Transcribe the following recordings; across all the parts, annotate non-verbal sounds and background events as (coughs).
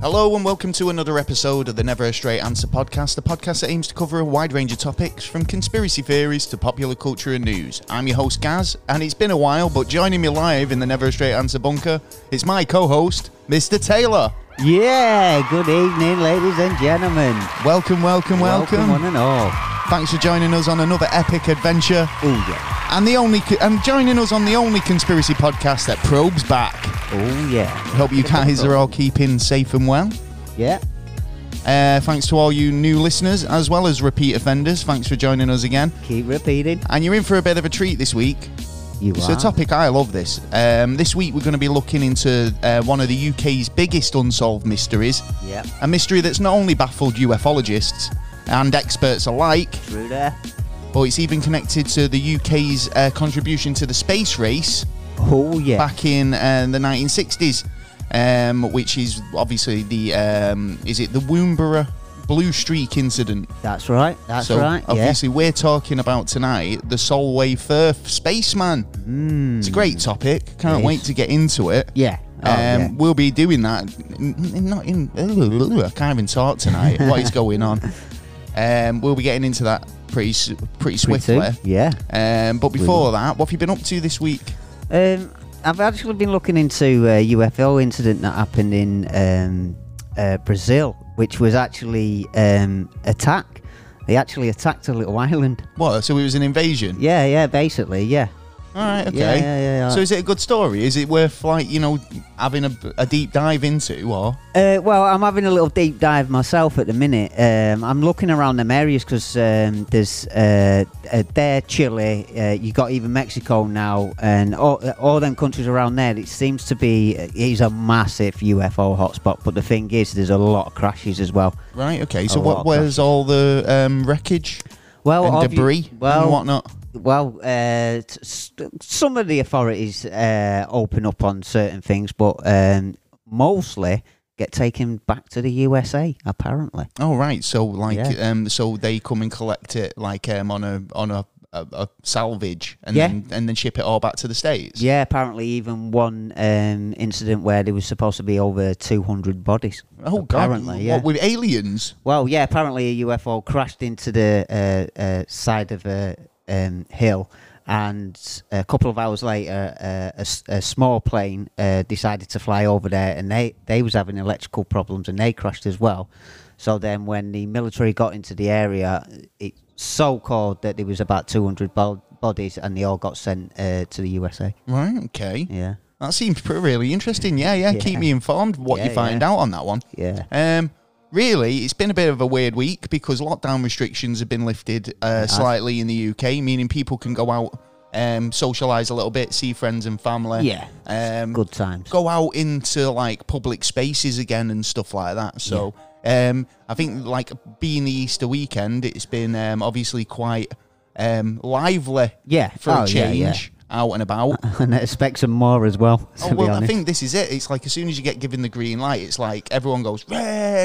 Hello and welcome to another episode of the Never a Straight Answer podcast, the podcast that aims to cover a wide range of topics from conspiracy theories to popular culture and news. I'm your host Gaz, and it's been a while, but joining me live in the Never a Straight Answer bunker is my co-host, Mr. Taylor. Yeah, good evening, ladies and gentlemen. Welcome, welcome, welcome. one and all. Thanks for joining us on another epic adventure, Oh yeah, and the only co- and joining us on the only conspiracy podcast that probes back. oh yeah, Hope you guys are all keeping safe and well. yeah. Uh, thanks to all you new listeners, as well as repeat offenders. Thanks for joining us again. Keep repeating. And you're in for a bit of a treat this week. You It's are. a topic I love this. Um, this week, we're going to be looking into uh, one of the UK's biggest unsolved mysteries. Yeah, A mystery that's not only baffled ufologists and experts alike, through there. but it's even connected to the UK's uh, contribution to the space race Oh yeah. back in uh, the 1960s, um, which is obviously the um, is it the Woomborough Blue Streak incident. That's right. That's so right. Yeah. obviously we're talking about tonight the Solway Firth spaceman. Mm. It's a great topic. Can't It wait is. to get into it. Yeah. Oh, um, yeah. We'll be doing that. n- n- Not in. (laughs) I can't even talk tonight. what is going on? (laughs) Um, we'll be getting into that pretty s- pretty Pretty swiftly. soon, Yeah. Um, but before that, what have you been up to this week? Um, I've actually been looking into a UFO incident that happened in um, uh, Brazil, which was actually um, attack. They actually attacked a little (laughs) island. What? So it was an invasion. Yeah, yeah. Basically, yeah. All right. Okay. Yeah, yeah, yeah, yeah. So is it a good story? Is it worth like you know having a, a deep dive into or? Uh, well, I'm having a little deep dive myself at the minute. Um, I'm looking around them areas because um, there's uh, uh, there, Chile. Uh, you got even Mexico now, and all, all them countries around there. It seems to be it is a massive UFO hotspot. But the thing is, there's a lot of crashes as well. Right. Okay. So A lot what? of Where's all the um, wreckage Well, and obvi- debris and well, whatnot? well, uh, t- st- some of the authorities uh, open up on certain things, but um, mostly get taken back to the USA. Apparently. Oh right. So like Yeah. um, so they come and collect it like um on a on a. A, a salvage and Yeah. then and then ship it all back to the states. Yeah, apparently even one um, incident where there was supposed to be over 200 bodies. Oh god! Apparently, yeah. What with aliens? Well, yeah, apparently a UFO crashed into the uh, uh, side of a um, hill, and a couple of hours later, uh, a, s- a small plane uh, decided to fly over there, and they they was having electrical problems, and they crashed as well. So then, when the military got into the area, it so called that there was about 200 bo- bodies, and they all got sent uh, to the USA. Right. Okay. Yeah, That seems pretty, really interesting. Yeah, yeah. Yeah. Keep me informed what Yeah, you find yeah. out on that one. yeah. Um, really, it's been a bit of a weird week because lockdown restrictions have been lifted uh, slightly in the UK, meaning people can go out, um, socialise a little bit, see friends and family. Yeah. Um, Good times. go out into like public spaces again and stuff like that. So um, I think like being the Easter weekend, it's been um, obviously quite um, lively Yeah. for Oh, a yeah, change yeah. out and about. (laughs) and I expect some more as well. (laughs) To Oh, be well, I honest. think this is it. It's like as soon as you get given the green light, it's like everyone goes, "Ray!"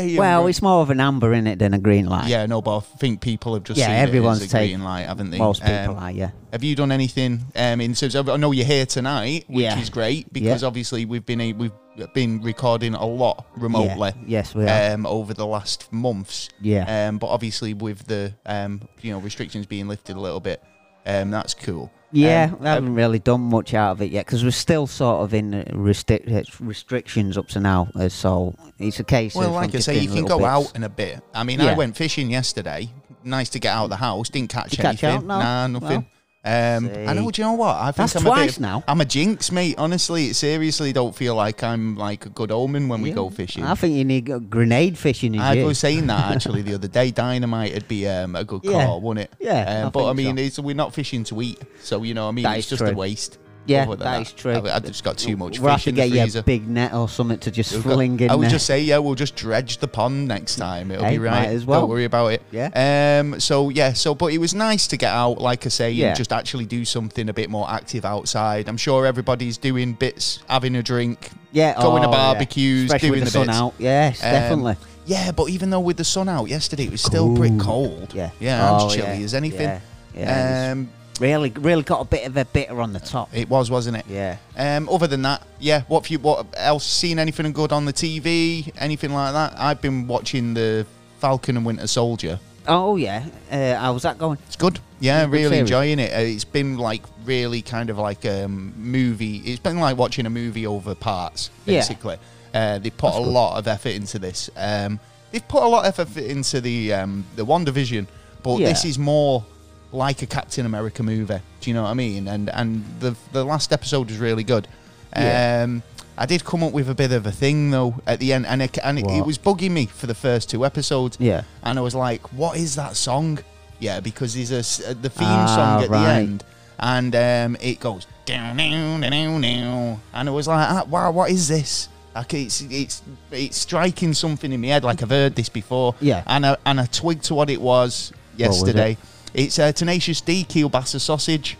and well, runs it's more of an amber in it than a green light. Yeah, no, but I think people have just Yeah, seen it as everyone's a take- green light, haven't they? most people Um, are. Yeah, Have you done anything um, in terms of? I know you're here tonight, which Yeah. is great because Yeah. obviously we've been a, we've been recording a lot remotely. Yeah. Yes, we are. Um, over the last months. yeah, Um, but obviously with the um, you know restrictions being lifted a little bit, um, that's cool. yeah. um, we haven't really done much out of it yet because we're still sort of in uh, restric- uh, restrictions up to now. Uh, so it's a case. Well, of I'm like I just say, you can doing go little bits. out in a bit. I mean, I Yeah. went fishing yesterday. Nice to get out of the house. Didn't catch Did you catch anything. out? No? Nah, nothing. um, I know. See. Do you know what? I think That's I'm a bit twice of- now. I'm a jinx, mate. Honestly, seriously, don't feel like I'm like a good omen when we Yeah. go fishing. I think you need a grenade fishing. Is I you? was saying (laughs) that actually the other day. Dynamite would be um, a good Yeah. call, wouldn't it? Yeah, Um, I but I think mean, so. it's, we're not fishing to eat, so you know, what I mean, That it's is just a true. waste. Yeah, other than that is true. I, I just got too much We'll have fish to in the get you freezer. a big net or something to just We've got- fling in I would there. just say, yeah, we'll just dredge the pond next time. It'll Hey, be right. might as well. Don't worry about it. Yeah. Um. So yeah. So, but it was nice to get out, like I say, Yeah. and just actually do something a bit more active outside. I'm sure everybody's doing bits, having a drink. yeah, going to oh, yeah. barbecues, Especially doing with the sun bits. out. Yes, Um, definitely. Yeah, but even though with the sun out yesterday, it was still pretty cold. Yeah. Yeah, and Oh, chilly yeah. as anything. Yeah. Yeah, it is. Um, Really, really got a bit of a bitter on the top. It was, wasn't it? Yeah. Um, other than that, yeah. What have you? What else? Seen anything good on the TV? Anything like that? I've been watching the Falcon and Winter Soldier. Oh yeah. Uh, how's that going? (laughs) It's good. Yeah, It's a good really series. enjoying it. Uh, It's been like really kind of like a um, movie. It's been like watching a movie over parts, Yeah. basically. Uh, they put a lot of effort into this. Um, they've put a lot of effort into the um, the One Division, but this Yeah. is more like a Captain America movie. Do you know what I mean? And and the the last episode was really good. Yeah. Um, I did come up with a bit of a thing though at the end, and it, and it, it What? was bugging me for the first two episodes. Yeah. And I was like, what is that song? Yeah, because there's a, s- uh, the theme Ah, song at the right. end. And um, it goes down, down, down, down. And I was like, ah, wow, what is this? Like it's it's it's striking something in my head. Like I've heard this before. Yeah. And I and I twigged to what it was What was it? yesterday. It's uh, Tenacious D Kielbasa sausage.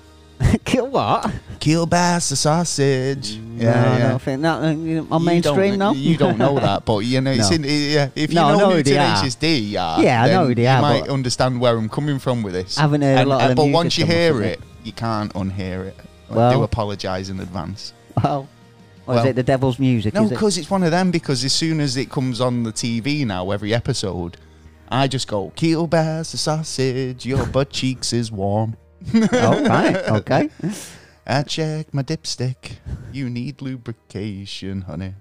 Kill what? Kielbasa sausage. no, I don't think that uh, on You mainstream don't- now. You (laughs) don't know that, but you know, it's No. in, yeah. If you No, I know, know who who they are. Tenacious D are, Yeah, I then know who they you are, might but- understand where I'm coming from with this. uh, I haven't heard a lot of the But music once you and hear whatnot. it, you can't unhear it. I do Well- apologise in advance. Well, or Well- is it the devil's music? No, is it? because it's one of them. Because as soon as it comes on the TV now, every episode, I just go keel bass the sausage. Your butt cheeks is warm. oh, (laughs) right. Okay. I check my dipstick. You need lubrication, honey.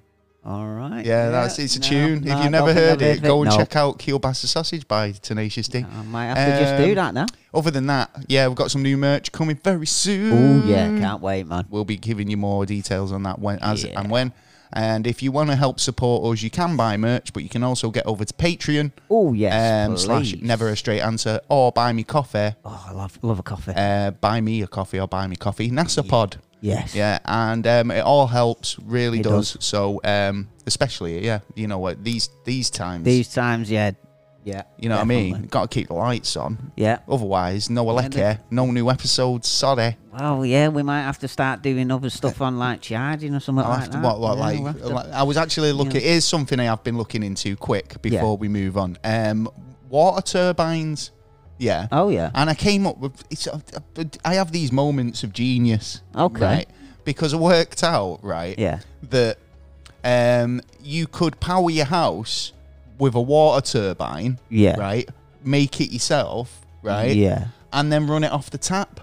All right. Yeah, that's it's a no, tune. no, if I you've don't never think heard I've it, go and No. check out Kielbasa Sausage by Tenacious D. I might have to just Um, do that now. Other than that, yeah, we've got some new merch coming very Oh soon. yeah, can't wait, man. We'll be giving you more details on that when as Yeah. and when. And if you want to help support us, you can buy merch, but you can also get over to Patreon Oh yes, um, slash please. Never a Straight Answer or buy me coffee, Oh, I love love a coffee. uh, buy me a coffee or buy me coffee. NASA Pod. yes. Yeah, and um, it all helps, really It does. So, um, especially, yeah, you know what, these these times, These times, yeah, yeah. You know what I mean? definitely. Got to keep the lights on. Yeah. Otherwise, no Aleke, no new episodes. Sorry. Well, yeah, we might have to start doing other stuff on like charging or something I'll like have to, that. what, what, Yeah, like, we'll have to- like- I was actually looking. Yeah. Here's something I have been looking into quick Yeah. before we move on. Um, water turbines. Yeah. oh yeah, And I came up with. It's, uh, I have these moments of genius. Okay. Right? Because I worked out right. yeah. That um, you could power your house with a water turbine. Yeah. Right. Make it yourself. Right. Yeah. and then run it off the (laughs) tap.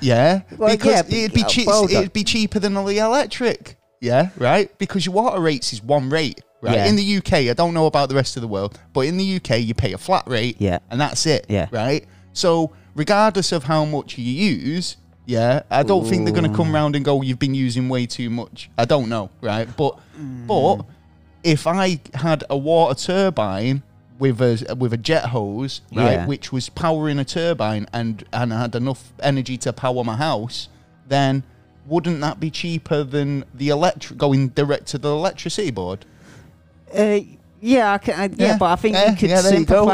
yeah, Well, because yeah, it'd be but- cheap. well done. it'd be cheaper than all the electric. Yeah, right. Because your water rates is one rate, right? Yeah. In the UK, I don't know about the rest of the world, but in the UK, you pay a flat rate, Yeah. and that's it, Yeah. right. So regardless of how much you use, yeah, I don't think they're going to come round and go, "You've been using way too much." I don't know, right? But but if I had a water turbine with a with a jet hose, right, Yeah. which was powering a turbine and and I had enough energy to power my house, then wouldn't that be cheaper than the electric going direct to the electricity board? Uh, yeah, I can, I, yeah, Yeah. but I think Yeah, you could yeah, there you go.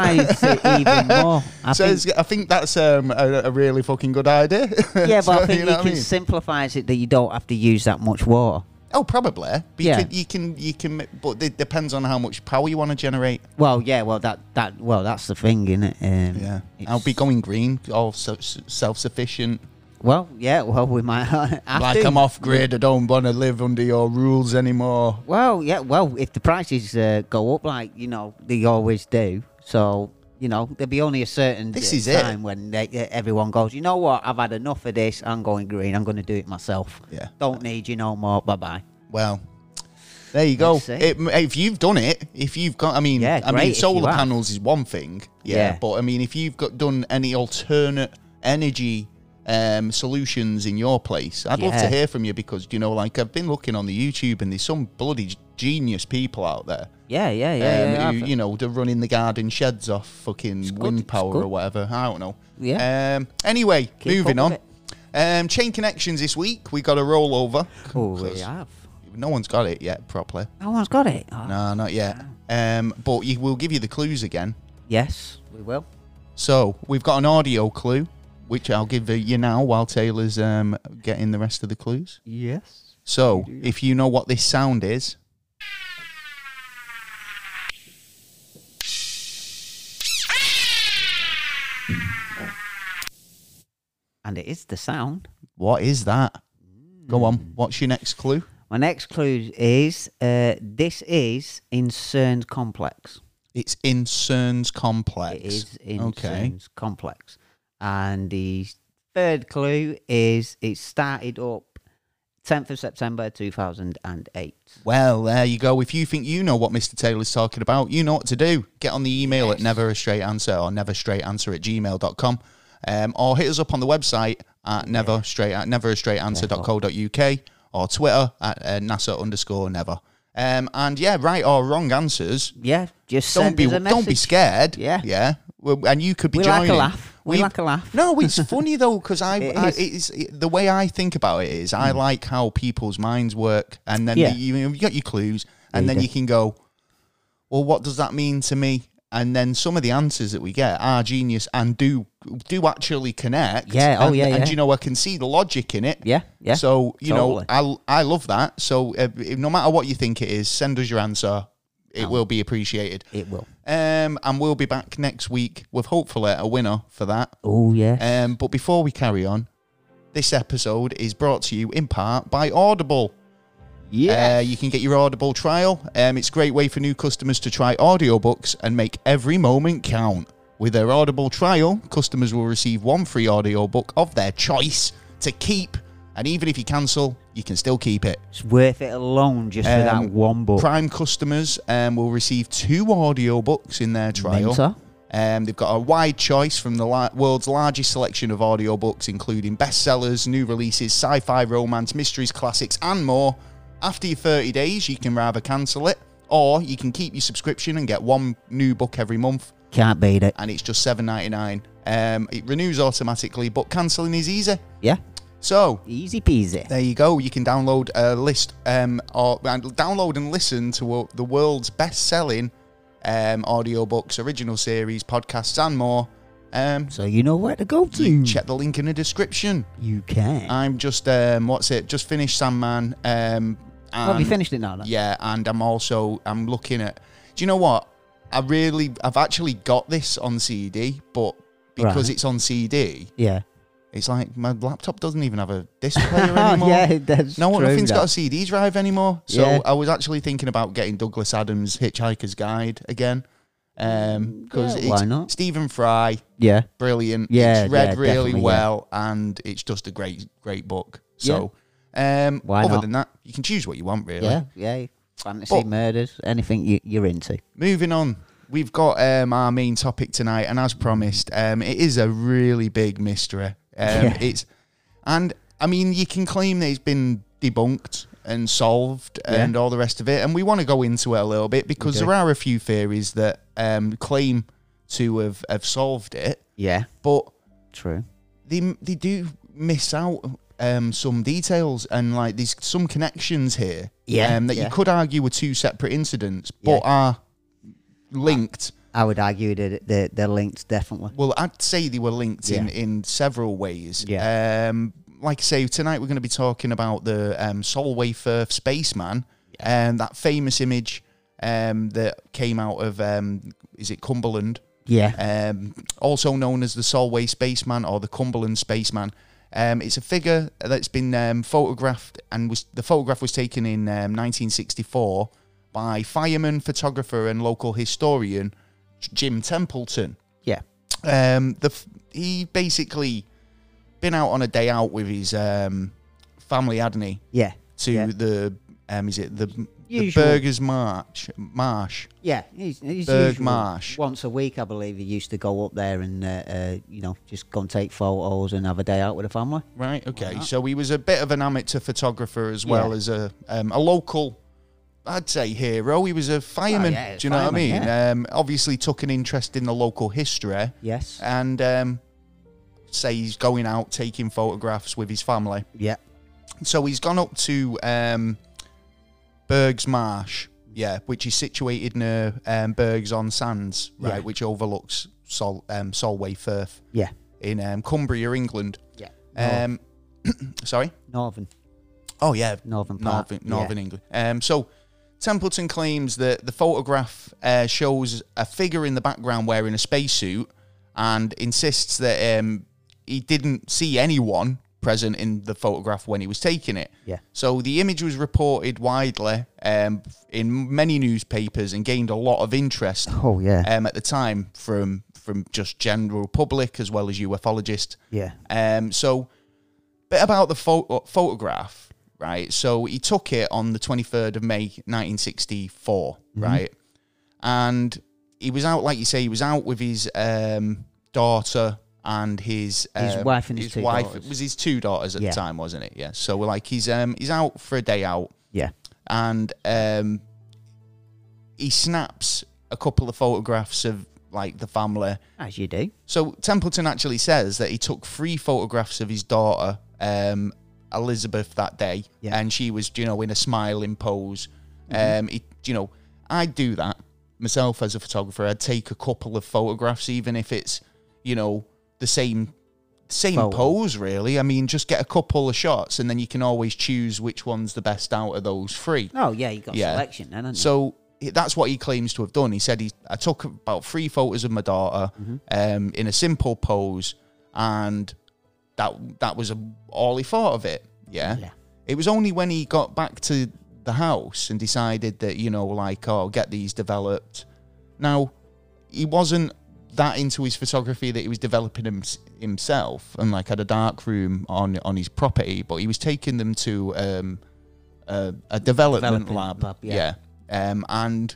(laughs) sympathise it even more. I so think, it's- I think that's um, a, a really fucking good idea. (laughs) yeah, but So, I think you you, know what I can mean? simplify it that you don't have to use that much water. Oh, probably. But you Yeah. can, you can, you can, but it depends on how much power you want to generate. Well, yeah, well that that well that's the thing, isn't it? Um, Yeah, it's- I'll be going green, all so, self-sufficient. Well, yeah, well we might (laughs) have like to. I'm off grid. I don't want to live under your rules anymore. Well, yeah, well, if the prices uh, go up like you know they always do, so you know there'll be only a certain This uh, is it. time when they, uh, everyone goes, you know what, I've had enough of this. I'm going green. I'm going to do it myself. Yeah. Don't need you no more. Bye bye. Well, there you go. Let's see. It, if you've done it, if you've got, I mean, Yeah, I great mean, if you solar have. panels is one thing. Yeah, Yeah. but I mean, if you've got done any alternate energy um, solutions in your place, I'd love to Yeah. hear from you because you know, like I've been looking on the YouTube and there's some bloody genius people out there. Yeah, yeah, yeah, um, yeah. who, I've- you know, they're running the garden sheds off fucking good, wind it's power good. or whatever. I don't know. Yeah. Um, anyway, Keep moving up on. with Um, chain connections this week. We got a rollover. oh, we 'Cause have. No one's got it yet properly. No one's got it. Oh, No, not yet. Um, but you, we'll give you the clues again. Yes, we will. So we've got an audio clue, which I'll give you now while Taylor's um, getting the rest of the clues. Yes. So if you know what this sound is, and it is the sound. What is that? Go Mm. on. What's your next clue? My next clue is uh, this is in CERN's complex. It's in CERN's complex. It is in Okay. CERN's complex. And the third clue is it started up 10th of September 2008. Well, there you go. If you think you know what Mr. Taylor's talking about, you know what to do. Get on the email at never a straight answer or never straight answer at gmail.com um, or hit us up on the website at never straight at never a straight answer.co.uk or Twitter at uh, NASA underscore never. Um, and yeah, right or wrong answers. Yeah, just Don't send be us a don't be message. scared. Yeah. yeah. Well, And you could be We like a joining. laugh. We like a laugh. (laughs) No, it's funny though because I, It I is. Hmm. it's, it, the way I think about it is I like how people's minds work, and then Yeah. the, you you've got your clues, and you then do. you can go, well, what does that mean to me? And then some of the answers that we get are genius and do do actually connect. Yeah, oh, and, yeah, And yeah. you know, I can see the logic in it. Yeah, yeah, So you know, totally. I I love that. So uh, no matter what you think it is, send us your answer. It will be appreciated. It will. Um, and we'll be back next week with hopefully a winner for that. Oh, yeah. Um, but before we carry on, this episode is brought to you in part by Audible. Uh, you can get your Audible trial. Um, it's a great way for new customers to try audiobooks and make every moment count. With their Audible trial, customers will receive one free audiobook of their choice to keep. And even if you cancel, you can still keep it. it's worth it alone just for that Um, one book. Prime customers um, will receive two audiobooks in their trial. Mentor. Um, they've got a wide choice from the la- world's largest selection of audiobooks, including bestsellers, new releases, sci fi, romance, mysteries, classics, and more. After your 30 days, you can rather cancel it or you can keep your subscription and get one new book every month, Can't beat it. and it's just $7.99. Um, it renews automatically, but cancelling is easy. Yeah. So, Easy peasy. there you go. You can download a list um, or and download and listen to uh, the world's best-selling um, audiobooks, original series, podcasts, and more. Um, So you know where to go to. check the link in the description. You can. I'm just um, what's it? Just finished Sandman. Um, Well, Oh, have you and, finished it now? then? yeah, and I'm also I'm looking at. Do you know what? I really I've actually got this on CD, but because Right. it's on CD, Yeah. it's like my laptop doesn't even have a display Oh, anymore. (laughs) yeah, that's No, true, nothing's that. got a CD drive anymore. So Yeah. I was actually thinking about getting Douglas Adams' Hitchhiker's Guide again. Um, because Yeah, it's why not? Stephen Fry, Yeah. brilliant. Yeah, it's read yeah, really definitely, yeah. well, and it's just a great, great book. So, um, Why other not? than that, you can choose what you want, really. Yeah. Yeah. Fantasy But- murders, anything you, you're into. Moving on, we've got um, our main topic tonight, and as promised, um, it is a really big mystery. Um, Yeah. It's, and I mean, you can claim that it's been debunked and solved and all the rest of it, and we want to go into it a little bit because Okay. there are a few theories that um, claim to have, have solved it, Yeah. but True. they they do miss out um, some details and like there's some connections here. Yeah, um, that yeah. you could argue were two separate incidents, but Yeah. are linked. I would argue that they're, they're linked, definitely. Well, I'd say they were linked in Yeah. in several ways. Yeah. Um, like I say, tonight we're going to be talking about the um, Solway Firth spaceman and that famous image um, that came out of um, is it Cumberland? Yeah. um, also known as the Solway Spaceman or the Cumberland Spaceman. Um, it's a figure that's been um, photographed, and was the photograph was taken in um, 1964 by fireman, photographer, and local historian J- Jim Templeton. Yeah. Um, the f- he basically been out on a day out with his um, family, hadn't he? Yeah. To Yeah. the um, is it the, the Usual. Burgers March Marsh? Yeah. He's, he's Berg usual. Marsh. Once a week, I believe, he used to go up there and, uh, uh, you know, just go and take photos and have a day out with the family. Right. Okay. not? So he was a bit of an amateur photographer as well Yeah. as a um, a local, I'd say hero. He was a fireman. Oh, yeah, do you know what I mean? fireman, Um, obviously took an interest in the local history Yes. and um, say he's going out taking photographs with his family. yeah. So he's gone up to um, Berg's Marsh, yeah, which is situated near um, Berg's on Sands, right, Yeah. which overlooks Sol um, Solway Firth Yeah. in um, Cumbria, England. Yeah. Um, (clears throat) sorry. Northern. Oh yeah, Northern part. Northern, Yeah. Northern England. Um, so Templeton claims that the photograph uh, shows a figure in the background wearing a spacesuit and insists that um, he didn't see anyone present in the photograph when he was taking it. Yeah. So the image was reported widely um, in many newspapers and gained a lot of interest. Oh, yeah. Um, at the time from from just general public as well as ufologists. Yeah. Um. So, bit about the pho- uh, photograph, right? So he took it on the twenty third of May, nineteen Mm-hmm. right? And he was out, like you say, he was out with his um daughter and his His um, wife and his two wife daughters. it was his two daughters at Yeah. the time, wasn't it? Yeah. So like he's um he's out for a day out Yeah. and um, he snaps a couple of photographs of like the family. As you do. So Templeton actually says that he took three photographs of his daughter um, Elizabeth that day, Yeah. Mm-hmm. and she was you know in a smiling pose. Um, he, you know, I'd do that myself as a photographer. I'd take a couple of photographs, even if it's you know the same same Photo. pose really i mean just get a couple of shots and then you can always choose which one's the best out of those three Oh, yeah, you got Yeah. selection then, haven't you? so he- that's what he claims to have done. He said he I took about three photos of my daughter um, in a simple pose, and that that was a, all he thought of it. Yeah? Yeah. It was only when he got back to the house and decided that you know like oh get these developed. Now he wasn't that into his photography that he was developing him, himself and like had a dark room on on his property, but he was taking them to um, a, a development Developing lab. lab, yeah. yeah. Um, and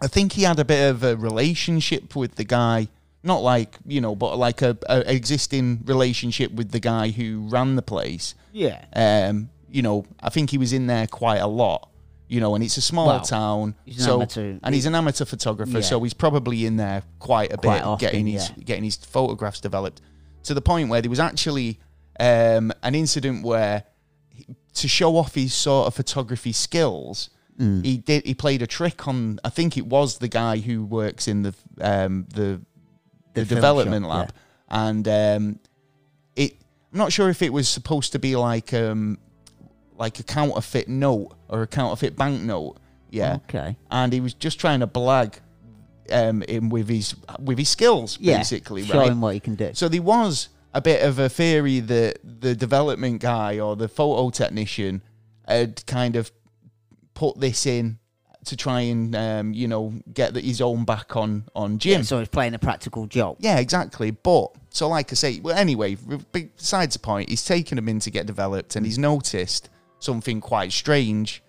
I think he had a bit of a relationship with the guy, not like you know, but like a, a existing relationship with the guy who ran the place. Yeah. Um, you know, I think he was in there quite a lot. You know, and it's a small Well, town, he's an so amateur. and he's an amateur photographer, Yeah. so he's probably in there quite a Quite bit, often, getting his yeah. getting his photographs developed to the point where there was actually um, an incident where he- to show off his sort of photography skills. Mm. He did. He played a trick on. I think it was the guy who works in the um, the the, film development shop, lab, and um, it. I'm not sure if it was supposed to be like um, like a counterfeit note or a counterfeit banknote. Yeah, Oh, Okay. and he was just trying to blag um, him with his with his skills, Yeah. basically, Show right? him what you can do. So there was a bit of a theory that the development guy or the photo technician had kind of put this in to try and um, you know get the, his own back on on Jim. So he's playing a practical joke. Yeah, exactly. But so, like I say, well, anyway, re- besides the point, he's taken him in to get developed, and he's noticed something quite strange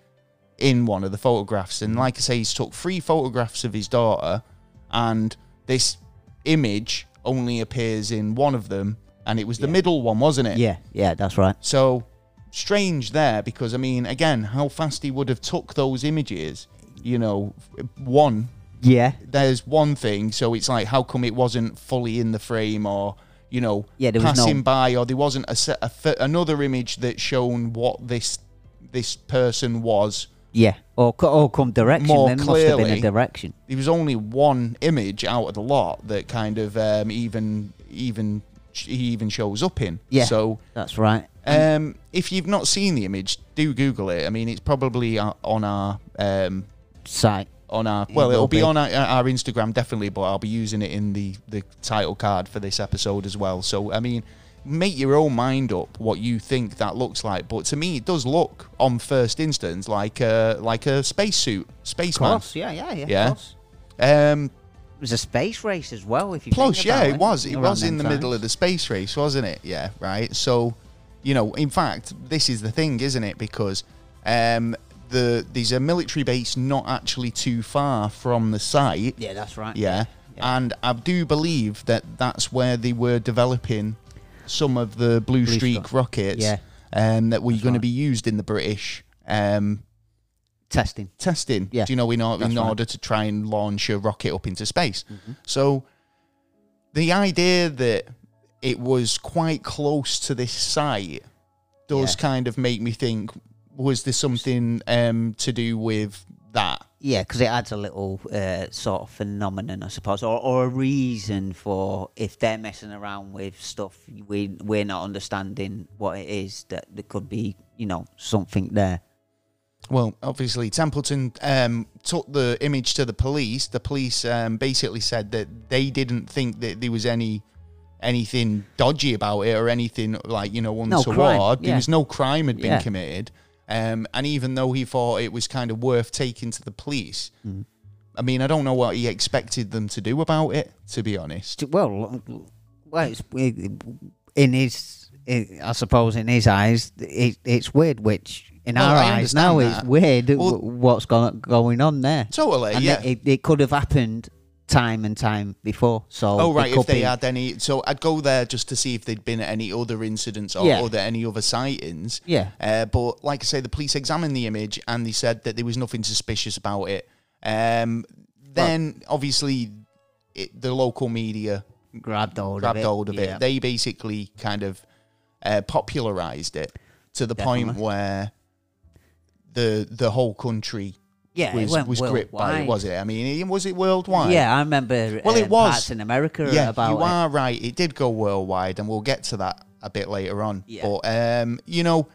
in one of the photographs. And like I say, he's took three photographs of his daughter, and this image only appears in one of them, and it was the middle one, wasn't it? Yeah. Yeah, that's right. So strange there because I mean, again, how fast he would have took those images, you know, one Yeah. there's one thing, so it's like how come it wasn't fully in the frame or you know Yeah, there was passing no- by or there wasn't a, set, a f- another image that shown what this this person was. Yeah. Or, co- or come direction. More then must have been clearly. a direction. There was only one image out of the lot that kind of um, even even he even shows up in. Yeah. So That's right. um, if you've not seen the image, do Google it. I mean, it's probably uh, on our um, Site. on our well will it'll be be. on our, our instagram definitely but i'll be using it in the the title card for this episode as well so i mean make your own mind up what you think that looks like but to me it does look on first instance like a like a spacesuit Of spaceman course. Yeah, yeah, yeah. Yeah. Of course. um It was a space race as well, if you plus think yeah about it was it around was in the them middle of times. the space race wasn't it yeah right so you know in fact this is the thing isn't it because um the there's a military base not actually too far from the site Yeah, that's right. Yeah. And I do believe that that's where they were developing some of the Blue, Blue Streak Streak. rockets Yeah. um, that were going to right. be used in the British um, Testing. testing, Yeah. do you know, in, or, in That's right. Mm-hmm. order to try and launch a rocket up into space. So the idea that it was quite close to this site does Yeah. kind of make me think was there something um, to do with that? Yeah, because it adds a little uh, sort of phenomenon, I suppose, or, or a reason for if they're messing around with stuff, we we're not understanding what it is that there could be, you know, something there. Well, obviously, Templeton um, took the image to the police. The police um, basically said that they didn't think that there was any anything dodgy about it or anything like you know No untoward. crime, There yeah. was no crime had been Yeah. committed, um, and even though he thought it was kind of worth taking to the police, Mm. I mean, I don't know what he expected them to do about it. To be honest, St- well, well, it's, in his, i I suppose, in his eyes, it, it's weird. Which in Well, our I eyes understand now, that. it's weird Well- wh- what's going going on there. totally, And yeah. it, it, it could have happened time and time before. So Oh it right, could if they be- had any, so I'd go there just to see if there'd been any other incidents or Yeah. other any other sightings. Yeah. Uh, but like I say, the police examined the image and they said that there was nothing suspicious about it. Um, then obviously, it, the local media grabbed hold grabbed of it. hold of yeah. it. They basically kind of uh, popularized it to the point Definitely. where the the whole country yeah, was, went was gripped by it. worldwide. Was it? I mean, was it worldwide? Yeah, I remember. Well, uh, it was. parts in America about you it. are right. It did go worldwide, and we'll get to that a bit later on. Yeah. But um, you know,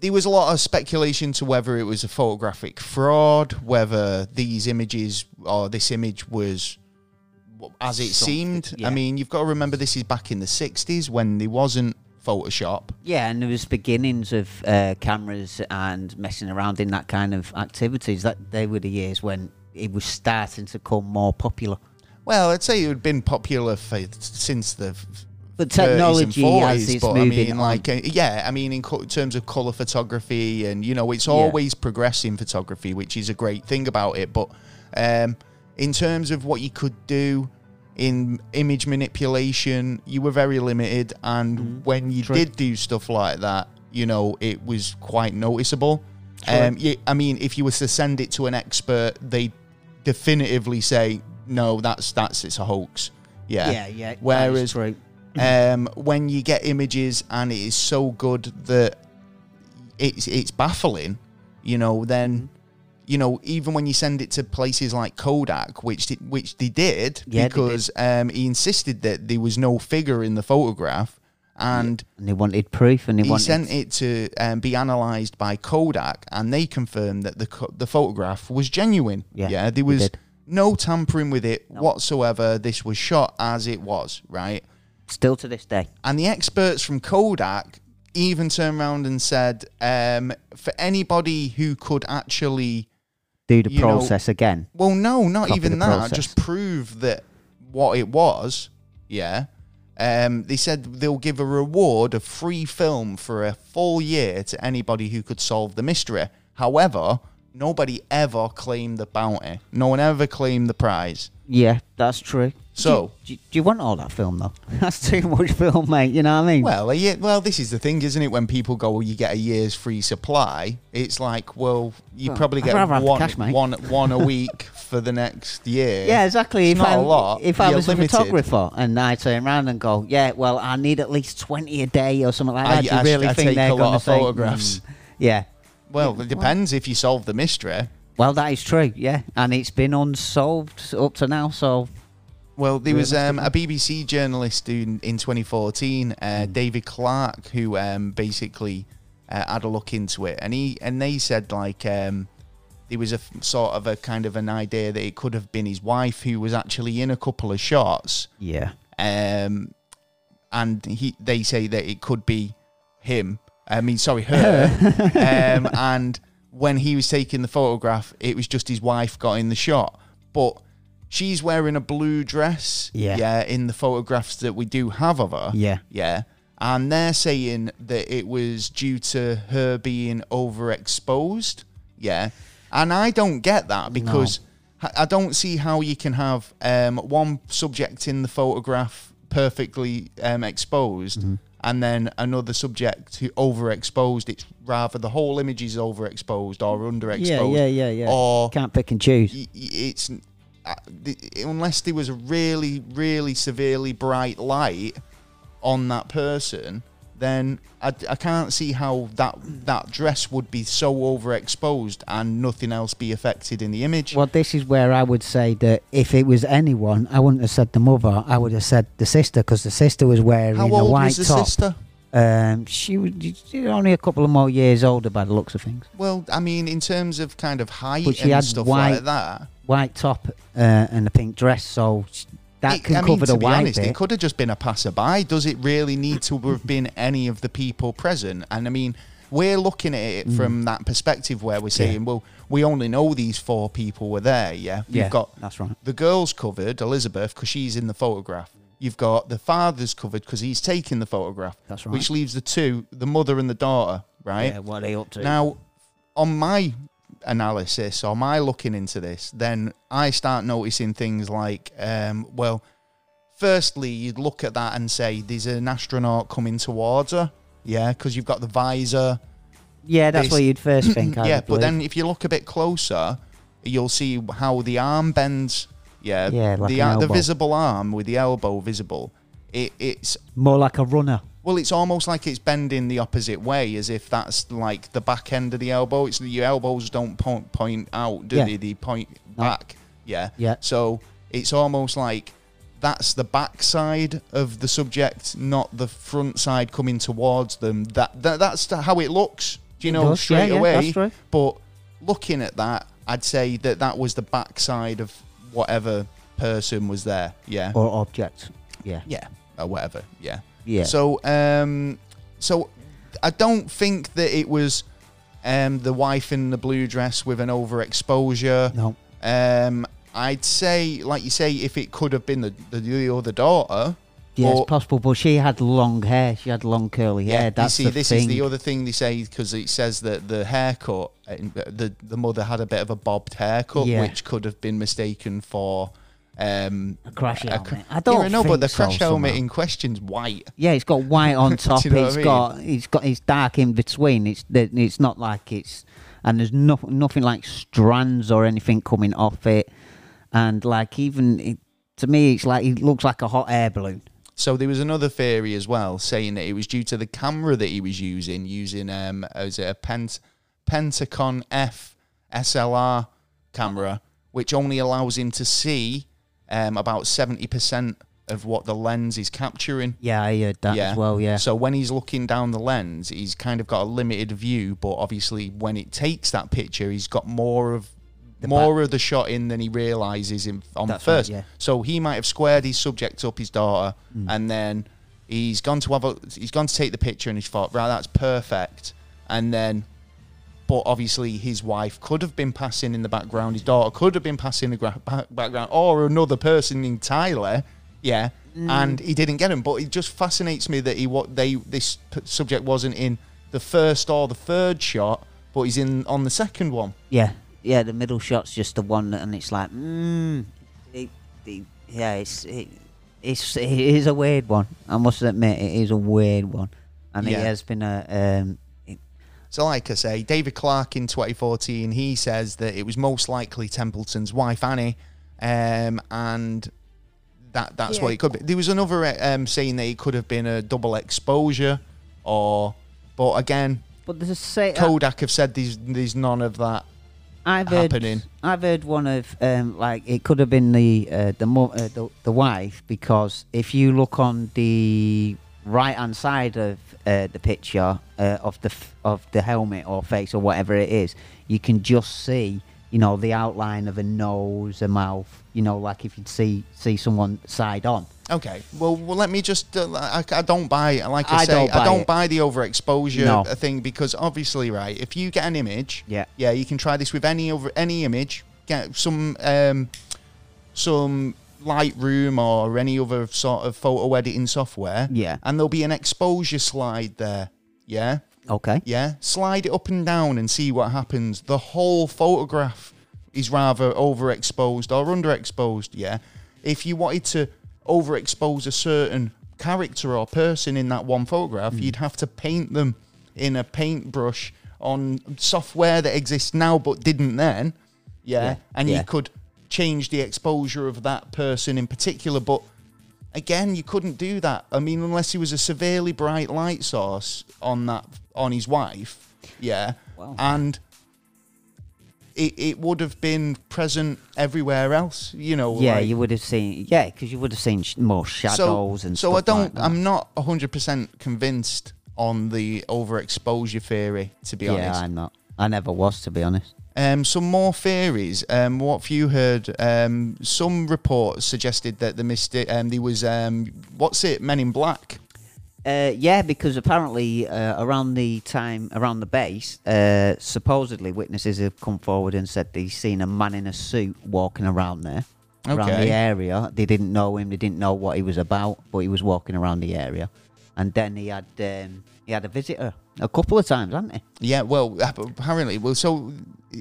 there was a lot of speculation to whether it was a photographic fraud, whether these images or this image was w- as it Something, seemed. yeah. I mean, you've got to remember this is back in the '60s when there wasn't Photoshop. Yeah, and there was beginnings of uh, cameras and messing around in that kind of activities. That they were the years when it was starting to become more popular. Well, I'd say it had been popular for, since the But 30s and technology as it's but moving I mean, on. like, uh, yeah, I mean, in co- terms of color photography, and you know, it's always progressing photography, which is a great thing about it. But um, in terms of what you could do in image manipulation, you were very limited, and Mm-hmm. when you did do stuff like that, you know, it was quite noticeable. Um, you, I mean, if you were to send it to an expert, they definitively say, no, that's that's it's a hoax. Yeah, yeah, yeah. that is Whereas true. um, when you get images and it is so good that it's it's baffling, you know, then Mm-hmm. you know even when you send it to places like Kodak, which di- which they did Yeah, they did. because Um, he insisted that there was no figure in the photograph, and and they wanted proof, and they he wanted sent it to um, be analysed by Kodak, and they confirmed that the co- the photograph was genuine. Yeah, there they was did. no tampering with it whatsoever. This was shot as it was, right? still to this day. And the experts from Kodak even turned around and said, um, for anybody who could actually, Do the You know- process again. well, no, not Copy even the that, process. just prove that what it was, yeah. Um, they said they'll give a reward of free film for a full year to anybody who could solve the mystery. However, nobody ever claimed the bounty. No one ever claimed the prize. Yeah, that's true. So- do, do, do you want all that film though? (laughs) That's too much film, mate. You know what I mean? Well, a year, well, this is the thing, isn't it? When people go, well, you get a year's free supply. It's like, well, you probably I'd get rather have the one, cash, mate. one- one a week for the next year. (laughs) Yeah, exactly. It's if not I'm, a lot. If I You're was limited. a photographer and I turn around and go, yeah, well, I need at least 20 a day or something like that, I- do I- you really I think take they're a lot going to of say, photographs. "Mm, yeah. Well, it depends if you solve the mystery. Well, that is true, yeah. And it's been unsolved up to now, so Well, there was um, a BBC journalist who, in 2014, uh, David Clark, who um, basically uh, had a look into it, and he and they said like um, there was a f- sort of a kind of an idea that it could have been his wife who was actually in a couple of shots. yeah. um, and he they say that it could be him. I mean, sorry, her. um, and when he was taking the photograph, it was just his wife got in the shot, but she's wearing a blue dress. Yeah. yeah, in the photographs that we do have of her. Yeah. yeah. And they're saying that it was due to her being overexposed. Yeah. And I don't get that because h- I don't see how you can have um, one subject in the photograph perfectly um, exposed and then another subject who overexposed. It's rather the whole image is overexposed or underexposed. Or Can't pick and choose. y- y- it's uh, the- unless there was a really, really severely bright light on that person, then I, I can't see how that that dress would be so overexposed and nothing else be affected in the image. Well, this is where I would say that if it was anyone, I wouldn't have said the mother. I would have said the sister because the sister was wearing how a old white was the top. sister? Um, she was she was only a couple of more years older by the looks of things. Well, I mean, in terms of kind of height But she and had stuff like white- that. white top uh, and a pink dress. So sh- that It- can I mean, cover to the be white honest, bit. it could have just been a passerby. Does it really need to have been any of the people present? And I mean, we're looking at it Mm. from that perspective where we're saying, well, we only know these four people were there. Yeah, you've Yeah, got that's right. The girl's covered, Elizabeth, because she's in the photograph. You've got the father's covered because he's taking the photograph. That's Which right. leaves the two, the mother and the daughter, right? Yeah, what are they up to? Now, on my analysis or my looking into this, then I start noticing things like, um, well, firstly, you'd look at that and say, there's an astronaut coming towards her. Yeah, because you've got the visor. yeah, that's this- what (clears throat) you'd first think. I yeah, would but believe. then if you look a bit closer, you'll see how the arm bends. Yeah, Yeah, like the, an ar- the elbow. visible arm with the elbow visible. It, it's more like a runner. well, it's almost like it's bending the opposite way, as if that's like the back end of the elbow. It's your elbows don't point point out, do Yeah. they? They point back. Yeah. Yeah. So it's almost like that's the back side of the subject, not the front side coming towards them. That, that that's how it looks. Do you It know does, yeah, straight yeah, away? that's true. But looking at that, I'd say that that was the back side of whatever person was there. Yeah. or object. Yeah. Yeah. Or whatever. Yeah. Yeah. So um so I don't think that it was um the wife in the blue dress with an overexposure. No. Um I'd say like you say if it could have been the the, the other daughter Yeah, or- it's possible, but she had long hair. She had long curly hair. that's you see, the this thing. is the other thing they say because it says that the haircut, uh, the the mother had a bit of a bobbed haircut, Yeah. which could have been mistaken for um, A crash a cr- helmet. I don't Yeah, know, but think the so, crash helmet somehow. in question's white. yeah, it's got white (laughs) on top. you know what It's I mean? got it's got it's dark in between. It's that- it's not like it's and there's no, nothing like strands or anything coming off it. And like even it, to me, it's like it looks like a hot air balloon. So there was another theory as well, saying that it was due to the camera that he was using, using um, was it a Pent- Pentacon F SLR camera, which only allows him to see um, about seventy percent of what the lens is capturing. Yeah, I heard that as well. Yeah, So when he's looking down the lens, he's kind of got a limited view, but obviously when it takes that picture, he's got more of more of the shot in than he realizes in, on That's right, first. yeah. Mm. So he might have squared his subject up, his daughter, and then he's gone to have a, he's gone to take the picture, and he's thought, right, that's perfect. And then, but obviously his wife could have been passing in the background, his daughter could have been passing in the gra- ba- background, or another person entirely. Yeah, and he didn't get him. But it just fascinates me that he what they this p- subject wasn't in the first or the third shot, but he's in on the second one. yeah, yeah. The middle shot's just the one, that- and it's like, mm, it, it- yeah, it's it, it's it is a weird one. I must admit, it is a weird one, and Yeah. it has been a um, it, So, like I say, David Clark in 2014, he says that it was most likely Templeton's wife Annie, um, and that that's Yeah. what it could be. There was another uh, um, saying that it could have been a double exposure, or but again, but there's a say Kodak have said there's there's none of that. I've heard, happening. I've heard one of um, like it could have been the uh, the, mo- uh, the the wife because if you look on the right hand side of uh, the picture uh, of the f- of the helmet or face or whatever it is, you can just see you know the outline of a nose, a mouth. You know, like if you'd see see someone side on. Okay, well, well let me just. Uh, I, I don't buy. Like I, I say, don't I buy don't it. buy the overexposure No. thing because obviously, right? If you get an image, Yeah. yeah, you can try this with any over any image. Get some um, some Lightroom or any other sort of photo editing software. Yeah. and there'll be an exposure slide there. Yeah, Okay. yeah, slide it up and down and see what happens. The whole photograph is rather overexposed or underexposed. Yeah, if you wanted to overexpose a certain character or person in that one photograph, you'd have to paint them in a paintbrush on software that exists now but didn't then. Yeah, Yeah, and yeah. you could change the exposure of that person in particular, but again, you couldn't do that. I mean, unless he was a severely bright light source on that on his wife, yeah, Wow. and it, it would have been present everywhere else, you know. Yeah, like- you would have seen. Yeah, because you would have seen sh- more shadows and so stuff I don't. like that. I'm not 100 percent convinced on the overexposure theory, to be yeah, honest. I'm not. I never was, to be honest. Um, some more theories. Um, what have you heard? Um, some reports suggested that the mystic, um, there was um, what's it, Men in Black. Uh, yeah, because apparently uh, around the time around the base, uh, supposedly witnesses have come forward and said they've seen a man in a suit walking around there, around Okay. the area. They didn't know him, they didn't know what he was about, but he was walking around the area. And then he had um, he had a visitor a couple of times, hadn't he? Yeah, well, ap- apparently, well, so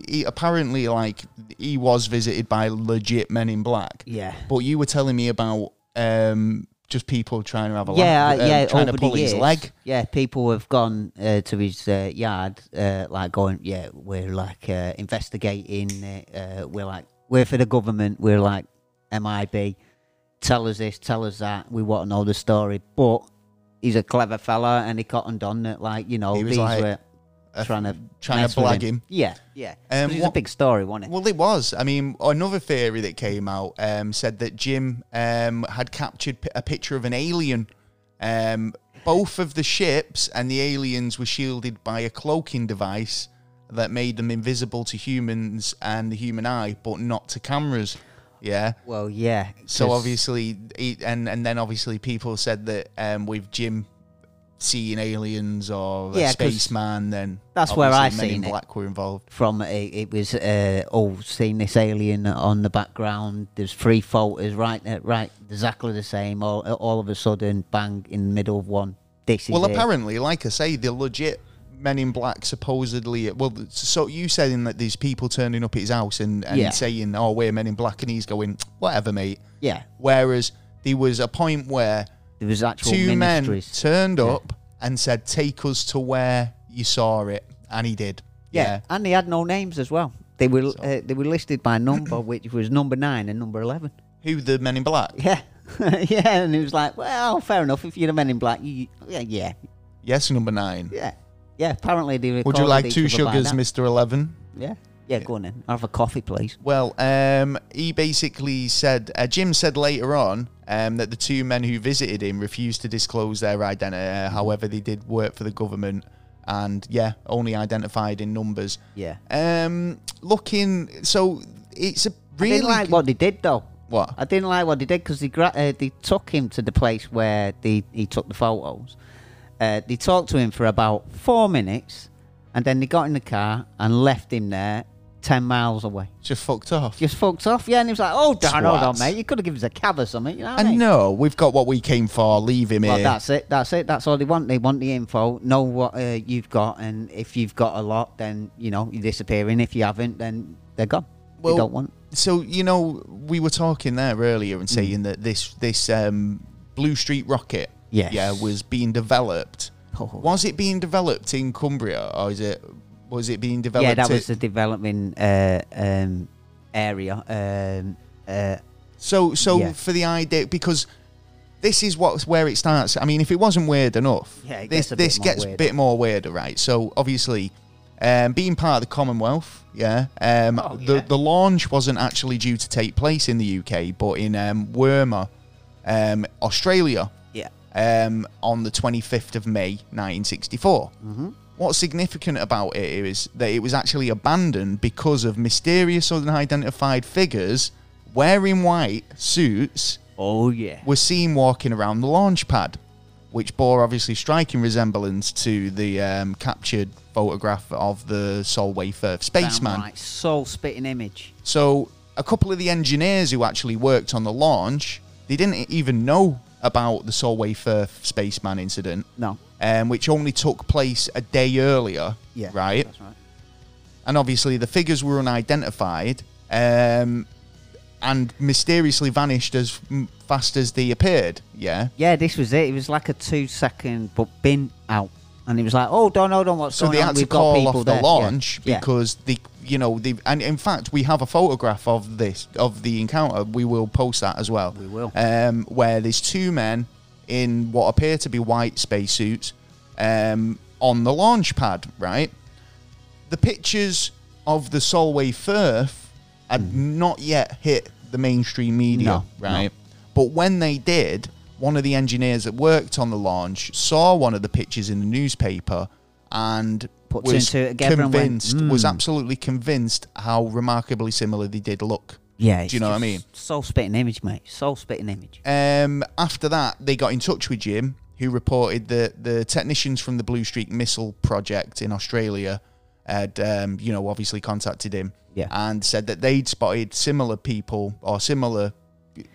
he, apparently, like he was visited by legit Men in Black. Yeah. But you were telling me about um, just people trying to have a yeah, laugh, uh, um, yeah. trying to over the pull his years, leg. Yeah, people have gone uh, to his uh, yard, uh, like going, yeah, we're like uh, investigating. Uh, uh, we're like, we're for the government. We're like MIB. Tell us this, tell us that. We want to know the story. But he's a clever fella, and he cottoned on that, like you know, He was these like, were uh, trying to trying to mess with blag him. Yeah, yeah. Um, Um, it was what- a big story, wasn't it? Well, it was. I mean, another theory that came out um, said that Jim um, had captured p- a picture of an alien. Um, both of the ships and the aliens were shielded by a cloaking device that made them invisible to humans and the human eye, but not to cameras. Yeah. Well, yeah. So 'cause- obviously, he, and and then obviously, people said that um, with Jim seeing aliens or a Yeah, 'cause spaceman, then that's where I obviously Men in seen it. Black were involved. from it, it was uh, all seeing this alien on the background. There's three photos, right, uh, right, exactly the same. All, all of a sudden, bang in the middle of one. This is Well, it. apparently, like I say, the legit Men in Black supposedly. Well, so you saying that these people turning up at his house and, and Yeah. saying, "Oh, we're Men in Black," and he's going, "Whatever, mate." yeah, Whereas there was a point where there was actual two men ministries. turned up and said, "Take us to where you saw it," and he did. yeah. and they had no names as well. They were uh, they were listed (clears throat) by number, which was number nine and number eleven. (laughs) yeah. Who the Men in Black? Yeah, (laughs) yeah, and it was like, well, fair enough. If you're the Men in Black, you, yeah, yeah, Yes, number nine. yeah, yeah. Apparently, they Would you recorded like each two other by sugars, that. Mr. 11? Yeah, yeah. Go on then. I'll have a coffee, please. Well, um, he basically said, uh, Jim said later on um, that the two men who visited him refused to disclose their identity. However, they did work for the government and, yeah, only identified in numbers. Yeah. Um, looking, so it's a I really. didn't like what they did though. What? I didn't like what they did because they gra- uh, they took him to the place where they, he took the photos. Uh, they talked to him for about four minutes, and then they got in the car and left him there ten miles away. Just fucked off. Just fucked off, yeah. And he was like, "Oh, darn, hold on, Swats. mate. You could have given us a cab or something." You know what I And mean? no, we've got what we came for. Leave him Well, here. that's it. That's it. That's all they want. They want the info. Know what uh, you've got, and if you've got a lot, then you know you're disappearing. If you haven't, then they're gone. Well, they don't want. so you know we were talking there earlier and saying that this this um, Blue Street rocket Yes. yeah was being developed. Oh. Was it being developed in Cumbria or is it was it being developed? yeah, that was at- the development uh, um, area. Um, uh, so so yeah. for the idea because this is what where it starts. I mean, if it wasn't weird enough, Yeah, it this gets a bit this more gets a weird. bit more weirder, right? So obviously. Um, being part of the Commonwealth, yeah. Um, Oh, the yeah. the launch wasn't actually due to take place in the UK, but in um, Wormer, um, Australia. yeah. um, on the 25th of May 1964. What's significant about it is that it was actually abandoned because of mysterious unidentified figures wearing white suits Oh yeah. were seen walking around the launch pad, which bore obviously striking resemblance to the um, captured photograph of the Solway Firth spaceman. Downright soul spitting image. So a couple of the engineers who actually worked on the launch, they didn't even know about the Solway Firth spaceman incident, No. um, which only took place a day earlier. Yeah. Right. That's right. And obviously the figures were unidentified um, and mysteriously vanished as m- fast as they appeared. Yeah. Yeah, this was it. It was like a two-second but bin out, and it was like, oh, don't, hold on, what's So going they on? had to We've got call people off the there. launch yeah. because the you know the and in fact we have a photograph of this of the encounter. We will post that as well. We will. Um, where there's two men in what appear to be white spacesuits um, on the launch pad. Right. The pictures of the Solway Firth had not yet hit the mainstream media. Mm-hmm. No, right. But when they did, one of the engineers that worked on the launch saw one of the pictures in the newspaper and Put two was and two together and went, convinced was "Hmm." absolutely convinced how remarkably similar they did look. Yeah. Do you know what I mean? Soul spitting image, mate. Soul spitting image. Um, after that, they got in touch with Jim, who reported that the technicians from the Blue Streak Missile Project in Australia had, um, you know, obviously contacted him Yeah. and said that they'd spotted similar people or similar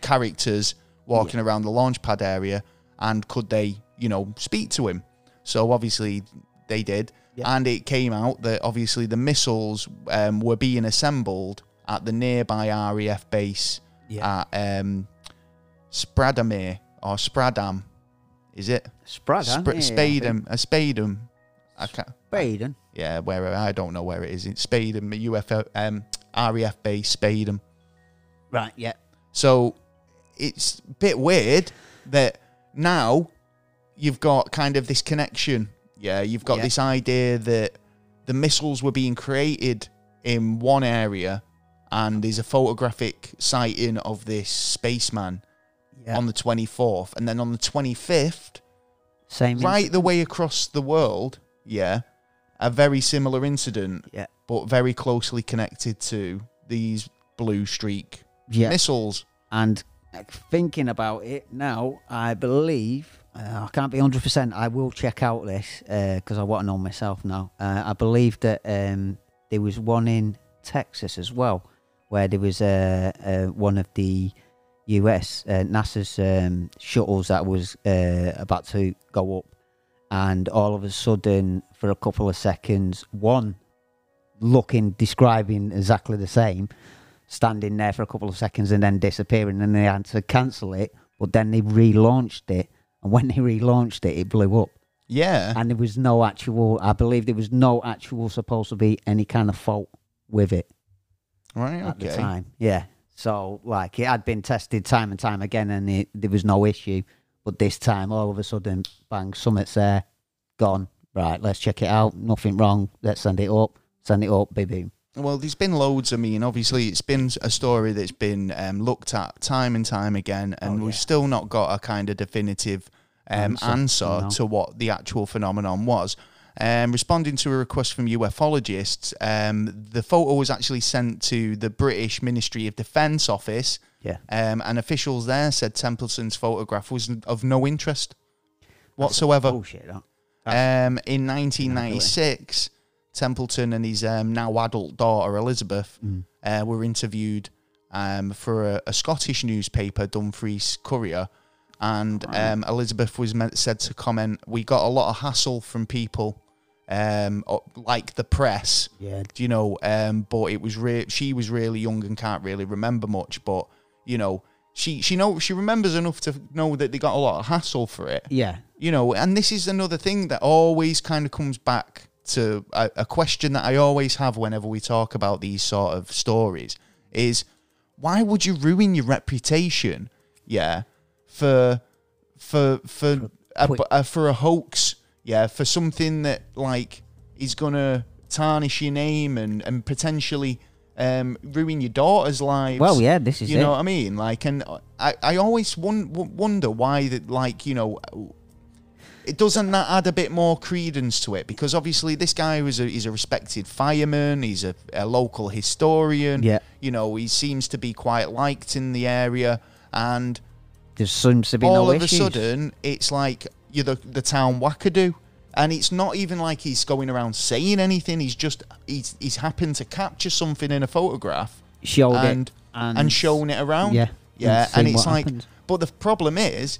characters walking around the launch pad area and could they, you know, speak to him. So obviously they did. Yeah. And it came out that obviously the missiles um, were being assembled at the nearby RAF base Yeah. at um, Spradamir or Spradam, is it? Sprad, Spr- Spadum, a Spadum. I can't, Spaden. yeah, where I don't know where it is. It's Spadum, a UFO, um, RAF base Spadum. Right. Yeah. So it's a bit weird that now you've got kind of this connection. Yeah, you've got Yeah. this idea that the missiles were being created in one area and there's a photographic sighting of this spaceman Yeah. on the 24th. And then on the 25th, Same. right the way across the world, yeah, a very similar incident, Yeah. but very closely connected to these blue streak Yeah. missiles. And thinking about it now, I believe uh, I can't be hundred percent. I will check out this because I want to know myself now. Uh, I believe that um, there was one in Texas as well, where there was uh, uh, one of the U.S. Uh, NASA's um, shuttles that was uh, about to go up, and all of a sudden, for a couple of seconds, one looking describing exactly the same standing there for a couple of seconds and then disappearing and they had to cancel it but then they relaunched it and when they relaunched it it blew up Yeah. and there was no actual i believe there was no actual supposed to be any kind of fault with it Right. at Okay. the time yeah so like it had been tested time and time again and it, there was no issue but this time all of a sudden bang summit's there gone right let's check it out nothing wrong let's send it up send it up boom boom Well, there's been loads. I mean, obviously, it's been a story that's been um, looked at time and time again, and we've still not got a kind of definitive um, answer, no. to what the actual phenomenon was. Um, responding to a request from ufologists, um, the photo was actually sent to the British Ministry of Defence office, yeah um, and officials there said Templeton's photograph was of no interest whatsoever. bullshit that. Um, in 1996, Templeton and his um, now adult daughter Elizabeth uh, were interviewed um, for a, a Scottish newspaper, Dumfries Courier, and um, Elizabeth was meant, said to comment, "We got a lot of hassle from people, um, o- like the press, yeah you know, um, but it was re- she was really young and can't really remember much, but you know." She she know she remembers enough to know that they got a lot of hassle for it yeah you know, and this is another thing that always kind of comes back to a, a question that I always have whenever we talk about these sort of stories is why would you ruin your reputation? Yeah, for for for a, quick- uh, for a hoax. Yeah, for something that like is gonna tarnish your name and and potentially um, ruin your daughter's lives Well, yeah, this is you it. know what I mean. Like, and I, I always won- w- wonder why that, like, you know, it doesn't that add a bit more credence to it because obviously this guy was a, he's a respected fireman, he's a, a local historian. Yeah. you know, he seems to be quite liked in the area, and there seems to be all no of issues. a sudden it's like you're the, the town wackadoo. And it's not even like he's going around saying anything. He's just he's he's happened to capture something in a photograph showed and, it and shown it around. yeah, yeah. And, and seen it's what like, happened. but the problem is,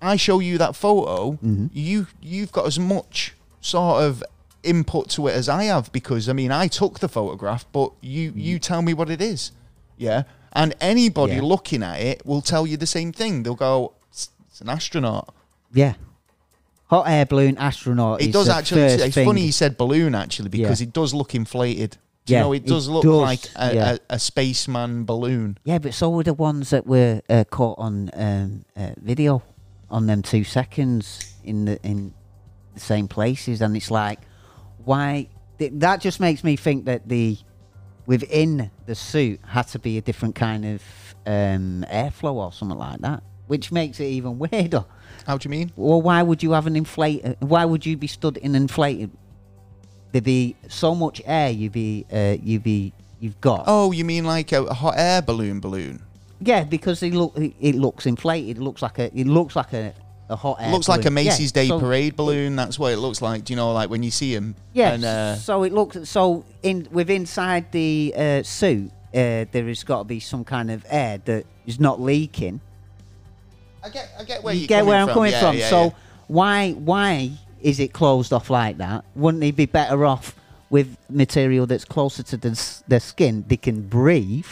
I show you that photo. Mm-hmm. You you've got as much sort of input to it as I have because I mean I took the photograph, but you Mm-hmm. you tell me what it is. Yeah, and anybody Yeah. looking at it will tell you the same thing. They'll go, "It's, it's an astronaut." yeah. Hot air balloon astronaut. It is does the actually. first It's thing. funny he said balloon actually Yeah. because it does look inflated. Do you Yeah, know, it it does look does, like a, yeah. a, a spaceman balloon. Yeah, but so were the ones that were uh, caught on um, uh, video on them two seconds in the in the same places, and it's like, why? Th- that just makes me think that the within the suit had to be a different kind of um, airflow or something like that. which makes it even (laughs) weirder. How do you mean? Well, why would you have an inflator? Why would you be stood in an inflator? There'd be so much air you be uh, you be you've got. Oh, you mean like a, a hot air balloon balloon? Yeah, because it look it it looks inflated. It looks like a it looks like a, a hot air. looks like a balloon. Yeah, Macy's Day so- Parade balloon. That's what it looks like. Do you know, like when you see them? Yeah. And, uh, so it looks so in with inside the uh, suit uh, there has got to be some kind of air that is not leaking. I get, I get where you you're get coming where I'm from. coming Yeah, from. yeah, so yeah. why why is it closed off like that? Wouldn't they be better off with material that's closer to the, s- their skin? They can breathe,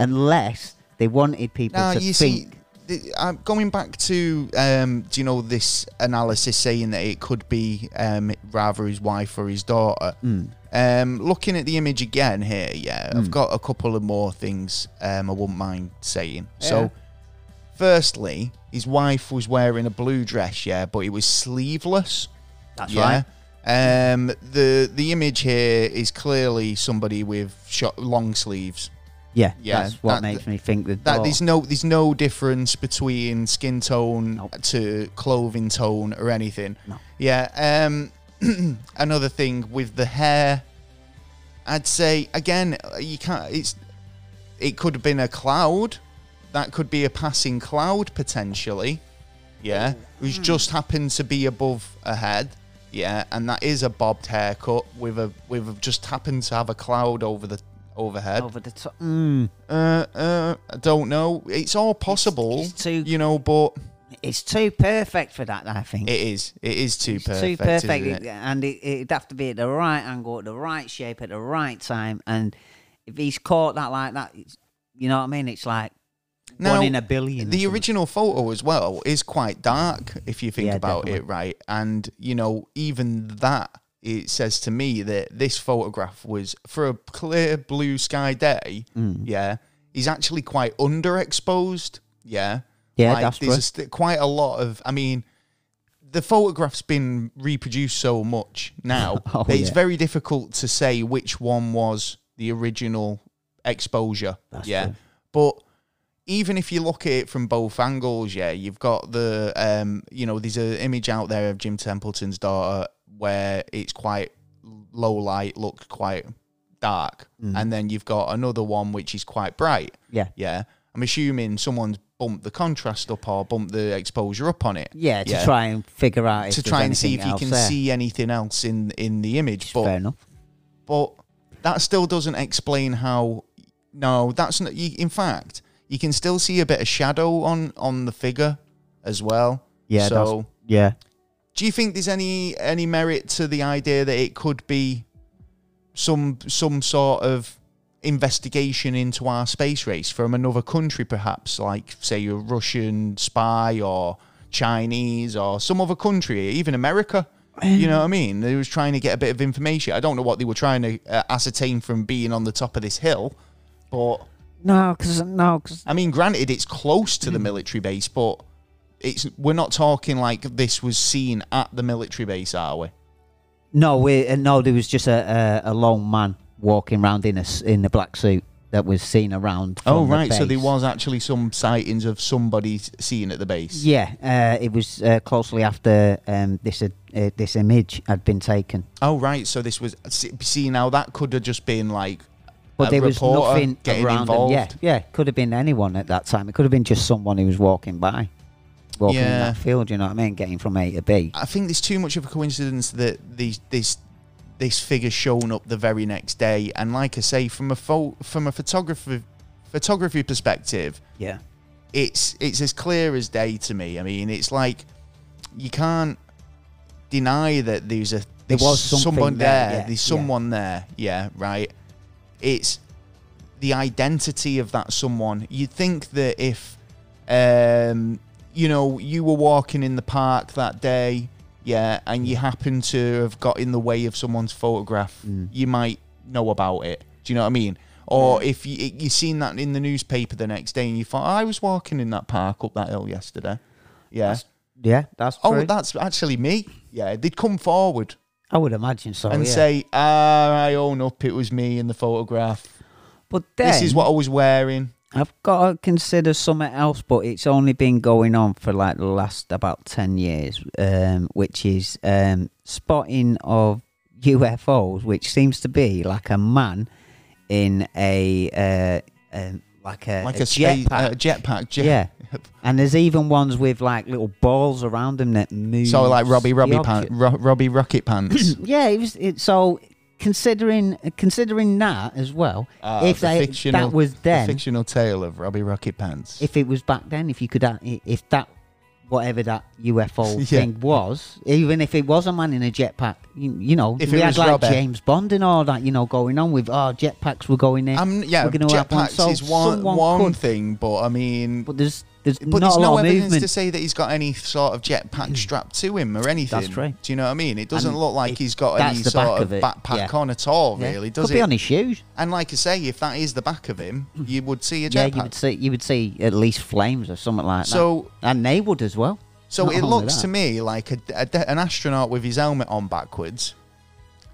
unless they wanted people Now to you think. see, th- I'm going back to um, do you know this analysis saying that it could be um, rather his wife or his daughter. Hmm. Um, looking at the image again here, yeah, I've got a couple of more things um, I wouldn't mind saying. Yeah. So, firstly, his wife was wearing a blue dress, yeah, but it was sleeveless. That's yeah. right. Um, the the image here is clearly somebody with short, long sleeves. yeah, yeah, that's what that- makes me think that. That oh, there's no there's no difference between skin tone Nope. to clothing tone or anything. No. Yeah. Um. (clears throat) another thing with the hair, I'd say again uh, you can't. It's it could have been a cloud. That could be a passing cloud potentially. Yeah, Oh. who's just happened to be above a head. Yeah, and that is a bobbed haircut with a with just happened to have a cloud over the overhead. over the top. Mm, Uh, uh, I don't know. It's all possible, it's too- you know, but it's too perfect for that. I think. it is. It is too It's perfect. too perfect, isn't it? and it, it'd have to be at the right angle, at the right shape, at the right time. And if he's caught that like that, it's, you know what I mean? It's like Now, one in a billion. or The something. original photo as well is quite dark if you think Yeah, about it, definitely. right? And you know, even that it says to me that this photograph was for a clear blue sky day. Mm. Yeah, he's actually quite underexposed. Yeah, Yeah, that's there's right. a st- quite a lot of. I mean. The photograph's been reproduced so much now (laughs) Oh, that it's yeah. very difficult to say which one was the original exposure. yeah, but even if you look at it from both angles, yeah, you've got the um, you know, there's an image out there of Jim Templeton's daughter where it's quite low light, looked quite dark, Mm. and then you've got another one which is quite bright. Yeah. Yeah, I'm assuming someone's bumped the contrast up or bumped the exposure up on it. Yeah, to yeah. try and figure out if To there's try and see if anything you else can there. see anything else in in the image, but Fair enough. but that still doesn't explain how. No, that's not. You, in fact, you can still see a bit of shadow on on the figure as well. Yeah, that's- So, Yeah. do you think there's any any merit to the idea that it could be some some sort of investigation into our space race from another country, perhaps, like say a Russian spy or Chinese or some other country, even America? You know what I mean? They was trying to get a bit of information. I don't know what they were trying to uh, ascertain from being on the top of this hill, but No, because no, 'cause- I mean, granted, it's close Hmm. to the military base, but it's we're not talking like this was seen at the military base, are we? no, we uh, no. There was just a, a a lone man walking around in a s- in a black suit that was seen around. Oh, from the right. So there base. was actually some sightings of somebody s- seen at the base. Yeah, uh, it was uh, closely after um, this had- uh, this image had been taken. Oh, right. So this was see see, now that could have just been like, But a there was reporter nothing getting around involved. them. Yeah, yeah, could have been anyone at that time. It could have been just someone who was walking by, walking Yeah. in that field. You know what I mean? Getting from A to B. I think there's too much of a coincidence that these this this figure shown up the very next day, and like I say, from a pho- from a photography photography perspective, Yeah, it's it's as clear as day to me. I mean, it's like you can't deny that there's a There there's was something someone there, there, yeah, there's yeah. someone there, yeah, right. It's the identity of that someone. You'd think that if um, you know you were walking in the park that day, yeah, and you happen to have got in the way of someone's photograph, you might know about it. Do you know what I mean? Or if you you seen that in the newspaper the next day and you thought "Oh, I was walking in that park up that hill yesterday, yeah. yeah, that's oh, true. that's actually me. Yeah, they'd come forward I would imagine so. and Oh, yeah. say, "Ah, I own up. It was me in the photograph. but then, this is what I was wearing." I've got to consider something else, but it's only been going on for like the last about 10 years, um, which is um, spotting of UFOs, which seems to be like a man in a, uh, um, like a, like a a, state- jetpack. uh, jetpack. Jet, yeah. And there's even ones with like little balls around them that (laughs) move. So like Robbie the Robbie object. pan, Ro- Robbie Rocket (coughs) Pants. Yeah, it was. It, so considering considering that as well, Ah, if the they, fictional- that was the then, fictional tale of Robbie Rocket Pants. if it was back then, if you could, a- if that whatever that UFO (laughs) Yeah. thing was, even if it was a man in a jetpack, you, you know, If we it had was like Robert. James Bond and all that, you know, going on with oh jetpacks were going in, Um, yeah, we're gonna have one. jetpacks So is one someone one could- thing, but I mean, but there's there's but not there's a no lot of evidence movement. to say that he's got any sort of jetpack strapped to him or anything. right. Do you know what I mean? It doesn't And look like it- he's got that's any the sort back of, of it, backpack yeah. on at all, Yeah. really, does could be it? on his shoes. And like I say, if that is the back of him, you would see a Yeah, jetpack. you would see you would see at least flames or something like So- that. and they would as well. So Not it only looks that. to me like a, a de- an astronaut with his helmet on backwards,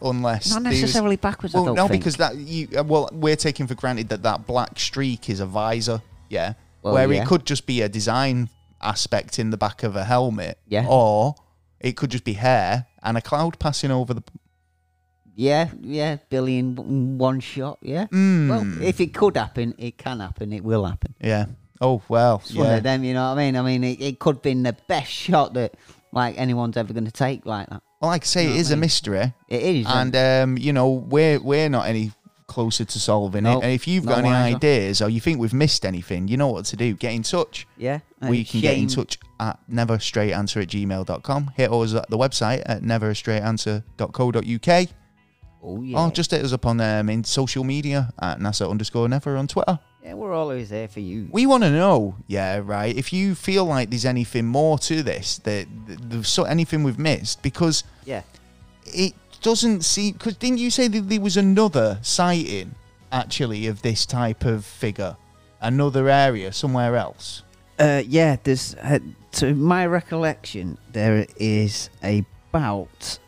unless Not they was- necessarily backwards, I Well, don't no, think. because that you uh, well, we're taking for granted that that black streak is a visor, yeah, Well, where yeah. it could just be a design aspect in the back of a helmet, Yeah. or it could just be hair and a cloud passing over the. Yeah, yeah, Billy in w- in one shot. Yeah. Hmm. Well, if it could happen, it can happen. It will happen. Yeah. Oh well. It's one yeah. of them. You know what I mean? I mean, it, it could have been the best shot that like anyone's ever going to take like that. Well, like I say, it is a mystery. It is. and um, you know we're we're not any closer to solving Nope, it. And if you've got not any wiser. ideas or you think we've missed anything, you know what to do. Get in touch. yeah, we can get in Shame- touch at neverstraightanswer at gmail.com. Hit us at the website at neverstraightanswer.co.uk Oh yeah. or just hit us up on um, in social media at NASA underscore never on Twitter. yeah, we're always there for you. We want to know, yeah, right. If you feel like there's anything more to this, that, that, that so anything we've missed, because yeah. it doesn't seem because didn't you say that there was another sighting actually of this type of figure another area somewhere else Uh, yeah, there's. Uh, to my recollection, there is about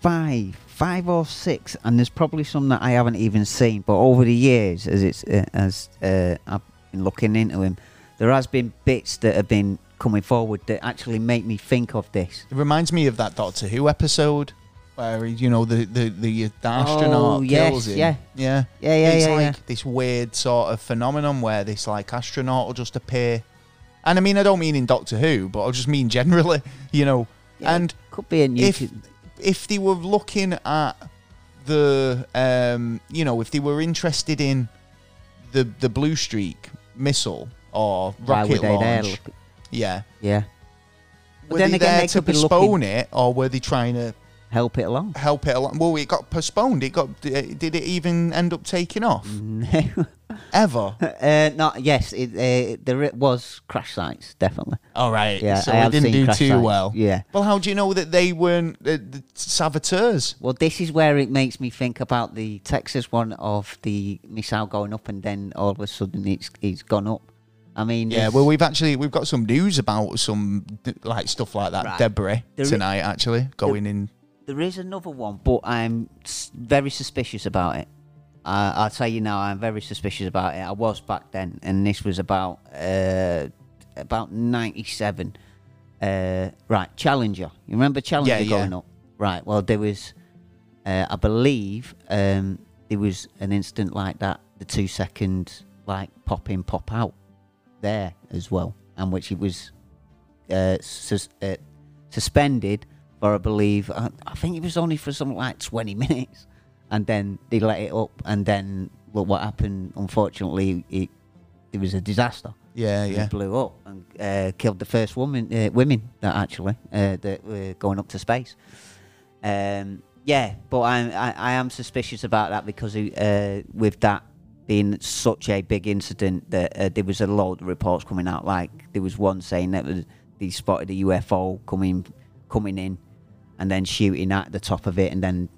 five, five or six, and there's probably some that I haven't even seen. But over the years, as it's uh, as uh, I've been looking into him, there has been bits that have been coming forward that actually make me think of this. it reminds me of that doctor who episode where you know the the, the, uh, the astronaut Oh, yes, kills him yeah. yeah Yeah, yeah, it's yeah, like yeah. this weird sort of phenomenon where this like astronaut will just appear and i mean i don't mean in doctor who but i just mean generally (laughs) you know Yeah, and could be a new. if if they were looking at the um you know if they were interested in the the blue streak missile or why rocket would they there? launch Look- yeah Yeah, were then they again, there they to could be looking- postpone it or were they trying to help it along. (laughs) help it along well it got postponed it got did it even end up taking off Mm. (laughs) ever uh, not yes, it, uh, there it was crash sites definitely. all right Yeah, so I it have didn't seen do crash too sites. well Yeah. well how do you know that they weren't uh, the saboteurs Well, this is where it makes me think about the Texas one of the missile going up and then all of a sudden it's it's gone up. I mean, Yeah, there's- well, we've actually we've got some news about some d- like stuff like that Right. debris There i- tonight. Actually, going in. there is another one, but I'm s- very suspicious about it. Uh, I'll tell you now, I'm very suspicious about it. I was back then, and this was about uh, about '97. Uh, right, Challenger. You remember Challenger Yeah, yeah. going up? Right. Well, there was, uh, I believe, um, there was an instant like that, the two second like pop in, pop out, there as well, and which it was uh, sus- uh, suspended for, I believe, I, I think it was only for something like 20 minutes. And then they let it up. And then look what happened. Unfortunately, it, it was a disaster. Yeah, yeah. It blew up and uh, killed the first woman, uh, women that actually uh, that were going up to space. Um, yeah, but I'm, I, I am suspicious about that because uh, with that being such a big incident that uh, there was a lot of reports coming out. Like there was one saying that was, they spotted a UFO coming coming in and then shooting at the top of it and then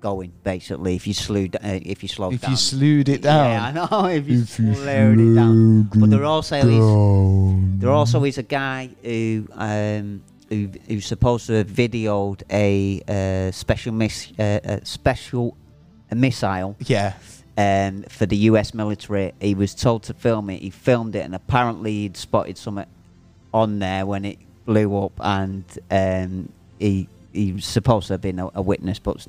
going basically. If you slowed, uh, if you slowed down, slewed it yeah, I know. (laughs) If you slowed it down, but there also is there also is a guy who um who who's supposed to have videoed a uh, special miss uh, a special missile yeah, um, for the U.S. military. He was told to film it. He filmed it, and apparently he'd spotted something on there when it blew up, and um, he he was supposed to have been a, a witness, but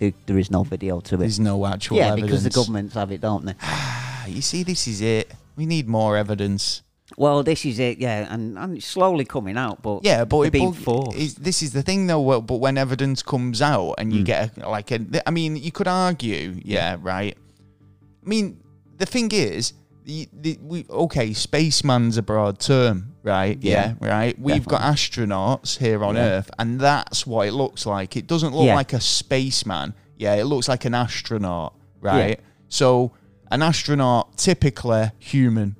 there, there is no video to it. There's no actual yeah, evidence. because the governments have it, don't they? Ah, You see, this is it. We need more evidence. Well, this is it, yeah, and, and it's slowly coming out, but Yeah, but they're it, being but forced. is- this is the thing, though. well, But when evidence comes out and Hmm. you get a, like a, I mean, you could argue, yeah, right. I mean, the thing is, the, the, we okay, spaceman's a broad term, right? Yeah, Yeah, right. We've got astronauts here on Yeah. Earth, and that's what it looks like. It doesn't look Yeah. like a spaceman. Yeah, it looks like an astronaut, right? So, an astronaut typically human.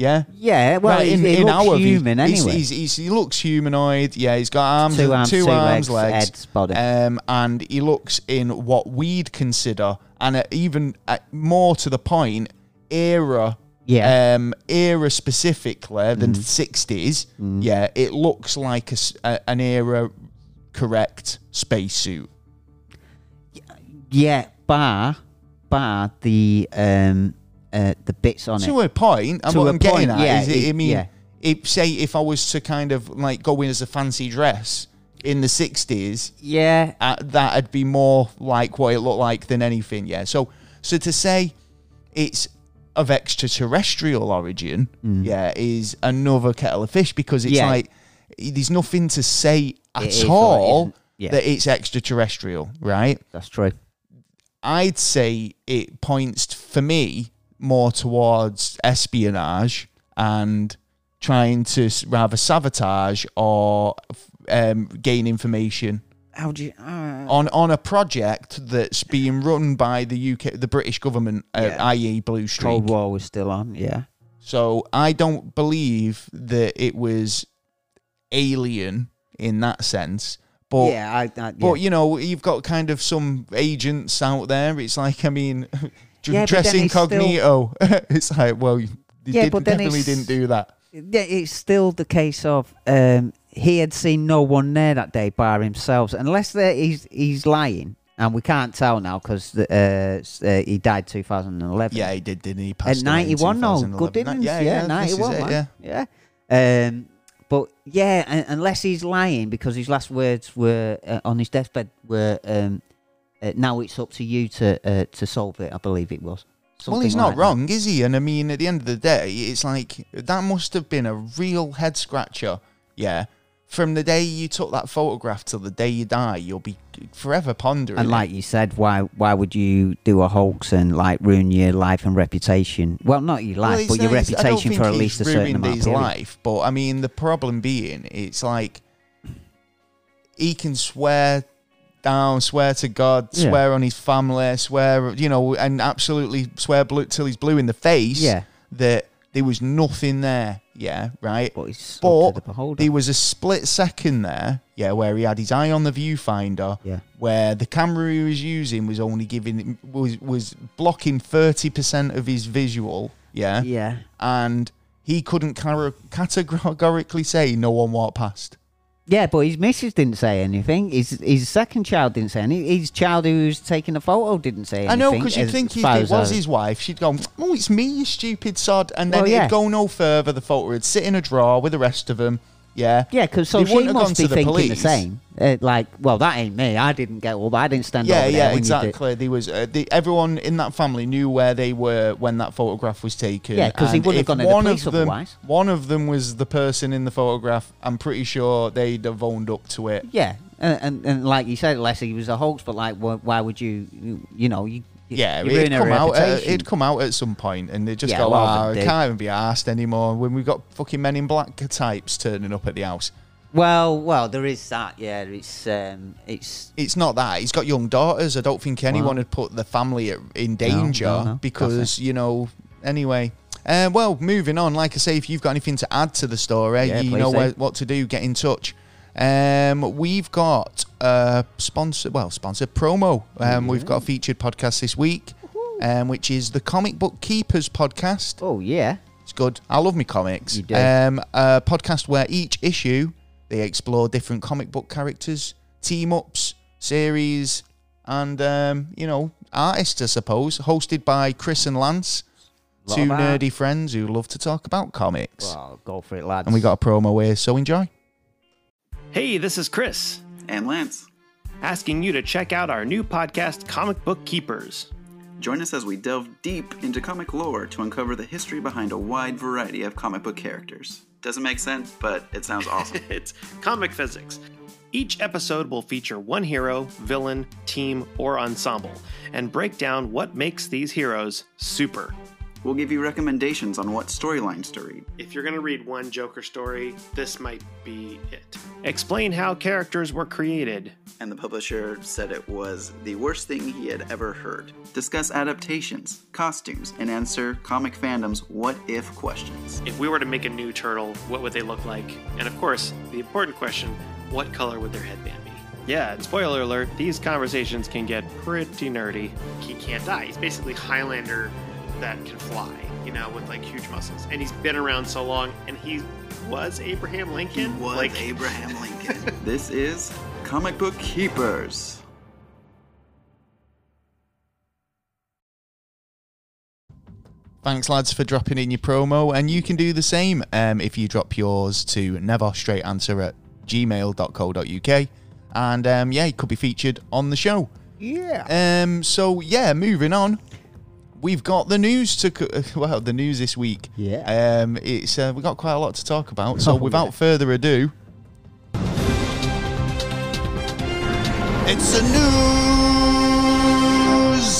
Yeah, yeah, well, Right, in, it looks human he's- anyway. he's- he's- he looks humanoid. Yeah, he's got arms, Two arms, two, two arms, legs, legs, head's body. um, and he looks in what we'd consider, and uh, even uh, more to the point, era. Yeah. Mm. Um, era specifically than sixties. Yeah, it looks like a s a an era correct spacesuit. yeah, bar, bar the um, uh, the bits on it. To a point, and To what a I'm getting point, at yeah, is, it, it- I mean, yeah. if say if I was to kind of like go in as a fancy dress in the sixties, Yeah, uh, that'd be more like what it looked like than anything. Yeah. So so to say it's of extraterrestrial origin, yeah, is another kettle of fish because it's Mm. Yeah. like i- there's nothing to say at is or it all isn't. Yeah. that it's extraterrestrial, right? that's true. I'd say it points t- for me more towards espionage and trying to s- rather sabotage or f- um, gain information How do you? Uh, on on a project that's being run by the UK, the British government, uh, Yeah. i.e. Blue Streak. Cold War was still on. Yeah, So I don't believe that it was alien in that sense. But yeah, I, I, yeah. but you know you've got kind of some agents out there. It's like I mean, (laughs) d- Yeah, but dress then it's still- incognito. (laughs) it's like well, you they Yeah, did, but then definitely it's- didn't do that. Yeah, it's still the case of um, he had seen no one there that day bar himself, unless there- he's he's lying, and we can't tell now because uh, s- uh, he died 2011. Yeah, he did, didn't he? He at passed away in 91, no, 2011. oh, good innings, Yeah, yeah, yeah, this is 91, it, man. yeah, Um, but yeah, un- unless he's lying because his last words were uh, on his deathbed were, um, uh, "Now it's up to you to uh, to solve it." I believe it was. well, he's Something not like that. wrong, is he? And I mean, at the end of the day, it's like that must have been a real head scratcher. Yeah. From the day you took that photograph till the day you die, you'll be forever pondering. And it. like you said, why why would you do a hoax and like ruin your life and reputation? Well, not your Well, life, it's but your not- it's- I don't reputation think for at he's least a certain ruined amount of his period. life. But I mean, the problem being, it's like he can swear down, swear to God, Yeah. swear on his family, swear, you know, and absolutely swear blue, till he's blue in the face. Yeah. that there was nothing there. Yeah, right. But it's up to the But beholder. there was a split second there, yeah, where he had his eye on the viewfinder, Yeah. where the camera he was using was only giving was was blocking thirty percent of his visual, yeah, yeah, and he couldn't car- categorically say no one walked past. yeah. But his missus didn't say anything. His his second child didn't say anything. His child who was taking the photo didn't say anything. I know because you'd as think if far it as was I- his wife, she'd go, "Oh, it's me, you stupid sod," and then Well, yeah. it'd go no further. The photo would sit in a drawer with the rest of them, yeah, Yeah, because so They wouldn't she have gone must to be the thinking the police. same. Uh, like, well, that ain't me. I didn't get up. I didn't stand yeah, over there. yeah, when you did- exactly. There was uh, the, everyone in that family knew where they were when that photograph was taken. Yeah, 'cause he and wouldn't if have gone to the one police of them, otherwise. One of them was the person in the photograph. I'm pretty sure they'd have owned up to it. Yeah, and, and, and like you said, Leslie he was a hoax, but like, why, why would you? you- You know, you you- Yeah, you it'd ruin her come out. uh, At, reputation. it'd come out at some point, and they just Yeah, go, well, "Ah, I they do." can't even be asked anymore." When we've got fucking Men in Black types turning up at the house, well, well, there is that. Yeah, it's um, it's it's not that. He's got young daughters. I don't think anyone had put the family at- in danger no, no. because you know. Anyway, uh, well, moving on. Like I say, if you've got anything to add to the story, Yeah, you please know do. where, what to do. Get in touch. Um, we've got a sponsor, well, sponsor promo. Um, We've Mm-hmm. got a featured podcast this week, um, which is the Comic Book Keepers podcast. oh yeah, It's good. I love my comics. You do. Um, a podcast where each issue they explore different comic book characters, team ups, series, and um, you know artists, I suppose, hosted by Chris and Lance, Lot two of art. nerdy friends who love to talk about comics. Well, go for it, lads. And we got a promo here, so enjoy. Hey, this is Chris, and Lance. asking you to check out our new podcast, Comic Book Keepers. Join us as we delve deep into comic lore to uncover the history behind a wide variety of comic book characters. Doesn't make sense, but it sounds (laughs) awesome. (laughs) It's comic physics. Each episode will feature one hero, villain, team, or ensemble, and break down what makes these heroes super. we'll give you recommendations on what storylines to read. If you're going to read one Joker story, this might be it. Explain how characters were created. And the publisher said it was the worst thing he had ever heard. Discuss adaptations, costumes, and answer comic fandom's what if questions. If we were to make a new turtle, what would they look like? And of course, the important question what color would their headband be? Yeah, and spoiler alert, these conversations can get pretty nerdy. He can't die. He's basically Highlander that can fly, you know, with like huge muscles. And he's been around so long, and he was Abraham Lincoln? Was like, Abraham Lincoln. this is Comic Book Keepers. Thanks, lads, for dropping in your promo. And you can do the same um, if you drop yours to neverstraightanswer at gmail.co.uk. And um, yeah, it could be featured on the show. yeah. Um, so yeah, moving on. We've got the news to co- (laughs) well, the news this week. Yeah. Um, it's uh, we got quite a lot to talk about. So (laughs) Oh, without yeah. further ado, it's the news.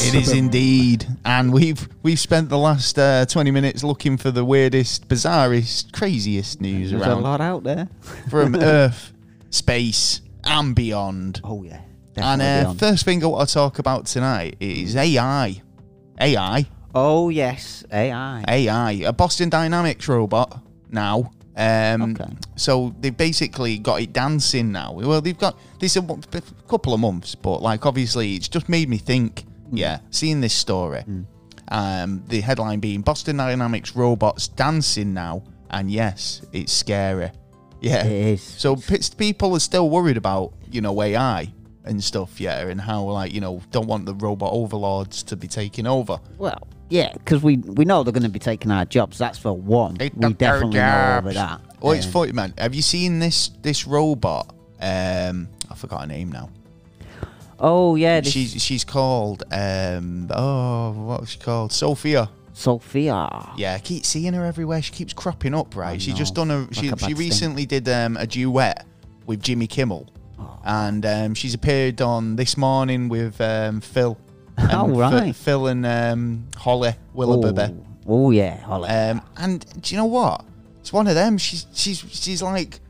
It is indeed, and we've we've spent the last uh, twenty minutes looking for the weirdest, bizarrest, craziest news There's a around lot out there. (laughs) from Earth, space, and beyond. Oh yeah. And Definitely uh, beyond. first thing I want to talk about tonight is AI. AI. oh yes, AI. AI. A Boston Dynamics robot now. Um, Okay. So they've basically got it dancing now. Well, they've got this a mo- a couple of months, but like obviously it's just made me think, Hmm. yeah, seeing this story. Um, the headline being Boston Dynamics robots dancing now. And yes, it's scary. Yeah. It is. So pits- people are still worried about you know AI and stuff, yeah, and how like you know don't want the robot overlords to be taking over. well, yeah, because we we know they're going to be taking our jobs. That's for one. They we took our definitely know over jobs. that. Oh, it's Um, funny, man. Have you seen this this robot? Um, I forgot her name now. oh yeah, this She's she's called um oh what's she called Sophia. Sophia. Yeah, I keep seeing her everywhere. She keeps cropping up, right? she just no. done a she, Like a bad she sting. recently did um, a duet with Jimmy Kimmel, Oh. and um, she's appeared on this morning with um, (laughs) Phil. And Oh, Ph- right. Phil and um, Holly Oh, Willoughby. oh yeah, Holly. Um, and do you know what? It's one of them. She's she's she's like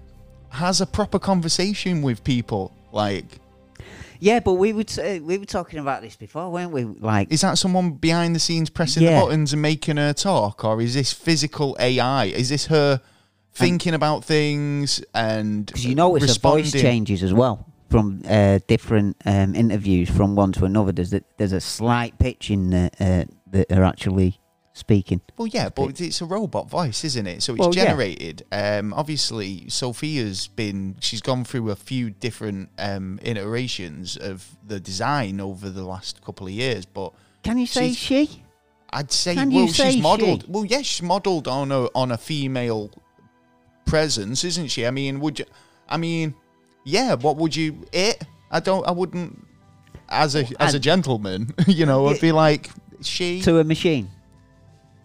has a proper conversation with people. Like, yeah, but we were t- uh, we were talking about this before, weren't we? Like, is that someone behind the scenes pressing Yeah. the buttons and making her talk, or is this physical AI? Is this her thinking about things and because you notice the voice responding? changes as well from uh, different um, interviews from one to another. There's a, there's a slight pitch in the, uh, that are actually speaking. Well, yeah, but it's a robot voice, isn't it? So it's Well, yeah. generated. Um, obviously, Sophia's been she's gone through a few different um, iterations of the design over the last couple of years, but Can you say She's- she? I'd say Can well you say she's modelled she? well yes she's modelled on a on a female presence isn't she I mean would you I mean yeah what would you it I don't I wouldn't as a as a gentleman (laughs) you know I'd be like she To a machine.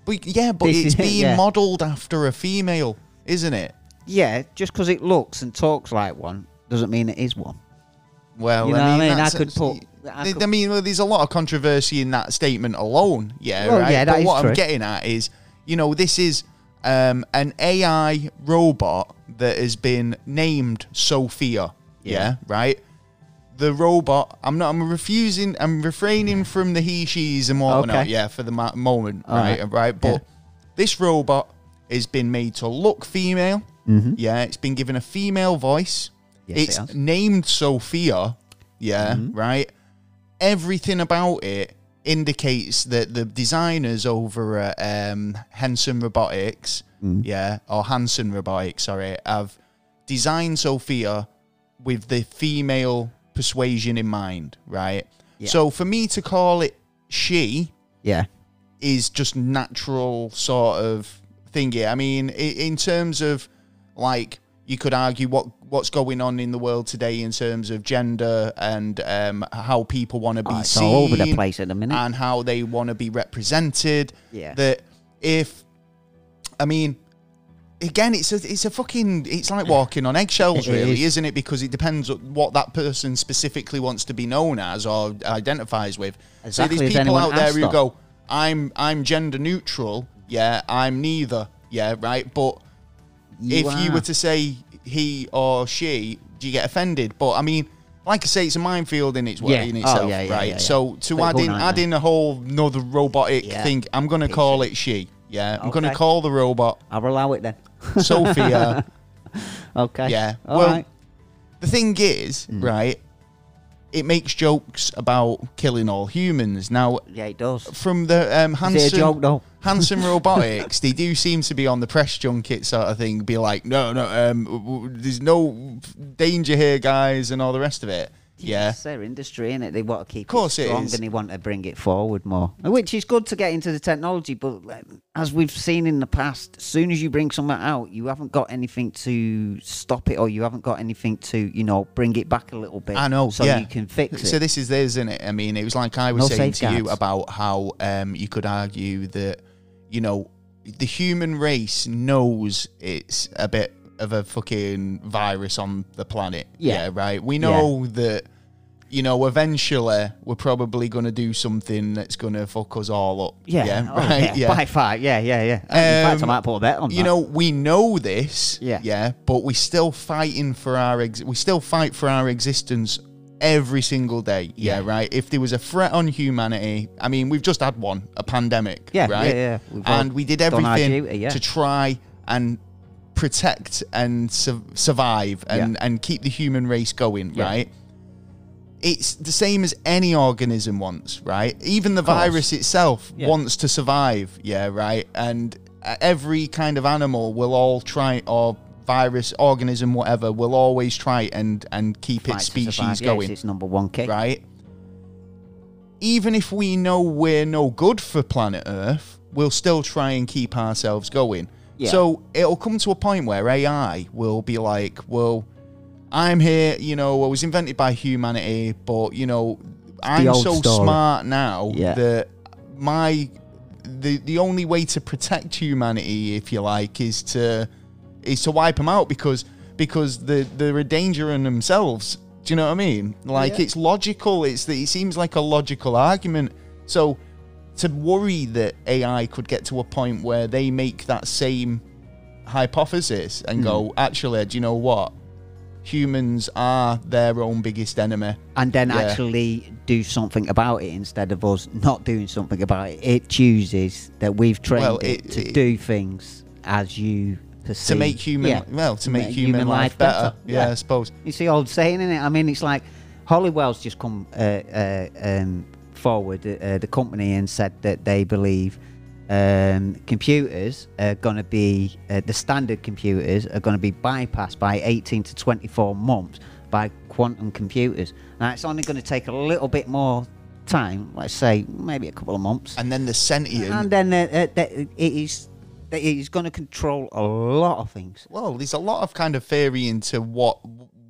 but, yeah but This it's is it, being yeah. modelled after a female isn't it Yeah, just because it looks and talks like one doesn't mean it is one. well You know I what I mean, mean? I that's- could put- I I could- mean well, there's a lot of controversy in that statement alone yeah Well, right yeah, that but is what I'm true. getting at is you know this is um, an AI robot that has been named Sophia yeah, Yeah. right the robot I'm not I'm refusing I'm refraining from the he she's and whatnot Okay. yeah for the mo- moment All right right. right but this robot has been made to look female yeah it's been given a female voice Mm-hmm. Yes, it it's has. Mm-hmm. named Sophia. Yeah, right. Everything about it indicates that the designers over at um, Henson Robotics, Mm-hmm. yeah, or Hanson Robotics, sorry, have designed Sophia with the female persuasion in mind, right? So for me to call it she Yeah. is just natural sort of thingy. I mean, i- in terms of like you could argue what what's going on in the world today in terms of gender and um, how people want to be Oh, it's Ah, seen Ah, all over the place at the minute. and how they want to be represented. Yeah. That if I mean again it's a it's a fucking it's like walking on eggshells (laughs) It really is. is. not it because it depends on what that person specifically wants to be known as or identifies with Exactly, so if these people anyone out there asked who that. go i'm i'm gender neutral yeah i'm neither yeah right but if you are. were to say he or she do you get offended but i mean like i say it's a minefield in its way Yeah. in Oh, itself yeah, yeah, right yeah, yeah. so to Big add in old add in a whole another robotic Yeah. thing i'm gonna call it she yeah i'm gonna Okay. call the (laughs) robot I'll allow (laughs) it then. sophia Okay. Yeah. (laughs) All right. Hmm. well, the thing is, right? It makes jokes about killing all humans. Now, Yeah, it does. from the um, Is it a Hanson, joke though? (laughs) Hanson Robotics, they do seem to be on the press junket sort of thing. Be like, no, no, um, w- w- there's no danger here, guys, and all the rest of it. Yeah. It's their industry, innit? They want to keep Course it it strong is. and they want to bring it forward more, which is good to get into the technology. But like, as we've seen in the past, as soon as you bring something out, you haven't got anything to stop it, or you haven't got anything to, you know, bring it back a little bit. I know. so yeah. you can fix it. So this is this, isn't it? I mean, it was like I was No saying to you safeguards. about how um, you could argue that, you know, the human race knows it's a bit of a fucking virus on the planet. Yeah. right. We know that. You know, eventually we're probably going to do something that's going to fuck us all up. yeah, oh, right. Yeah. by far, yeah, yeah, yeah. in fact, I Um, might put a bet on You that. know, we know this. Yeah. Yeah, but we still fighting for our ex- we still fight for our existence every single day. Yeah, right. If there was a threat on humanity, I mean, we've just had one, a pandemic, Yeah, yeah, right? yeah. We've all and we did done our everything duty, yeah. to try and protect and su- survive and and keep the human race going, Yeah. right? It's the same as any organism wants, right? Even the course. virus itself Yeah. wants to survive. Yeah, right. And uh, every kind of animal will all try, or virus, organism, whatever, will always try and and keep Fight its to species survive. Yeah, going, it's, it's number one kick. right? Even if we know we're no good for planet Earth, we'll still try and keep ourselves going. Yeah. So it'll come to a point where AI will be like, well, I'm here, you know, I was invented by humanity, but, you know, I'm old so story. smart smart now Yeah. that my the the only way to protect humanity, if you like, is to is to wipe them out because because the they're a danger in themselves. Do you know what I mean? Like it's logical. It's the, it seems like a logical argument. So to worry that AI could get to a point where they make that same hypothesis and go, actually, do you know what? Humans are their own biggest enemy. and then Yeah. actually do something about it instead of us not doing something about it. It chooses that we've trained Well, it, it- to it- do things as you to perceive make human Yeah. well to make, human, life, better. Yeah, I suppose. It's the old saying, is it? I mean, it's like Hollywell's just come uh, uh, um, forward, uh, the company, and said that they believe um, computers are going to be, uh, the standard computers are going to be bypassed by 18 to 24 months by quantum computers. Now, it's only going to take a little bit more time, let's say maybe a couple of months. And then the sentient. And then uh, uh, that it is, that it is going to control a lot of things. well, there's a lot of kind of theory into what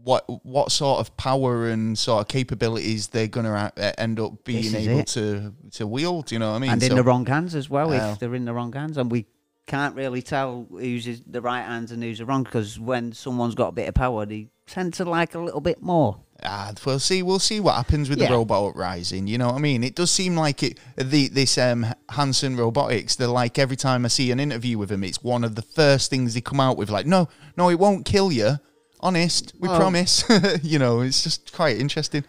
what what sort of power and sort of capabilities they're gonna uh, end up being is able it. to to wield. You know what I mean? and in So- the wrong hands as well. Well. if they're in the wrong hands, and we can't really tell who's is the right hands and who's the wrong, because when someone's got a bit of power, they tend to like a little bit more. Ah, we'll see. We'll see what happens with Yeah. the robot uprising. You know what I mean? It does seem like it. The this um Hanson Robotics. They're like every time I see an interview with him, it's one of the first things they come out with. Like, no, no, it won't kill you. Honest, we Well- promise. (laughs) you know, it's just quite interesting.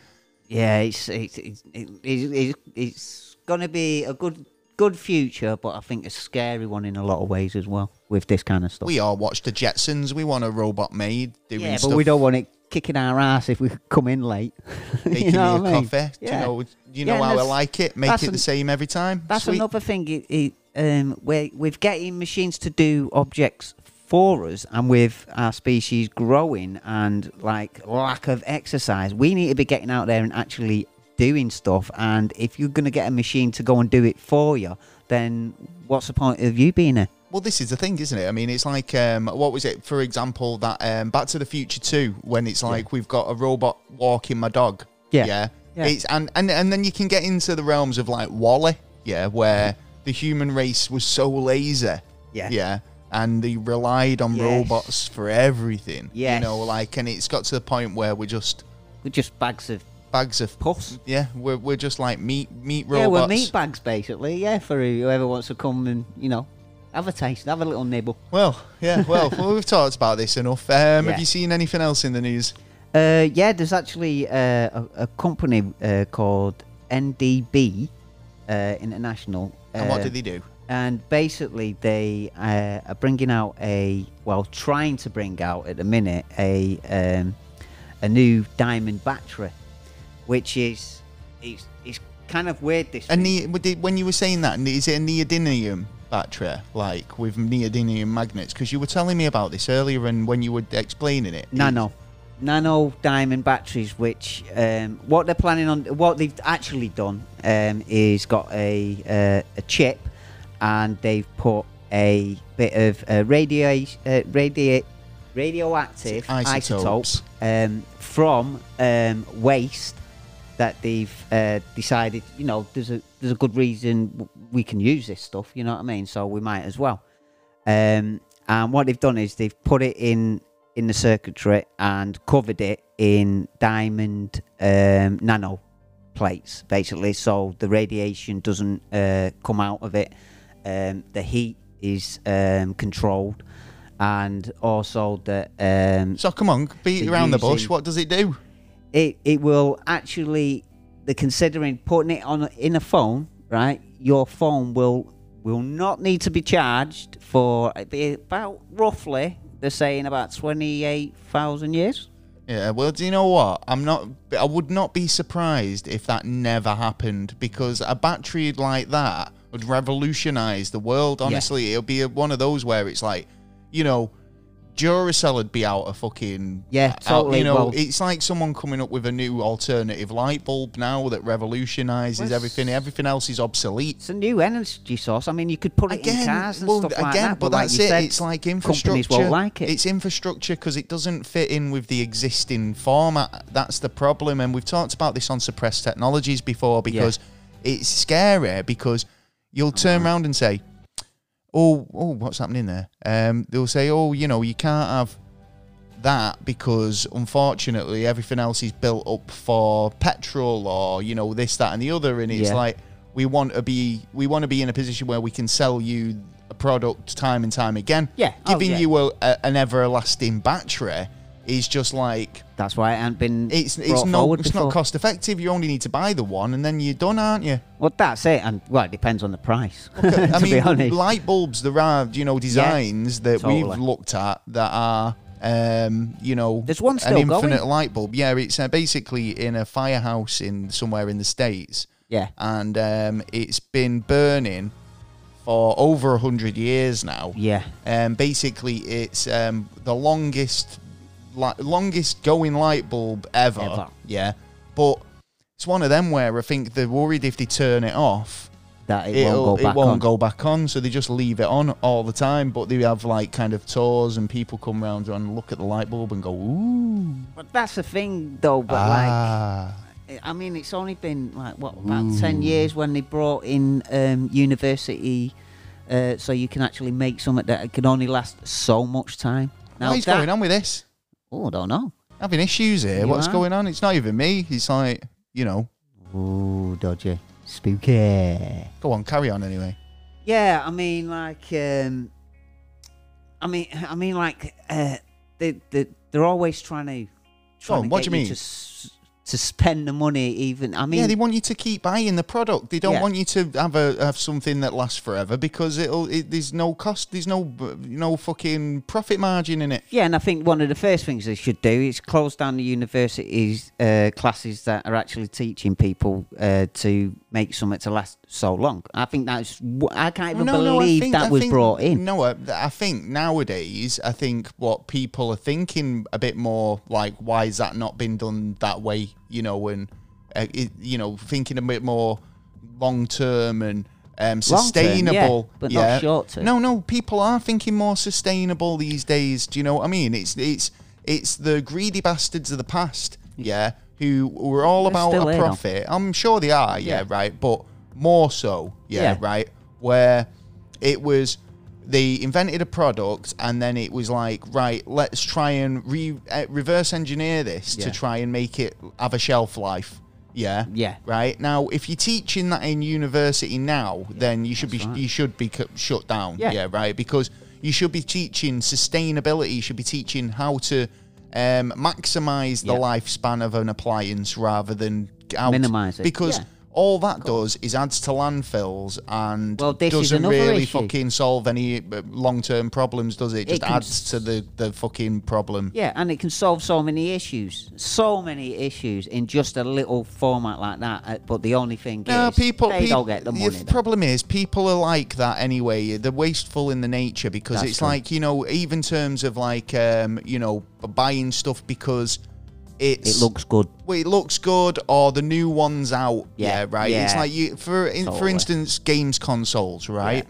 Yeah, it's it's it's, it- it's, it's going to be a good good future, but I think a scary one in a lot of ways as well with this kind of stuff. We all watch the Jetsons. We want a robot made doing yeah, stuff. but we don't want it kicking our ass if we come in late. (laughs) (laughs) making you know me what a I mean? coffee. Do you Yeah. know? Do you Yeah, know and how I that's- like it? Make that's it the an- sweet. same every time. That's Sweet. another thing. It, it, um, where we've getting machines to do objects for us, and with our species growing and like lack of exercise, we need to be getting out there and actually doing stuff. And if you're going to get a machine to go and do it for you, then what's the point of you being there? Well, this is the thing, isn't it? I mean, it's like um, what was it? For example, that um, Back to the Future Two, when it's like we've got a robot walking my dog. Yeah. yeah. Yeah. It's and, and and then you can get into the realms of like Wally, yeah, where the human race was so lazy, Mm-hmm. Yeah. yeah, and they relied on Yes. robots for everything. Yes. you know, like, and it's got to the point where we're just We're just bags of bags of puss. (laughs) yeah, we're we're just like meat meat robots. Yeah, we're meat bags basically. Yeah, for whoever wants to come and you know have a taste, have a little nibble. Well, yeah, well, well, we've talked about this enough. Um, Yeah. Have you seen anything else in the news? Uh, yeah, there's actually uh, a, a company uh, called NDB uh, International. Uh, And what do they do? and basically they uh, are bringing out a well trying to bring out at the minute a um, a new diamond battery which is it's, it's kind of weird this A thing. ne- what did- when you were saying that, is it a neodymium battery, like with neodymium magnets? Because you were telling me about this earlier, and when you were explaining it, nano nano diamond batteries which um, what they're planning on what they've actually done um, is got a uh, a chip and they've put a bit of uh, radiation uh, radio radioactive Isotopes. isotopes, um, from um, waste that they've uh, decided you know there's a there's a good reason w- we can use this stuff you know what I mean so we might as well um, and what they've done is they've put it in in the circuitry and covered it in diamond um, nano plates, basically, so the radiation doesn't uh, come out of it. Um, the heat is um, controlled, and also that um, So come on, beat They're around the bush. using- What does it do? it it will actually the considering putting it on a- in a phone right your phone will will not need to be charged for it'd be about roughly they're saying about 28,000 years Yeah, well, do you know what? I'm not. I would not be surprised if that never happened because a battery like that would revolutionise the world. Honestly, it'll be a, one of those where it's like, you know, Duracell would be out of fucking Yeah, out- totally, you know, well- it's like someone coming up with a new alternative light bulb now that revolutionises Well, everything. Everything else is obsolete. it's a new energy source i mean you could put it in cars and stuff like that but, like that's you it. said, it's like companies infrastructure. won't like it It's infrastructure because it doesn't fit in with the existing format. That's the problem, and we've talked about this on suppressed technologies before because it's scary because you'll turn around and say, "Oh, oh, what's happening there?" Um, they'll say, "Oh, you know, you can't have." That because unfortunately everything else is built up for petrol or you know this that and the other and it's Yeah. like we want to be we want to be in a position where we can sell you a product time and time again. Yeah. Oh, giving yeah. you a, a, an everlasting battery is just like that's why it hasn't been it's it's brought not forward it's before. not cost effective. You only need to buy the one and then you're done, aren't you? well that's it and well it depends on the price (laughs) to I be mean, honest light bulbs. There are you know designs that we've totally. looked at that are. Um, you know, There's one an still infinite going. light bulb. Yeah, it's uh, basically in a firehouse in somewhere in the states. yeah and um, it's been burning for over a hundred years now. yeah Um, basically, it's um, the longest, li- longest going light bulb ever. Ever. Yeah, but it's one of them where I think they're worried if they turn it off, that it it'll- won't go back it won't on. go back on. So they just leave it on all the time. But they have like kind of tours and people come round and look at the light bulb and go, "Ooh, But that's the thing, though. But ah." like, I mean, it's only been like what about Hmm. ten years when they brought in um, university, uh, so you can actually make something that can only last so much time. Now what is that, going on with this? Oh, I don't know. having issues here. You What's are? going on? It's not even me. It's like, you know, Ooh, dodgy, spooky. go on, carry on anyway. Yeah, I mean, like, um, I mean, I mean, like, uh, they they they're always trying to. Trying on, to Oh, what get do you mean? To, s- to spend the money, even. I mean, yeah, they want you to keep buying the product. They don't Yeah. want you to have a have something that lasts forever because it'll it, there's no cost, there's no b- no fucking profit margin in it. Yeah, and I think one of the first things they should do is close down the universities uh, classes that are actually teaching people uh, to make something to last so long. I think that's wh- I can't even believe that was brought in. No, I, I think nowadays, I think what people are thinking a bit more like, why has that not been done that way? You know, and uh, it, you know, thinking a bit more long term and um, sustainable. yeah, but not short-term. No, no, people are thinking more sustainable these days. Do you know what I mean? It's it's it's the greedy bastards of the past, yeah, who were all about still a in on. profit. I'm sure they are, yeah, Yeah. right, but more so, yeah, Yeah. right, where it was they invented a product and then it was like right let's try and re- uh, reverse engineer this to Yeah. try and make it have a shelf life yeah Yeah. right now if you're teaching that in university now then you should be you should be cu- shut down Yeah. right because you should be teaching sustainability you should be teaching how to um, maximize the Yeah. lifespan of an appliance rather than out Minimise it. because Yeah. all that does is adds to landfills and Well, this is doesn't another really issue. fucking solve any uh, long-term problems, does it? Just can adds to the, the fucking problem. Yeah, and it can solve so many issues, so many issues in just a little format like that. uh, But the only thing No, is, people. they peop- don't get the money. The then. problem is, people are like that anyway. They're wasteful in the nature because That's it's true. like you know, even terms of like um, you know, b- buying stuff because it it's looks good. well, it looks good or the new one's out. Yeah, Yeah, right. It's yeah. like you for in, for Totally. instance, games consoles, right?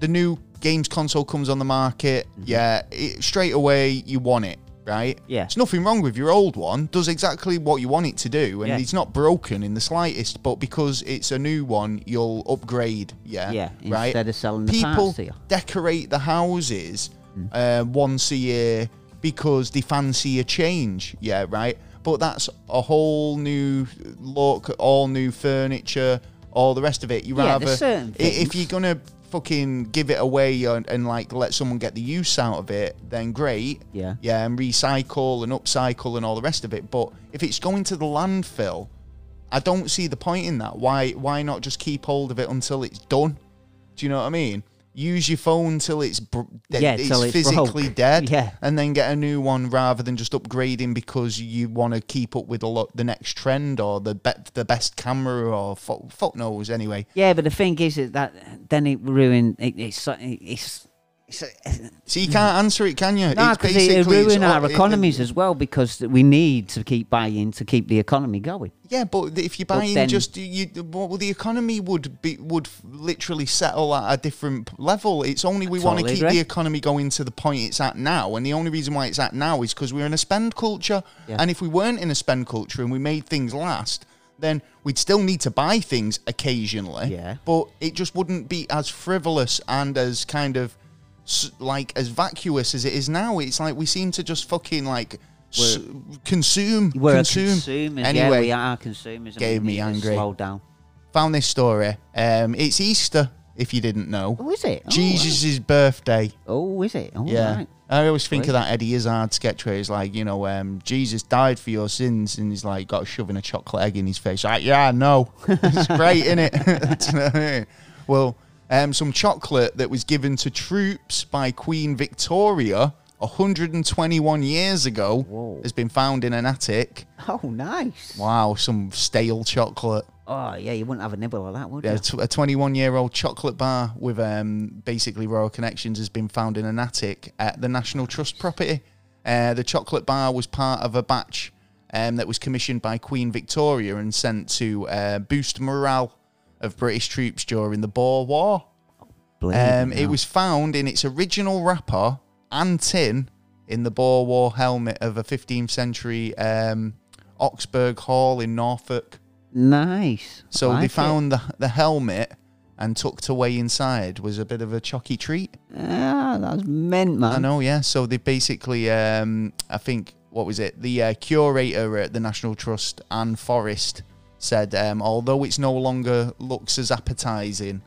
The new games console comes on the market. Yeah, it, straight away you want it, right? Mm-hmm. Yeah. it's nothing wrong with your old one. Does exactly what you want it to do, and Yeah. it's not broken in the slightest. But because it's a new one, you'll upgrade. Yeah, Yeah, right. instead of selling the people parts to you. decorate the houses Hmm. uh, once a year because they fancy a change. Yeah, right. But that's a whole new look, all new furniture, all the rest of it. You Yeah, rather there's certain i- if things. you're gonna fucking give it away and, and like let someone get the use out of it, then great. Yeah. Yeah, and recycle and upcycle and all the rest of it. But if it's going to the landfill, I don't see the point in that. Why why not just keep hold of it until it's done? Do you know what I mean? Use your phone till it's br- dead, Yeah, it's till it's physically broke. (laughs) dead, Yeah. and then get a new one rather than just upgrading because you want to keep up with a lot the next trend or the be- the best camera or fuck, fuck knows anyway. Yeah, but the thing is that- that then it ruined. It, it's so- it's. it's So you can't answer it, can you? no, It's because Mm. it, it basically- it's ruined all- our it- it- economies as well because we need to keep buying to keep the economy going. Yeah, but if you're buying then- just you, well, the economy would be would literally settle at a different p- level. It's only we want to totally keep agree. the economy going to the point it's at now, and the only reason why it's at now is because we're in a spend culture. Yeah. And if we weren't in a spend culture and we made things last, then we'd still need to buy things occasionally. Yeah. but it just wouldn't be as frivolous and as kind of s- like as vacuous as it is now. It's like we seem to just fucking like. s- consume, We're consume. consumers. yeah, anyway, we are consumers. and we gave me need to angry. Slow down. found this story. Um, it's Easter, if you didn't know. Oh, is it? Oh, Jesus' right. birthday. Oh, is it? Oh, Yeah. right. I always think of that Eddie Izzard sketch where he's like, you know, um, Jesus died for your sins, and he's like, got shoving a chocolate egg in his face. Like, yeah, I (laughs) know. It's great, isn't it? (laughs) Do you know what I mean? Well, um, some chocolate that was given to troops by Queen Victoria 121 years ago has been found in an attic. Oh, nice. Wow, some stale chocolate. Oh, yeah, you wouldn't have a nibble of that, would Yeah, you? tw- a 21 year old chocolate bar with um, basically royal connections has been found in an attic at the National Trust property. Uh, the chocolate bar was part of a batch um, that was commissioned by Queen Victoria and sent to uh, boost morale of British troops during the Boer War. Blimey, Um, it no. was found in its original wrapper and tin in the Boer War helmet of a 15th century um, Oxburg Hall in Norfolk. nice. So Like they it. found the the helmet and tucked away inside was a bit of a chalky treat. Ah, that's meant, man. I know, yeah. So they basically, um, I think, what was it? The uh, curator at the National Trust, Anne Forrest, said, um, although it's no longer looks as appetizing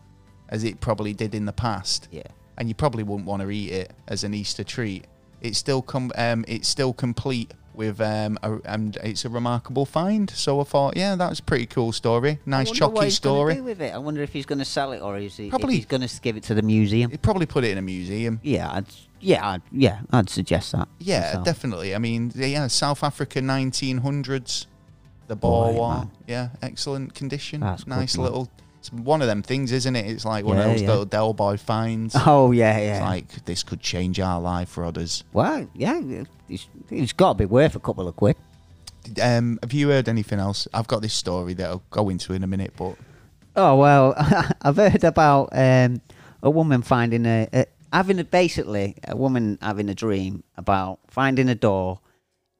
as it probably did in the past, Yeah. and you probably wouldn't want to eat it as an Easter treat, it's still com- um, it's still complete with um, a, and it's a remarkable find. So I thought, yeah, that was a pretty cool story, nice wonder what chalky he's gonna story. do with it. I wonder if he's going to sell it or is he? if Probably. he's going to give it to the museum. He'd probably put it in a museum. Yeah, I'd, yeah, I'd, yeah. I'd suggest that. Yeah, myself. definitely. I mean, yeah, South Africa 1900s, the Boer Right, War. man. Yeah, excellent condition. That's good, nice man. little. It's one of them things, isn't it? It's like one of Yeah, those yeah. little Del Boy finds. It's Oh yeah, yeah. like this could change our life for others. well, yeah, it's, it's got to be worth a couple of quid. Um, have you heard anything else? I've got this story that I'll go into in a minute, but Oh well, (laughs) I've heard about um, a woman finding a, a having a basically a woman having a dream about finding a door,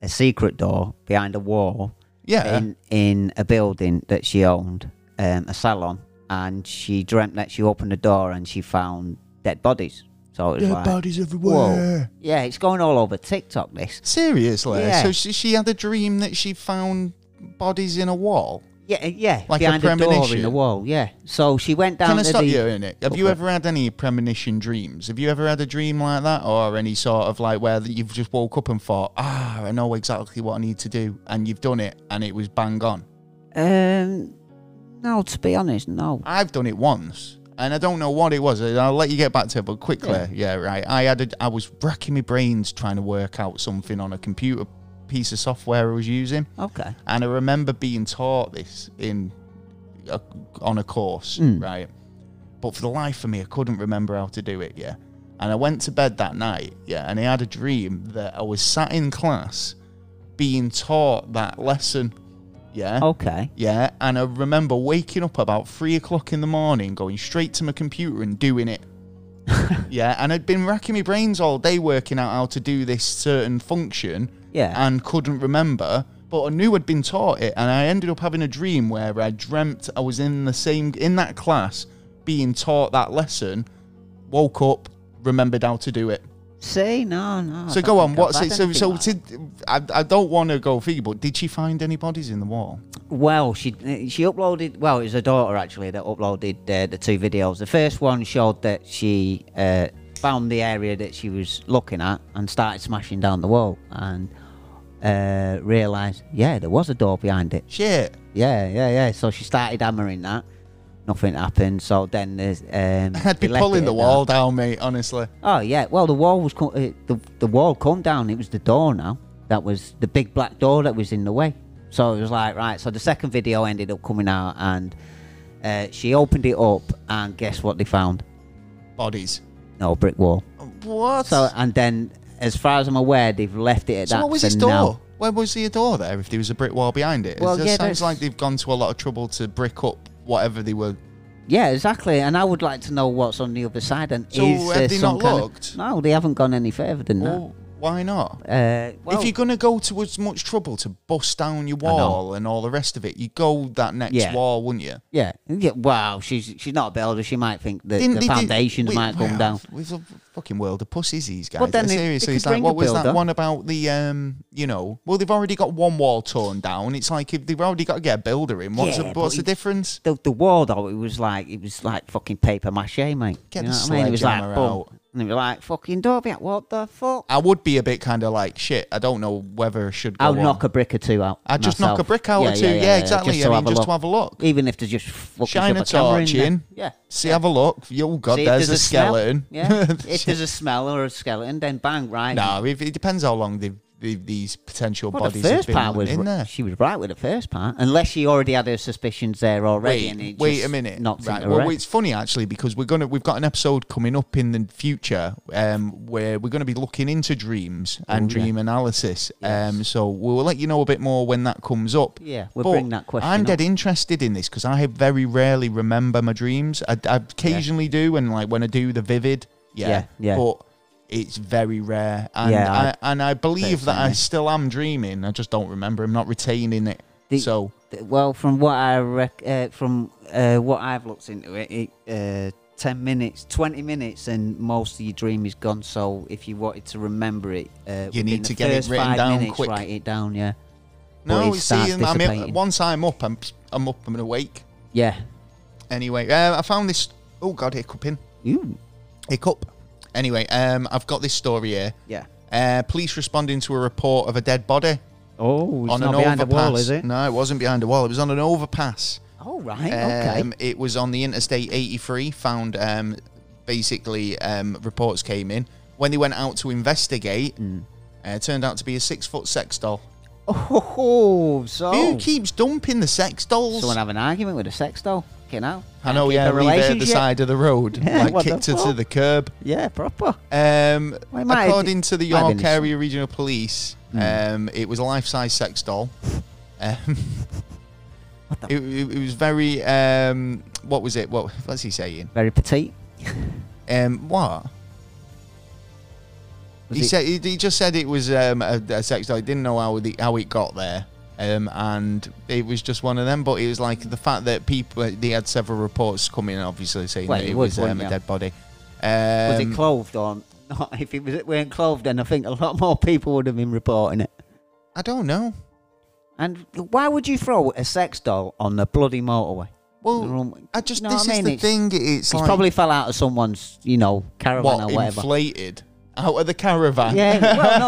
a secret door behind a wall yeah, in in a building that she owned, um, a salon, and she dreamt that she opened the door and she found dead bodies. So it was like, bodies whoa, yeah, it's going all over TikTok. This, Seriously? Yeah. So she, she had a dream that she found bodies in a wall. yeah, uh, yeah, Like a behind a, door in premonition. the wall, yeah. So she went down Can I to stop the, you in it? Have Go you for it. ever had any premonition dreams? Have you ever had a dream like that, or any sort of like where you've just woke up and thought, ah, I know exactly what I need to do, and you've done it, and it was bang on. Um, no, to be honest, no. I've done it once, and I don't know what it was. and I'll let you get back to it, but quickly, yeah, right. I had, a, I was racking my brains trying to work out something on a computer piece of software I was using, Okay. and I remember being taught this in a, on a course, right? But for the life of me, I couldn't remember how to do it. Yeah, and I went to bed that night. Yeah, and I had a dream that I was sat in class being taught that lesson. Yeah. Okay. Yeah, and I remember waking up about three o'clock in the morning, going straight to my computer and doing (laughs) it. yeah, and I'd been racking my brains all day working out how to do this certain function. Yeah. and couldn't remember, but I knew I'd been taught it, and I ended up having a dream where I dreamt I was in the same in that class, being taught that lesson. Woke up, remembered how to do it. See, no, no. I so don't go on. think What's I've it? had So anything so like that. did, I I don't want to go for you, but did she find any bodies in the wall? well, she uh, she uploaded. Well, it was her daughter actually that uploaded uh, the two videos. The first one showed that she uh, found the area that she was looking at and started smashing down the wall and uh, realized, yeah, there was a door behind it. Shit. Yeah, yeah, yeah. So she started hammering that. Nothing happened. So then there's. (laughs) I'd Um, be they left it pulling at the that. wall down, mate. Honestly, Oh yeah, well the wall was co- uh, the the wall come down. It was the door now. That was the big black door that was in the way. So it was like right. So the second video ended up coming out, and uh, she opened it up, and guess what they found? bodies. No brick wall. What? So and then, as far as I'm aware, they've left it at So that. what was for his door? now. Where was the door there? If there was a brick wall behind it, Well, it just yeah, sounds that's- like they've gone to a lot of trouble to brick up whatever they were. Yeah, exactly. And I would like to know what's on the other side. And So is have there they some not kind of- looked? no, they haven't gone any further than Well, why not? that. Uh, well, Oh. if you're gonna go to as much trouble to bust down your know. wall and all the rest of it, you go that next Yeah. wall, wouldn't you? yeah, yeah. Wow, she's she's not a builder. She might think that Didn't the they do- foundations we- might come well, down. We've a fucking world of pussies, these guys. Well, then They're they- they Seriously, could it's like bring what a was that builder. one about the um, you know? Well, they've already got one wall torn down. It's like if they've already got to get a builder in, what's Yeah, the, but what's the it- difference? the, the wall though, it was like it was like fucking paper mache, mate. Get you the know what I mean? It was like sledgehammer boom, out. and it was like fucking Dobby. What the fuck? I would be a bit kind of like shit. I don't know whether I should. Go I'll on. knock a brick or two out. I'd just knock a myself. brick out or two. Yeah, exactly. I mean, just to have a look. Even if there's just fucking Shine shove a a camera torch in, there. in. Yeah. See, have a look. Oh god, See if there's, a smell- skeleton. (laughs) Yeah. if there's a smell or a skeleton, then bang, right. no, if, it depends how long they've, they've, these potential Well, bodies the have first been part was in r- there. she was right with the first part, unless she already had her suspicions there already. and Wait, it wait just a minute. knocked Right. into Well, red. it's funny actually because we're gonna we've got an episode coming up in the future um, where we're gonna be looking into dreams and dream analysis. Um, so we'll let you know a bit more when that comes up. Yeah, we'll But bring that question I'm up. dead interested in this because I very rarely remember my dreams. I, I occasionally do, and like when I do the vivid, yeah, Yeah, yeah. But it's very rare, and Yeah, I- I, and I believe that I same. still am dreaming. I just don't remember. I'm not retaining it. The- so Th- Well, from what I rec- uh, from uh, what I've looked into it, it uh, ten minutes, twenty minutes, and most of your dream is gone. So if you wanted to remember it, uh, You need within to the get it first written five down minutes, quick. Write it down, yeah, Or No, it you see, starts I'm, I'm, dissipating. once I'm up, I'm, I'm up, I'm awake. yeah. Anyway, uh, I found this. Oh God, hiccuping, Ooh, hiccup. Anyway, um, I've got this story here. yeah. Uh, police responding to a report of a dead body Oh, it's on not an behind the overpass. wall, is it? No, it wasn't behind a wall. It was on an overpass. All Oh, right, okay. Um, it was on the Interstate 83. Found um, basically um, reports came in when they went out to investigate. Hmm. Uh, it turned out to be a six foot sex doll. (laughs) oh, so Who keeps dumping the sex dolls? someone have an argument with a sex doll? You know? I know, yeah, leave it A at the relationship? side of the (laughs) road, Yeah, like what the kicked her to fuck? the curb. Yeah, proper. Um, Well, it might- according to the might have been Hmm. (laughs) York Area Regional Police, um, it was a life-size sex doll Um, it, it, it was very. Um, what was it? What was he saying? Very petite. Um, what? Was he it- said he, he just said it was um, a, a sex doll. He didn't know how the, how it got there, um, and it was just one of them. But it was like the fact that people they had several reports coming, obviously saying Well, that you it would, was um, wouldn't a you? dead body. Was Um, it clothed or not? (laughs) If it was, weren't clothed, then I think a lot more people would have been reporting it. I don't know. And why would you throw a sex doll on the bloody motorway? The Well, wrong- I just You know this what I mean? is the thing. It's, It's like probably fell out of someone's, you know, caravan what or whatever. inflated out of the caravan. yeah, well, no,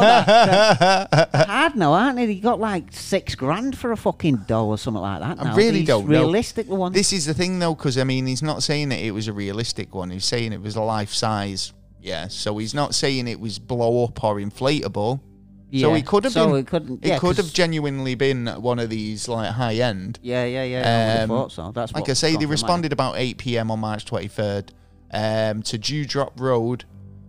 (laughs) that, that- hard now, aren't they? You got like six grand for a fucking doll or something like that. I now. really These don't know. realistic ones. This is the thing though, because I mean, he's not saying that it was a realistic one. He's saying it was a life size. Yeah, so he's not saying it was blow up or inflatable. So Yeah, it could have so been. it couldn't. it yeah, could 'cause- have genuinely been one of these like high end. Yeah, yeah, yeah. I Um, would have thought so. That's Like I what's say, gone they through my responded about 8 p.m. on March 23rd um, to Dewdrop Road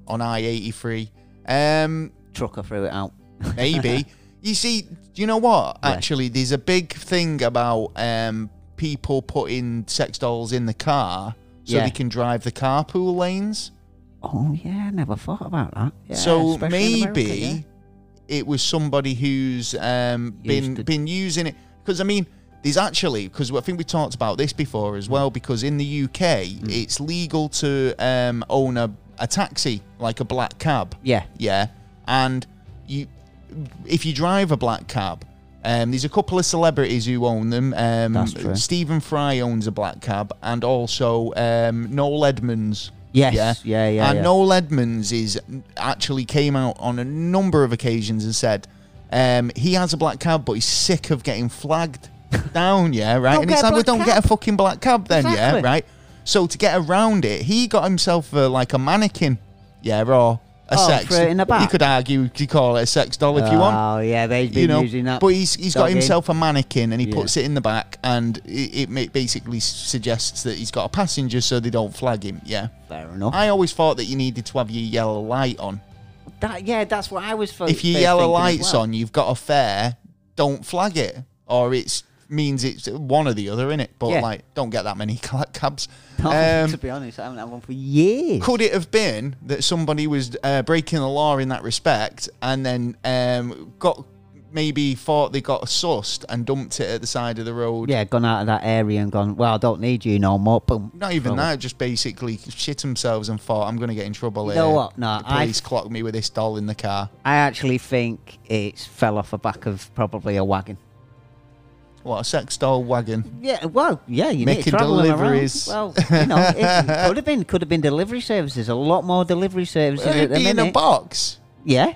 on I-83. Um, head. Trucker threw it out. maybe. you see, you know what? Yeah. Actually, there's a big thing about um, people putting sex dolls in the car so Yeah. they can drive the carpool lanes. (laughs) Oh yeah, never thought about that. Yeah, so especially maybe in America, yeah. it was somebody who's um, been Used it. been using it because I mean there's actually because I think we talked about this before as well because in the UK Mm. it's legal to um, own a, a taxi like a black cab Yeah. yeah and you if you drive a black cab um, there's a couple of celebrities who own them. Um, That's true. Stephen Fry owns a black cab, and also um, Noel Edmonds Yes, yeah, yeah, and yeah. Noel Edmonds is actually came out on a number of occasions and said um, he has a black cab, but he's sick of getting (laughs) flagged down. Yeah, right. Don't and it's get a like, well, black don't cab. get a fucking black cab then. Yeah, Exactly. right. So to get around it, he got himself uh, like a mannequin. Yeah, or a Oh, sex. throw it in the You back. could argue you call it a sex doll if you want. Oh yeah, they've been You know, using that. but he's he's got dog in. himself a mannequin and he Yeah. puts it in the back, and it, it ma- basically suggests that he's got a passenger, so they don't flag him. Yeah. Fair enough. I always thought that you needed to have your yellow light on. That- yeah, that's what I was. For, If your for yellow Oh, thinking as light's well. on, you've got a fare. Don't flag it, or it's means it's one or the other, in it. But Yeah. like, don't get that many (laughs) ca- cabs. (laughs) No, Um, to be honest, I haven't had one for years. could it have been that somebody was uh, breaking the law in that respect, and then um, got maybe thought they got sussed and dumped it at the side of the road? Yeah, gone out of that area and gone. Well, I don't need you no more. Boom. Not even Throw it. that, just basically shit themselves and thought, I'm going to get in trouble You here. know what? No, the I- police clocked me with this doll in the car. I actually think it's fell off the back of probably a wagon. What, a sex doll wagon? Yeah, well, yeah, you need Making to travel them deliveries. around. Well, you know, (laughs) it could have been could have been delivery services. A lot more delivery services Well, at it'd the be in a minute. box. yeah.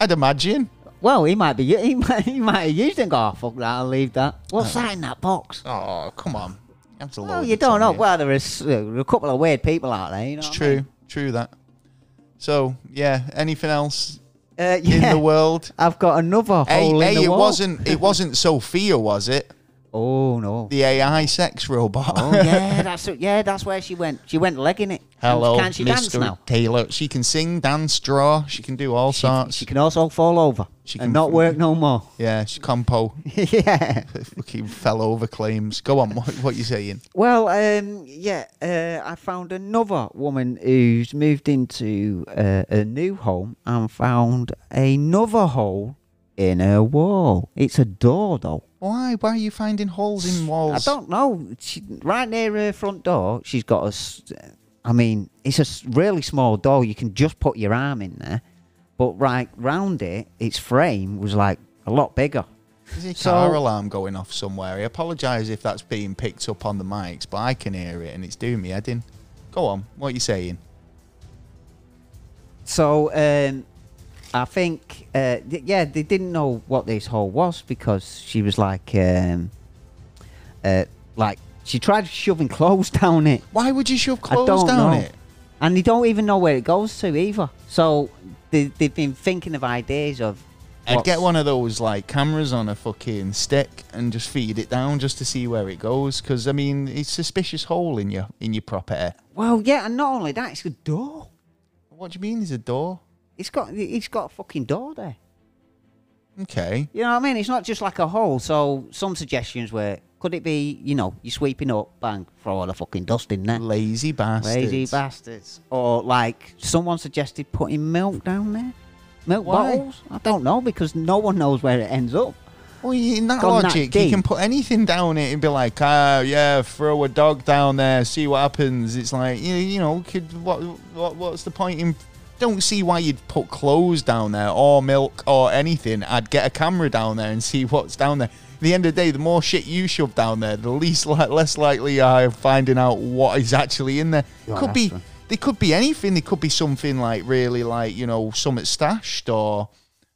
I'd imagine. Well, he might be. (laughs) He might. He might have used it. And go, oh, fuck that. I'll leave that. What's that in that box? Oh, come on. That's a Well, load you of don't know. tongue, yeah. Well, there is uh, there are a couple of weird people out there. You know it's what I true. mean? True that. So, yeah, anything else Uh, in (laughs) yeah. the world? I've got another Hey, hole in hey, the it wall. wasn't (laughs) it wasn't Sophia, was it? Oh no. The AI sex robot. Oh (laughs) yeah, that's it. yeah, that's where she went. She went legging it. Hello, Can she Mr. dance now? Taylor. She can sing, dance, draw. She can do all sorts. She can also fall over She and can not f- work no more. (laughs) yeah, she compo. yeah. Fucking fell over claims. Go on, what, what you saying? Well, um, yeah, uh, I found another woman who's moved into uh, a new home and found another hole in her wall. It's a door, though. Why? Why are you finding holes in I walls? don't know. She, right near her front door, she's got a. s- I mean, it's a s- really small door. You can just put your arm in there, but right round it, its frame was like a lot bigger. Is a So- car alarm going off somewhere? I apologise if that's being picked up on the mics, but I can hear it and it's doing me head in. Go on, what are you saying? So um, I think, uh, th- yeah, they didn't know what this hole was because she was like, um, uh, like she tried shoving clothes (laughs) down it. Why would you shove I clothes don't down know. it? And they don't even know where it goes to either. So they, they've been thinking of ideas of. I'd get what's- one of those like cameras on a fucking stick and just feed it down just to see where it goes. Because I mean, it's a suspicious hole in your in your property. Well, yeah, and not only that, it's a door. What do you mean? There's a door? It's got, it's got a fucking door there. Okay. You know what I mean? It's not just like a hole. So some suggestions were, could it be, you know, you're sweeping up, bang, throw all the fucking dust in there. Lazy bastards. Lazy bastards. Or like someone suggested putting milk down there. Milk Why? bottles? I don't know because no one knows where it ends up. Well, you- in that Gone that logic, you deep. can put anything down it and be like, oh, yeah, throw a dog down there, see what happens. It's like, you, you know, could what, what what's the point in? Don't see why you'd put clothes down there or milk or anything. I'd get a camera down there and see what's down there. At the end of the day, the more shit you shove down there, the least (laughs) li- less likely I am finding out what is actually in there. Yeah, could be, that's true. they could be anything. They could be something like really like you know something stashed or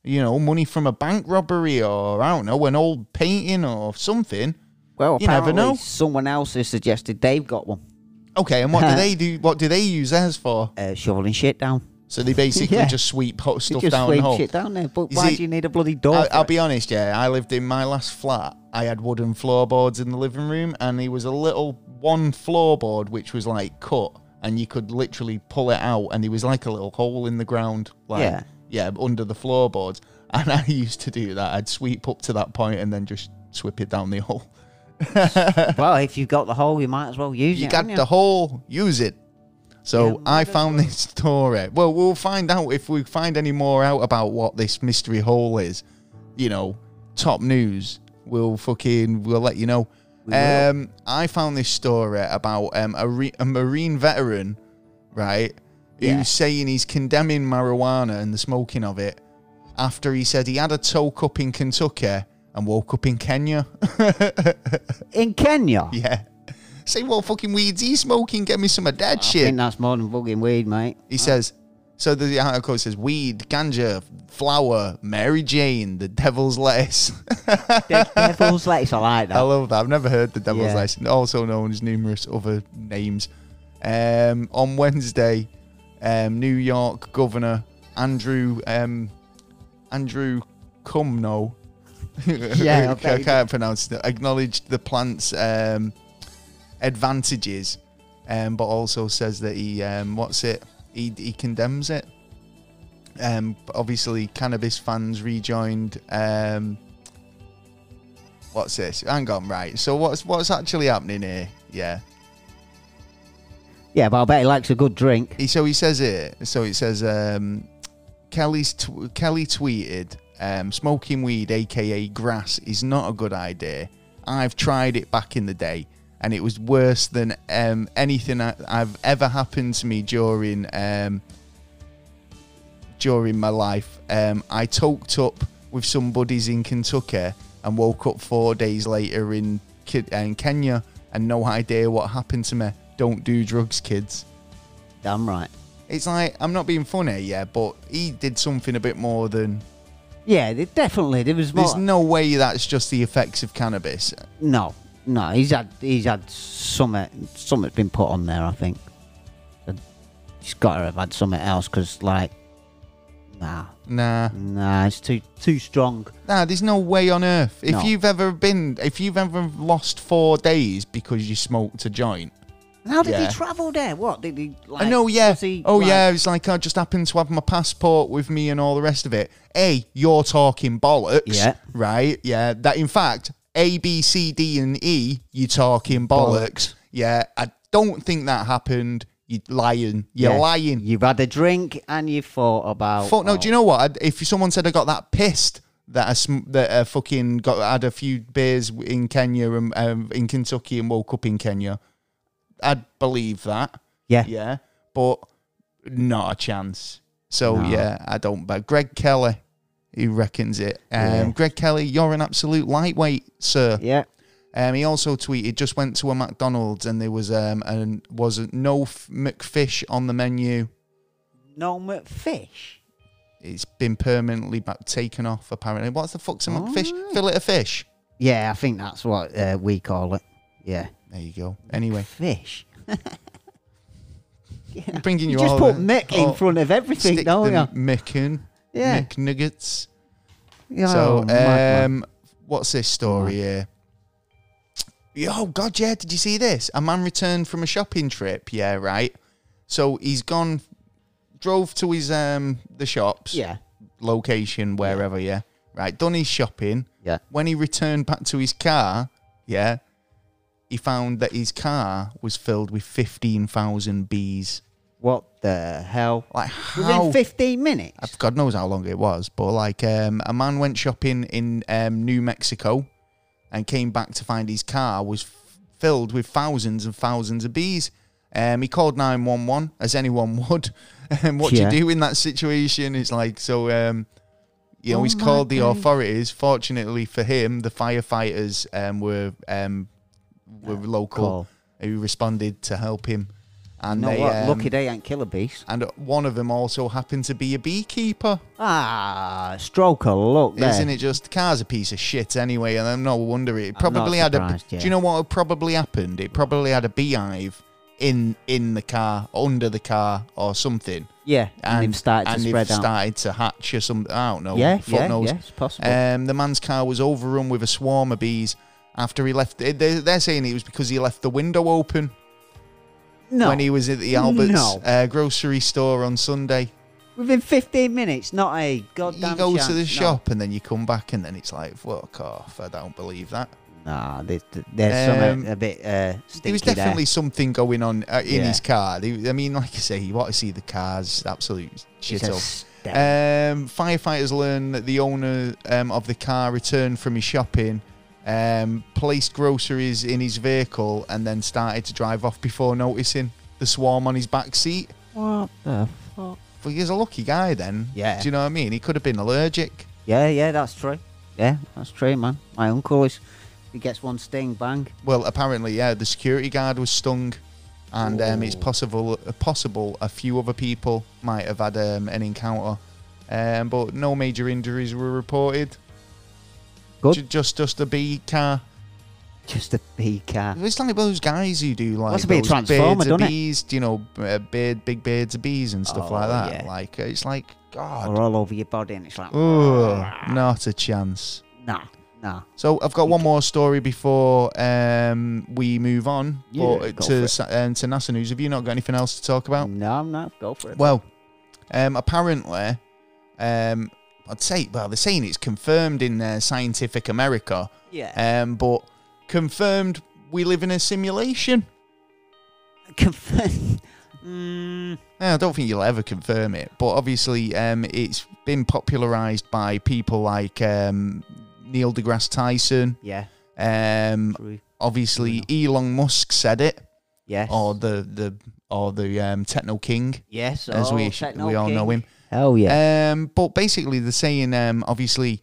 you know, money from a bank robbery or I don't know, an old painting or something. Well, You never apparently know. someone else has suggested they've got one. Okay, and (laughs) what do they do? What do they use theirs for? Uh, shoveling shit down. So they basically Yeah. just sweep hot You stuff just down sweep and hole. shit down there. But You why see, do you need a bloody door? I, for I'll it? be honest, yeah. I lived in my last flat. I had wooden floorboards in the living room, and there was a little one floorboard which was like cut, and you could literally pull it out, and there was like a little hole in the ground, like yeah, Yeah. under the floorboards. And (laughs) I used to do that. I'd sweep up to that point and then just sweep it down the hole. well, if you've got the hole, you might as well use you it. got haven't the whole use it so Yeah, i found this (laughs) story well we'll find out if we find any more out about what this mystery hole is you know top news we'll fucking we'll let you know um i found this story about um a, re- a marine veteran right who's Yeah. saying he's condemning marijuana and the smoking of it after he said he had a toke up in kentucky and woke up in kenya (laughs) In Kenya. yeah. Say what fucking weeds he smoking? Get me some of that I shit. think that's more than fucking (laughs) weed, mate. He says. So the article says weed, ganja, flower, Mary Jane, the devil's lettuce. (laughs) Devil's lettuce, I like I that. love that. I've never heard the devil's Yeah. lettuce, also known as numerous other names. Um, on Wednesday, um, New York Governor Andrew um, Andrew Cumno. Yeah, I (laughs) bet I he can't pronounce it. Acknowledged the plant's um, advantages, um, but also says that he um, what's it? He, he condemns it. Um, but obviously, cannabis fans rejoined. Um, what's this? Hang on, right. So what's what's actually happening here? Yeah. Yeah, but I bet he likes a good drink. He, so he says it. So it says um, Kelly's tw- Kelly tweeted, um, "Smoking weed, aka grass, is not a good idea. I've tried it back in the day, and it was worse than um, anything I- I've ever happened to me during um, during my life. Um, I toked up with some buddies in Kentucky and woke up four days later in Ki- in Kenya, and no idea what happened to me. Don't do drugs, kids." Damn right. It's like I'm not being funny, yeah, but he did something a bit more than. Yeah, they- definitely. There was more. There's no way that's just the effects of cannabis. No, no, he's had he's had summit summit's been put on there. I think And he's got to have had something else because like nah, Nah, Mm. nah, it's too too strong. nah. There's no way on earth. If No. you've ever been, if you've ever lost four days because you smoked a joint. And how did Yeah. he travel there? What did he? Like, I know, yeah. was he, oh, like- yeah. It's like I just happened to have my passport with me and all the rest of it. A, you're talking bollocks. Yeah. Right. Yeah. That in fact, A, B, C, D, and E, you're talking bollocks. Bollocks. Yeah. I don't think that happened. You're lying. You're yeah. lying. You've had a drink and you thought about. Fuck no. oh, Do you know what? I'd- If someone said I got that pissed that I sm- that I fucking got had a few beers in Kenya and um, in Kentucky and woke up in Kenya, I'd believe (laughs) that. Yeah. Yeah, but not a chance. So No. yeah, I don't. But Greg Kelly, who reckons it? Um, Yeah. Greg Kelly, you're an absolute lightweight, sir. Yeah. Um, he also tweeted, just went to a McDonald's and there was um and was no f- McFish on the menu. No McFish. it's been permanently back taken off apparently. What's the fuck's a All McFish? right. Fillet of fish. Yeah, I think that's what uh, we call it. Yeah. There you go. (laughs) Anyway, Fish. I'm bringing you, You just all put the- Mick all- in front of everything, stick don't the you? Mick in. Yeah. Mick Nuggets. Yeah, so, oh, madman. um, what's this story here? Yeah, Oh God, yeah! Did you see this? A man returned from a shopping trip. Yeah, right. So he's gone, drove to his um the shops. yeah. location, wherever, yeah. right? Done his shopping. Yeah. When he returned back to his car, yeah, he found that his car was filled with 15,000 bees. What the hell? Like, Within how? 15 minutes? I've- God knows how long it was, but like um, a man went shopping in um, New Mexico and came back to find his car was f- filled with thousands and thousands of bees. Um, he called 911, as anyone would. (laughs) Um, what Yeah. do you do in that situation? It's like, so, um, you know, Oh he's called the authorities. Fortunately for him, the firefighters um, were um, were local Uh, cool. who responded to help him. And No, they, what? um, Lucky they ain't killer bees. and one of them also happened to be a beekeeper. Ah, stroke of luck there. Isn't it just car's a piece of shit anyway? And I'm no wonder it not probably had a. surprised, yeah. Do you know what probably happened? It probably had a beehive in in the car, under the car, or something. Yeah, and, they've started and to they've spread out. started to hatch or something. I don't know. Yeah, Fuck yeah, knows. yeah, it's possible. Um, the man's car was overrun with a swarm of bees after he left. They, they're saying it was because he left the window open no, when he was at the Alberts No. uh, grocery store on Sunday. within 15 minutes, not a goddamn you go Oh, chance, to the no. shop and then you come back and then it's like, fuck off! I don't believe that. Nah, they, they- there's Um, some a, a bit uh, stinky there was definitely something going on uh, in Yeah. his car. They- I mean, like I say, you want to see the car's absolute there. shit It's a up. step. Um, firefighters learned that the owner um, of the car returned from his shopping, um, placed groceries in his vehicle, and then started to drive off before noticing the swarm on his back seat. what the fuck? But he was a lucky guy then. Yeah. Do you know what I mean? He could have been allergic. Yeah, yeah, that's true. Yeah, that's true, man. My uncle is. He gets one sting, bang. Well, apparently, yeah, the security guard was stung, and um, Oh. it's possible possible a few other people might have had um, an encounter, um, but no major injuries were reported. Good. Ju- Just just a bee car. Just a bee cat. It's like those guys who do like Must be a those transformer, birds of don't it? bees, you know, uh, beard, big beards of bees and stuff Oh, like that. yeah. Like uh, it's like Or God, all over your body, and it's like, Ugh, not a chance. nah, nah. So I've got one more story before um, we move on. Yeah, but go to for it. sa- um, to NASA news, have you not got anything else to talk about? No, I'm not. Go for it. Oh. Well, um, apparently, um, I'd say well they're saying it's confirmed in uh, Scientific America, yeah. um, but confirmed we live in a simulation. Confirm. (laughs) mm, Now, I don't think you'll ever confirm it, but obviously um, it's been popularized by people like um, Neil deGrasse Tyson. yeah. Um, True. obviously, Elon Musk said it. Yes. or the the or the um, techno king yes. as oh, we sh- Techno we all know King. him. Hell yeah. Um, but basically, the saying um, obviously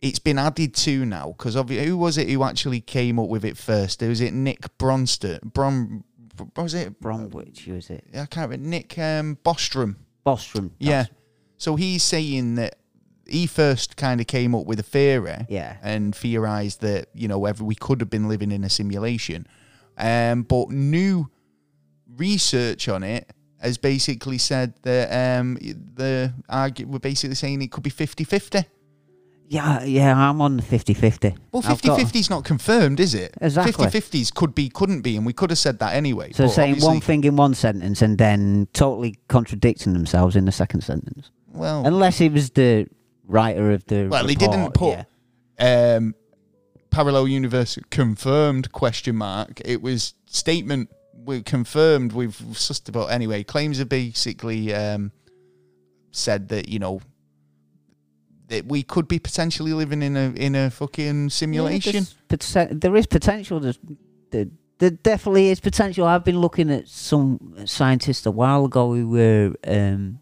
it's been added to now because who was it who actually came up with it first? Was it Nick Bronston? Bron what was it? Bromwich, was it? I can't remember. Nick um, Bostrom. Bostrom. Yeah. that's- So he's saying that he first kind of came up with a theory. Yeah. And theorized that, you know, ever we could have been living in a simulation. Um, but new research on it has basically said that um, the argu- we're basically saying it could be 50 50. Yeah, yeah, I'm on the 50 50. Well, 50 50 is not confirmed, is it? Exactly. 50 50s could be, couldn't be, and we could have said that anyway. So but saying obviously- one thing in one sentence and then totally contradicting themselves in the second sentence. Well, Unless it was the writer of the. Oh. Well, he report, didn't put yeah. um, parallel universe confirmed question mark. It was statement we confirmed. We've sussed about anyway. Claims have basically um, said that you know that we could be potentially living in a in a fucking Yeah, simulation. there's poten- there is potential. There's, there, there definitely is potential. I've been looking at some scientists a while ago who were um,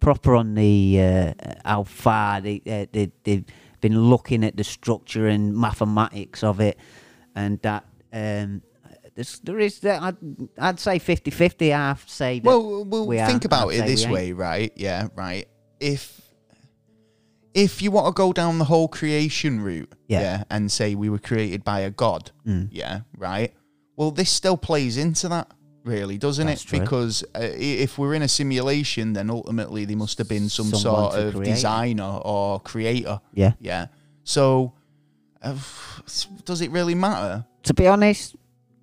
proper on the uh, how far they, uh, they they've been looking at the structure and mathematics of it, and that um, there's, there is that I'd, I'd say 50-50 I have to say. That well, well, we think are. about I'd it say this we ain't. way, right? Yeah, right. If if you want to go down the whole creation route, Yeah. Mm. and say we were created by a god, yeah, right. Well, this still plays into that, really, doesn't That's it? true. Because uh, i- if we're in a simulation, then ultimately there must have been some Someone sort to of create it. designer or creator, Yeah. yeah. So, uh, f- does it really matter? To be honest,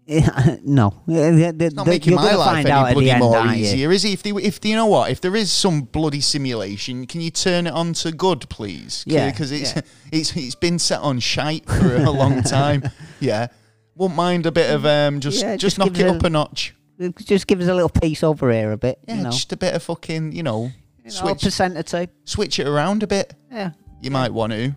(laughs) Yeah, no, it's not making my life any bloody more easier, is he? If, they, if you know what, if there is some bloody simulation, can you turn it on to good, please? Yeah, because it's yeah. (laughs) it's it's been set on shite for a (laughs) long time. Yeah, wouldn't mind a bit of um, just Yeah, just just knock give it it a- up a notch. Just give us a little piece over here a bit. Yeah, you know, just a bit of fucking, you know, You know, a switch percent or two. switch it around a bit. Yeah, You might want to.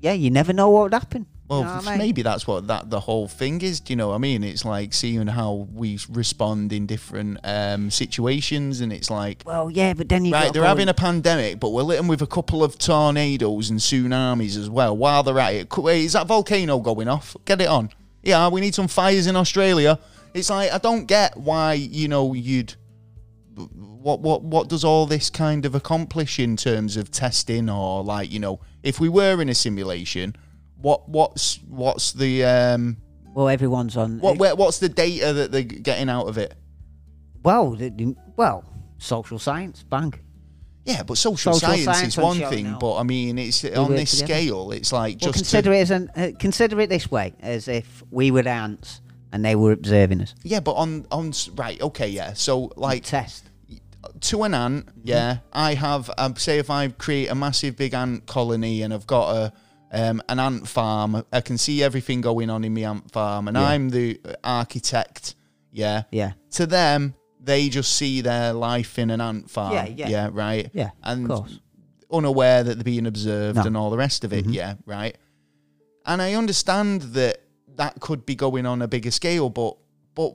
yeah. You never know what would happen. Well, you know what I mean? maybe that's what that the whole thing is. Do you know what I mean? It's like seeing how we respond in different um, situations, and it's like Well, yeah, but then you Right, gotta they're go having and- a pandemic, but we'll hit them with a couple of tornadoes and tsunamis as well while they're at it. Co- hey, Is that volcano going off? Get it on. Yeah, we need some fires in Australia. It's like I don't get why you know you'd what what what does all this kind of accomplish in terms of testing or like you know if we were in a simulation, what what's what's the um Well, everyone's on. what where, what's the data that they're getting out of it? well, the- the- well, social science bank. Yeah, but social, Social science, science is on one show thing, now. but I mean, it's on work this together. scale, it's like Well, just consider to- it as an, uh, consider it this way: as if we were ants and they were observing us. yeah, but on on s- right, okay, yeah. So like Test. to an ant, Mm-hmm. yeah, I have um, say if I create a massive big ant colony and I've got a um, an ant farm, I can see everything going on in my ant farm, and I'm the architect, yeah, Yeah. to them, they just see their life in an ant farm. Yeah, yeah. right. Yeah, of and course. unaware that they're being observed No. Mm-hmm. and all the rest of it. Yeah, right. And I understand that that could be going on a bigger scale, but but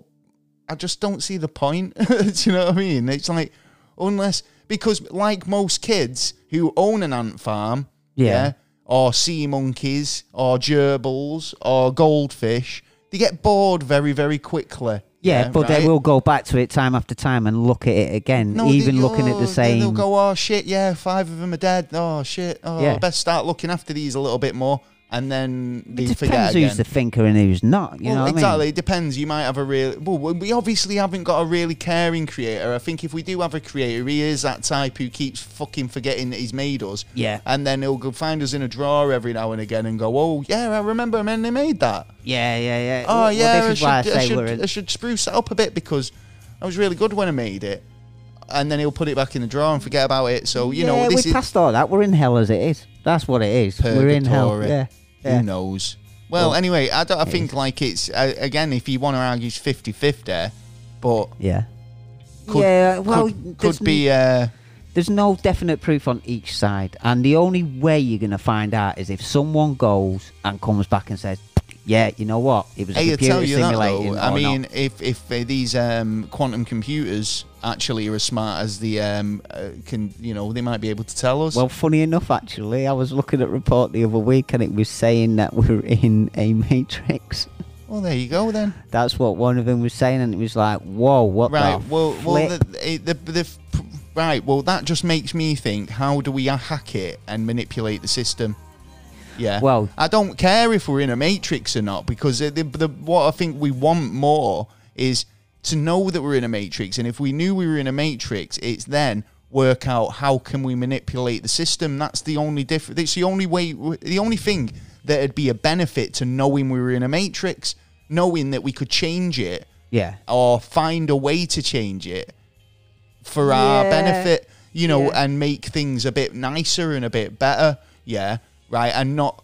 I just don't see the point. (laughs) Do you know what I mean? It's like unless because like most kids who own an ant farm, Yeah. or sea monkeys, or gerbils, or goldfish, they get bored very very quickly. Yeah, but right? they will go back to it time after time and look at it again, No, they- even looking oh, at the they- They'll same. go, oh shit, yeah, five of them are dead. Oh shit, oh, Yeah. I best start looking after these a little bit more, and then they it forget depends again. who's the thinker and who's not. You well, know what exactly. I mean? It depends. You might have a real. Well, we we obviously haven't got a really caring creator. I think if we do have a creator, he is that type who keeps fucking forgetting that he's made us. Yeah. And then he'll go find us in a drawer every now and again and go, "Oh yeah, I remember when they made that." Yeah, yeah, yeah. Oh Well, yeah, this is why I I should, say I, should, we're. I should spruce it up a bit because I was really good when I made it, and then he'll put it back in the drawer and forget about it. So you know, yeah, this we is passed all that. We're in hell as it is. That's what it is. We're in hell. Purgatory. Yeah. who yeah. knows. Well, anyway, I, don't, I think like it's uh, again, if you want to argue, it's 50-50, but Yeah. could, yeah, well, could, there's could be uh, There's no definite proof on each side, and the only way you're going to find out is if someone goes and comes back and says, "Yeah, you know what? It was a Hey, I computer tell you that simulating." though. I or not." mean, if if uh, these um, quantum computers actually are as smart as the um, uh, can, you know, they might be able to tell us. Well, funny enough, actually, I was looking at a report the other week, and it was saying that we're in a matrix. well there you go then. That's what one of them was saying, and it was like, "Whoa, what?" Right. The Well, well, flip? the, the, the, the right. Well, that just makes me think: how do we hack it and manipulate the system? Yeah. Well- I don't care if we're in a matrix or not because eh, the, the, the, what I think we want more is to know that we're in a matrix, and if we knew we were in a matrix, it's then work out how can we manipulate the system. That's the only difference. It's the only way. The only thing that'd be a benefit to knowing we were in a matrix, knowing that we could change it yeah, or find a way to change it for our Yeah. benefit, you know, and make things a bit nicer and a bit better. Yeah, right, and not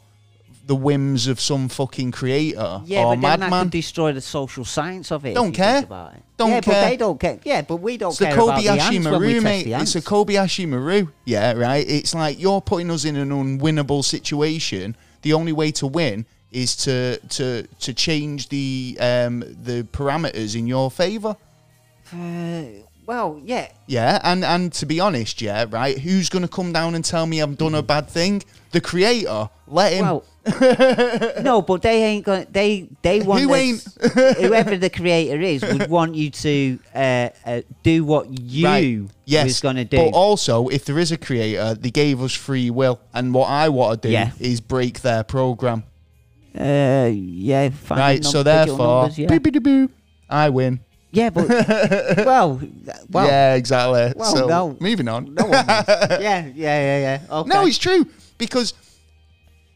the whims of some fucking creator yeah, or but then that Oh, madman. could destroy the social science of it. if Don't you think care. about it. Don't yeah, care. but they don't care. Yeah, but we don't It's the care about the ants Kobayashi when we Maru, test mate. the It's ants. a Kobayashi Maru. Yeah, right. It's like you're putting us in an unwinnable situation. The only way to win is to to to change the um the parameters in your favor. Uh, well, yeah, Yeah, and and to be honest, yeah, right. Who's gonna come down and tell me I've done a bad thing? The creator. Let him. (laughs) Mm-hmm. Well, no, but they ain't going. to They they want Who the- ain't? (laughs) whoever the creator is would want you to uh, uh, do what you right. Yes. was going to do. But also, if there is a creator, they gave us free will, and what I want to do Yeah. is break their program. uh, yeah, fine, right. num- So digital therefore, numbers, yeah. boop-a-da-boop, I win. yeah, but (laughs) well, th- well, yeah, yeah, exactly. well, so no. moving on. no (laughs) one wins. yeah, yeah, yeah, yeah. Okay. No, it's true because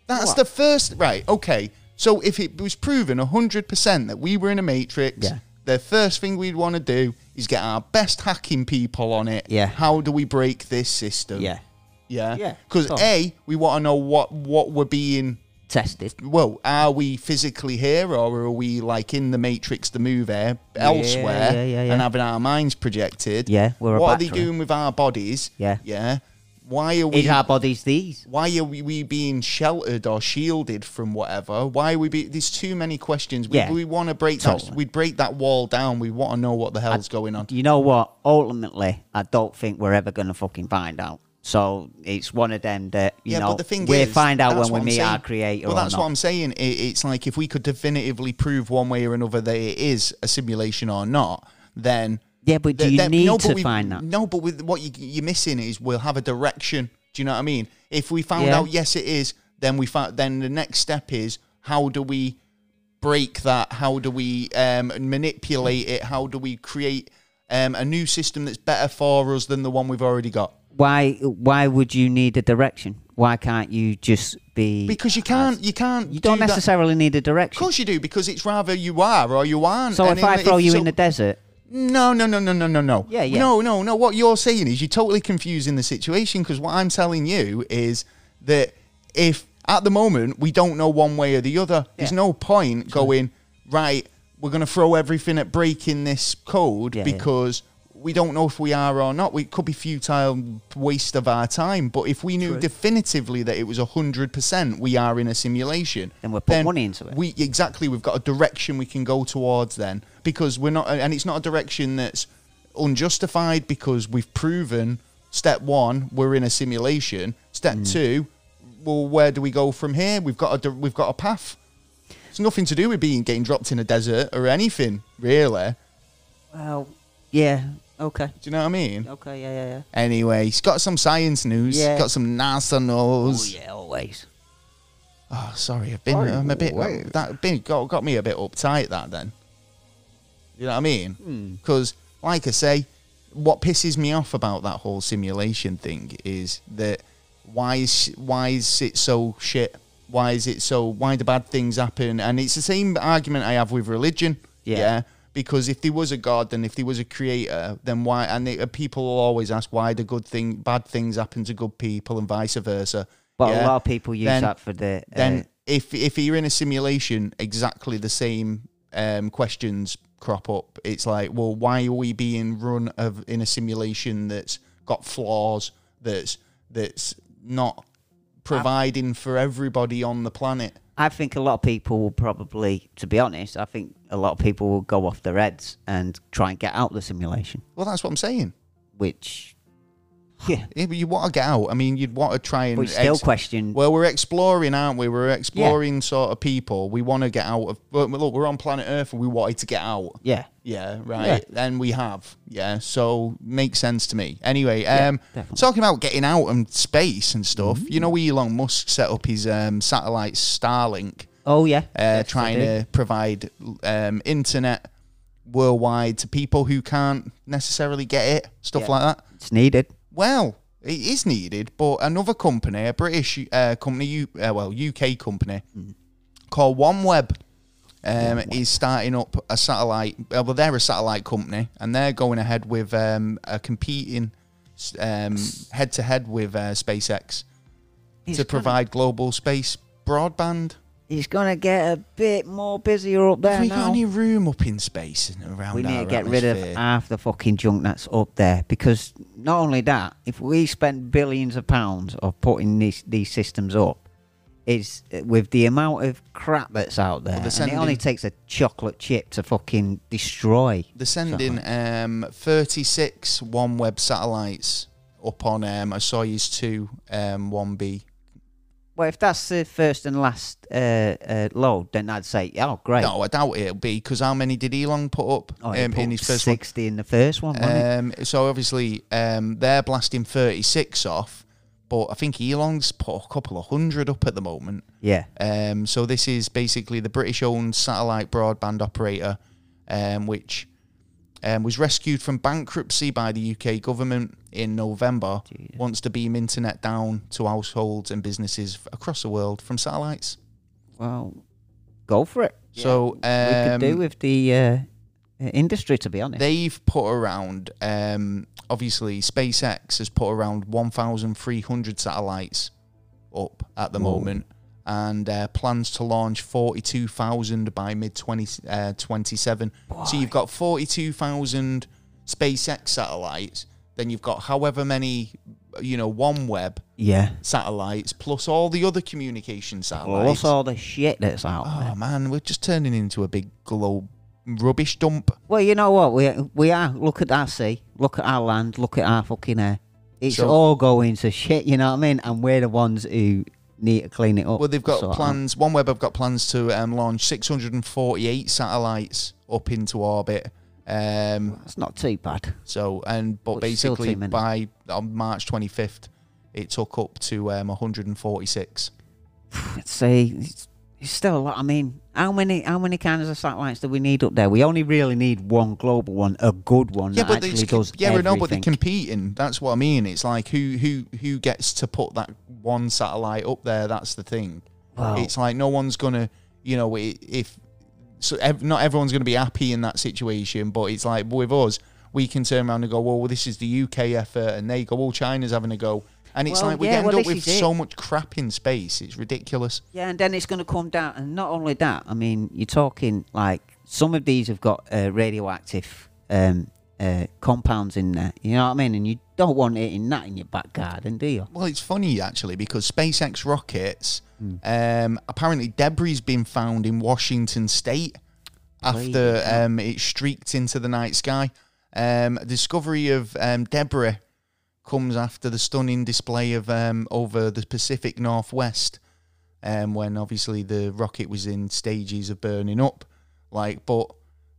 that's What? the first right. Okay, So if it was proven 100% that we were in a matrix, Yeah. the first thing we'd want to do is get our best hacking people on it. Yeah. How do we break this system? Yeah. Yeah. Yeah, Because of course. A, we want to know what, what we're being Tested. well, are we physically here or are we like in the Matrix, the movie, elsewhere, yeah, yeah, yeah. and having our minds projected? Yeah, we're a What are they battery. doing with our bodies? Yeah. yeah. Why are we? Is our bodies these? why are we, we being sheltered or shielded from whatever? Why are we? Be, there's too many questions. We, Yeah. we want to break that. Totally. We'd break that wall down. We want to know what the hell's going on. You know what? Ultimately, I don't think we're ever going to fucking find out. So it's one of them that, you yeah, know, but the thing we is, find out that's when we what I'm meet saying. our creator. Well, or that's not. what I'm saying. It, it's like if we could definitively prove one way or another that it is a simulation or not, then Yeah, but do th- you then- need no, but to we- find that? No, but with what you, you're missing is we'll have a direction. Do you know what I mean? If we found Yeah. out yes it is, then we found then the next step is how do we break that? How do we um, manipulate it? How do we create um, a new system that's better for us than the one we've already got? Why, why would you need a direction? Why can't you just be. Because you can't, you can't. you don't do that- necessarily need a Of direction. course you do, because it's rather you are or you aren't. So And if I it- throw you so- in the desert, no, no, no, no, no, no, no. Yeah, yeah. No, no, no. What you're saying is you're totally confusing the situation because what I'm telling you is that if at the moment we don't know one way or the other, there's no point going right. We're going to throw everything at breaking this code Yeah, yeah. because. We don't know if we are or not. We- It could be futile waste of our time. But if we knew definitively that it was hundred percent, we are in a simulation. Then we'll put money into it. We exactly. We've got a direction we can go towards then because we're not, and it's not a direction that's unjustified because we've proven step one we're in a simulation. Step two, well, where do we go from here? We've got a di- we've got a path. It's nothing to do with being getting dropped in a desert or anything really. well, yeah, okay, Do you know what I mean? okay, yeah, yeah, yeah. Anyway, he's got some science news. Yeah. Got some NASA Oh news. yeah, always. Oh, sorry, I've been, I'm a bit, that been, got, got me a bit uptight that then. You know what I Hmm. mean? Because, like I say, what pisses me off about that whole simulation thing is that why is, why is it so shit? Why is it so, why do bad things happen? And it's the same argument I have with religion. Yeah. Because if there was a God and if there was a creator, then why? And they, people will always ask why the good thing, bad things happen to good people and vice versa. But Yeah. a lot of people use Then- that for the. Uh, then if if you're in a simulation, exactly the same um, questions crop up. It's like, well, why are we being run of in a simulation that's got flaws, that's that's not providing for everybody on the planet? I think a lot of people will probably, to be honest, I think a lot of people will go off their heads and try and get out the simulation, Well, that's what I'm saying. which, (sighs) yeah, (sighs) Yeah, but you want to get out. I mean, you'd want to try and but it's still ex- question. Well, we're exploring, aren't we? We're exploring sort of people. We want to get out of. Well, look, we're on planet Earth, and we wanted to get out. yeah, Yeah, right. Then we have. Yeah, so makes sense to me. Anyway, um, definitely. Mm-hmm. talking about getting out and space and stuff, you know, Elon Musk set up his um, satellite Starlink, oh yeah, uh, Yes, I trying do. to provide um, internet worldwide to people who can't necessarily get it, stuff Yeah. like that. It's needed. Well, it is needed, but another company, a British uh, company, U- uh, well, UK company Mm-hmm. called OneWeb, um, is starting up a satellite. Uh, well, they're a satellite company, and they're going ahead with um, a competing s- um, head-to-head with uh, SpaceX It's to gonna- provide global space broadband. He's gonna get a bit more busier up there Have we now. got any room up in space and around? we need our to get rid of atmosphere? half the fucking junk that's up there because not only that, if we spend billions of pounds of putting these these systems up, it's with the amount of crap that's out there, they're and it only sending- takes a chocolate chip to fucking destroy. They're sending um, 36 OneWeb satellites up on um, a Soyuz 2 um, 1B. Well, if that's the first and last uh, uh, load, then I'd say, oh great. No, I doubt it'll be because how many did Elon put up Oh, um, he put in his first one? sixty in the first one. wasn't it? Um, so obviously um, they're blasting 36 off, but I think Elon's put a couple of hundred up at the moment. Yeah, Um, so this is basically the British-owned satellite broadband operator, um, which um, was rescued from bankruptcy by the UK government in November, wants to beam internet down to households and businesses f- across the world from satellites. well, go for it. So um, we could do with the uh, industry, to be honest. They've put around, um, obviously, SpaceX has put around 1,300 satellites up at the moment and uh, plans to launch 42,000 by mid 20, uh, 27. So you've got 42,000 SpaceX satellites, then you've got however many, you know, OneWeb yeah. satellites plus all the other communication satellites. Plus all the shit that's out there. oh man, we're just turning into a big globe rubbish dump. Well, you know what? We we are. Look at our sea. Look at our land. Look at our fucking air. It's So- all going to shit. You know what I mean? And we're the ones who need to clean it up. Well, they've got sort of. plans. OneWeb have got plans to um, launch 648 satellites up into orbit. Um, It's not too bad. so and but Which is still basically too many. by on March 25th, it took up to um, 146. Let's see. It's, it's still a lot. I mean, how many how many kinds of satellites do we need up there? We only really need one global one, a good one yeah, that but it's, actually does yeah, everything. no, but they're competing. That's what I mean. It's like who who who gets to put that one satellite up there. That's the thing. Wow. It's like no one's gonna, you know, i- if so, ev- not everyone's gonna be happy in that situation. But it's like with us, we can turn around and go, well, this is the UK effort, and they go, well, China's having a go, and it's Well, like we yeah, end well, up this with is it. so much crap in space. It's ridiculous. Yeah, and then it's going to come down, and not only that. I mean, you're talking like some of these have got uh, radioactive um, uh, compounds in there. You know what I mean? And you don't want it in that in your back garden, do you? Well, it's funny actually because SpaceX rockets um, apparently debris been found in Washington State after um, it streaked into the night sky. Um, discovery of um, debris comes after the stunning display of um, over the Pacific Northwest, um, when obviously the rocket was in stages of burning up. Like, but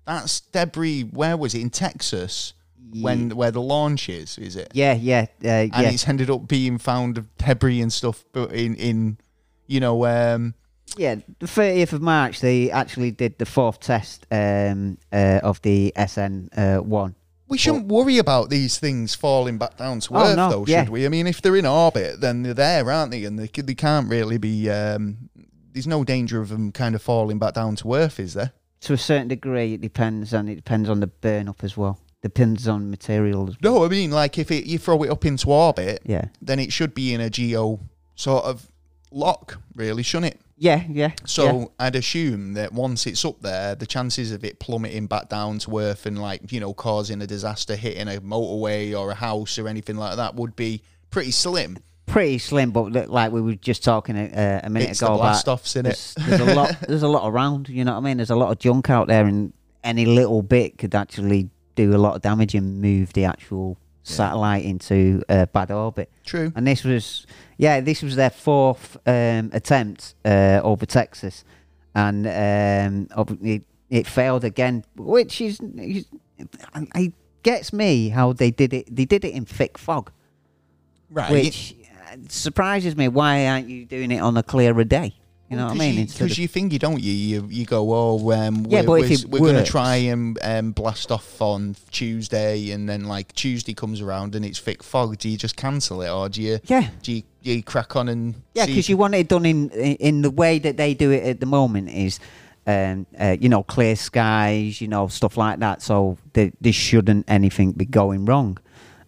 that's debris. Where was it in Texas? When where the launch is? Is it? Yeah, yeah, uh, and yeah. it's ended up being found of debris and stuff but in in you know um Yeah, the 30th of March, they actually did the fourth test um, uh, of the uh, SN1. we shouldn't worry about these things falling back down to Oh, earth no, though should yeah. we i mean if they're in orbit then they're there aren't they and they, c- they can't really be um there's no danger of them kind of falling back down to earth is there to a certain degree, it depends, and it depends on the burn up as well. Depends on material. as- no i mean like if it, you throw it up into orbit Yeah, then it should be in a geo sort of lock really shouldn't it yeah, yeah. So I'd assume that once it's up there, the chances of it plummeting back down to earth and like you know causing a disaster, hitting a motorway or a house or anything like that would be pretty slim. pretty slim, but look, like we were just talking a, a minute It's the ago about blast-offs, innit? there's, there's (laughs) a lot. There's a lot around. You know what I mean? There's a lot of junk out there, and any little bit could actually do a lot of damage and move the actual satellite into uh, bad orbit. True. And this was, yeah, this was their fourth um, attempt uh, over Texas, and um, ob- it, it failed again, which is, is I- it gets me how they did it. They did it in thick fog Right. which uh, surprises me. Why aren't you doing it on a clearer day? You know what I mean? Instead Because of- you think you don't, you you, you go, oh, um, Yeah, we're, but if we're, it we're going to works- try and um, blast off on Tuesday, and then like Tuesday comes around and it's thick fog. Do you just cancel it, or do you? Yeah. Do you, you crack on and? yeah, see- because you want it done in in the way that they do it at the moment is, um, uh, you know, clear skies, you know, stuff like that. So th there shouldn't anything be going wrong.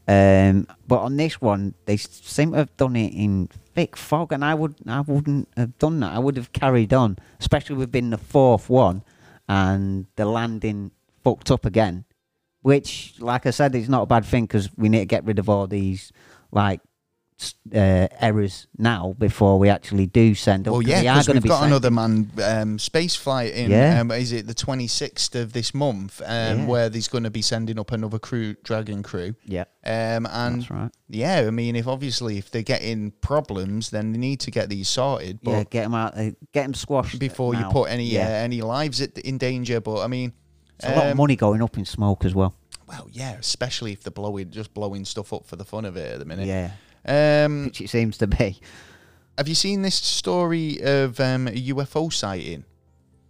Um, but on this one, they s- seem to have done it in thick fog, and I would I wouldn't have done that. I would have carried on, especially with being the fourth one, and the landing fucked up again. which, like I said, it's not a bad thing because we need to get rid of all these like s- uh, errors now before we actually do send up. Well, 'cause yeah, they are because going to we've be got sent- another man um, space flight in. Yeah. Um, is it the twenty sixth of this month? Um, Yeah. Where there's going to be sending up another crew, Dragon crew. Yeah, Um, and that's right. yeah, I mean, if obviously if they're getting problems, then they need to get these sorted. But yeah, get them out, uh, get them squashed before you now. put any uh, Yeah. any lives at, in danger. But I mean, It's a lot of um, money going up in smoke as well. well, yeah, especially if they're blowing just blowing stuff up for the fun of it at the minute. Yeah, Um, which it seems to be. have you seen this story of um, a UFO sighting?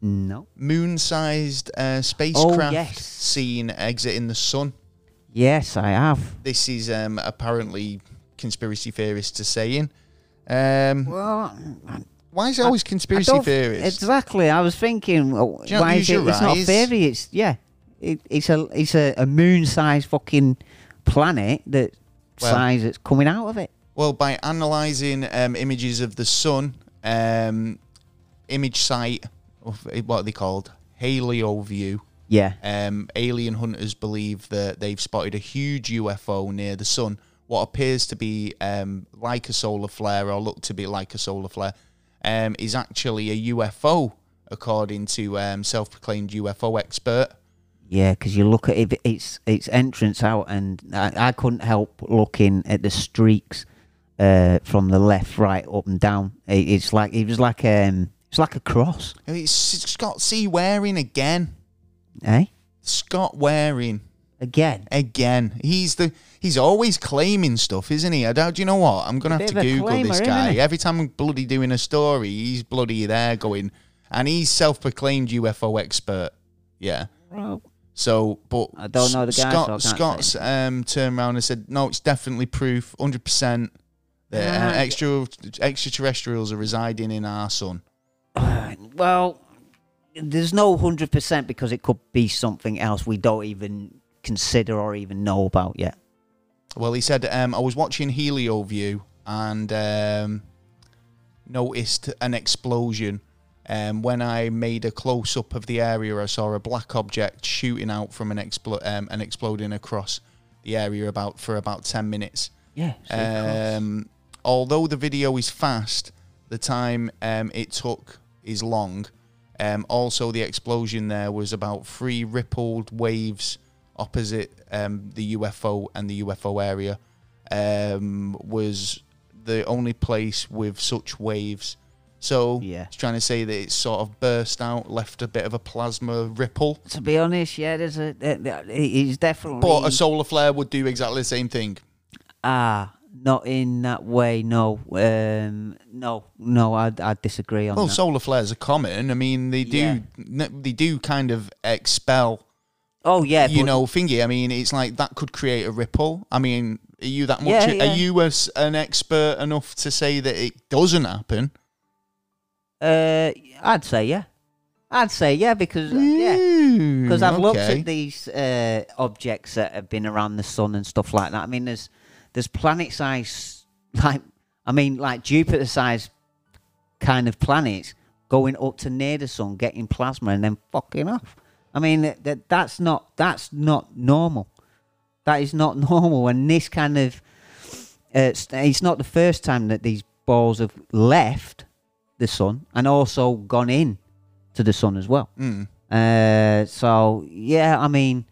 No. moon-sized uh, spacecraft Oh, yes. seen exiting the sun. Yes, I have. This is um, apparently conspiracy theorists are saying. Um, Well, I- Why is it always I conspiracy don't- theories? Exactly. I was thinking, oh, Do you not why use is it? your It's not a eyes? theory. It's yeah. It, it's a it's a, a moon-sized fucking planet that Well- size that's coming out of it. Well, by analysing um, images of the sun, um, image site, of- what are they called? Haleo view. Yeah. Um, alien hunters believe that they've spotted a huge UFO near the sun, what appears to be um, like a solar flare or looked to be like a solar flare, um, is actually a UFO, according to um, self-proclaimed UFO expert. Yeah, because you look at it, its its entrance out, and I, I couldn't help looking at the streaks uh, from the left, right, up, and down. It, it's like it was like um, it's like a cross, I mean, It's Scott C. Waring again. eh? Scott Waring. Again, again. He's the he's always claiming stuff, isn't he? I don't. Do you know what? I'm gonna A have bit to of a Google claimer, this isn't guy. he? Every time I'm bloody doing a story, he's bloody there going, and he's self-proclaimed UFO expert. Yeah. Well, So, but I don't know the guy, so I Scott, can't Scott's um, turned around and said, "No, it's definitely proof, hundred percent that uh, Ah, extra extraterrestrials are residing in our sun." (sighs) well, there's no hundred percent because it could be something else we don't even consider or even know about yet. Well, he said, um, I was watching Helio View and um, noticed an explosion. Um, when I made a close up of the area, I saw a black object shooting out from an expl- um, and exploding across the area about for about 10 minutes. Yeah. so of course. Um, although the video is fast, the time um, it took is long. Um, also, the explosion there was about three rippled waves opposite um, the UFO and the UFO area. Um, was the only place with such waves. So, Yeah. it's trying to say that it sort of burst out, left a bit of a plasma ripple. to be honest, yeah, there's a there- there- it's definitely But a solar flare would do exactly the same thing. Ah, not in that way. No, um, no, no. I I disagree on Well, that. solar flares are common. I mean, they do Yeah. n- they do kind of expel, oh yeah, you but- know, thingy. I mean, it's like that could create a ripple. I mean, are you that much? Yeah, yeah. Are you a s an expert enough to say that it doesn't happen? Uh, I'd say yeah. I'd say yeah because Mm. yeah. Because Hmm, I've looked at these uh, objects that have been around the sun and stuff like that. I mean, there's there's planet size (laughs) like I mean like Jupiter size kind of planets going up to near the sun, getting plasma, and then fucking off. I mean that, that that's not that's not normal. That is not (laughs) normal. And this kind of uh, it's, it's not the first time that these balls have left the sun and also gone in to the sun as well. Mm. Uh, so yeah, I mean,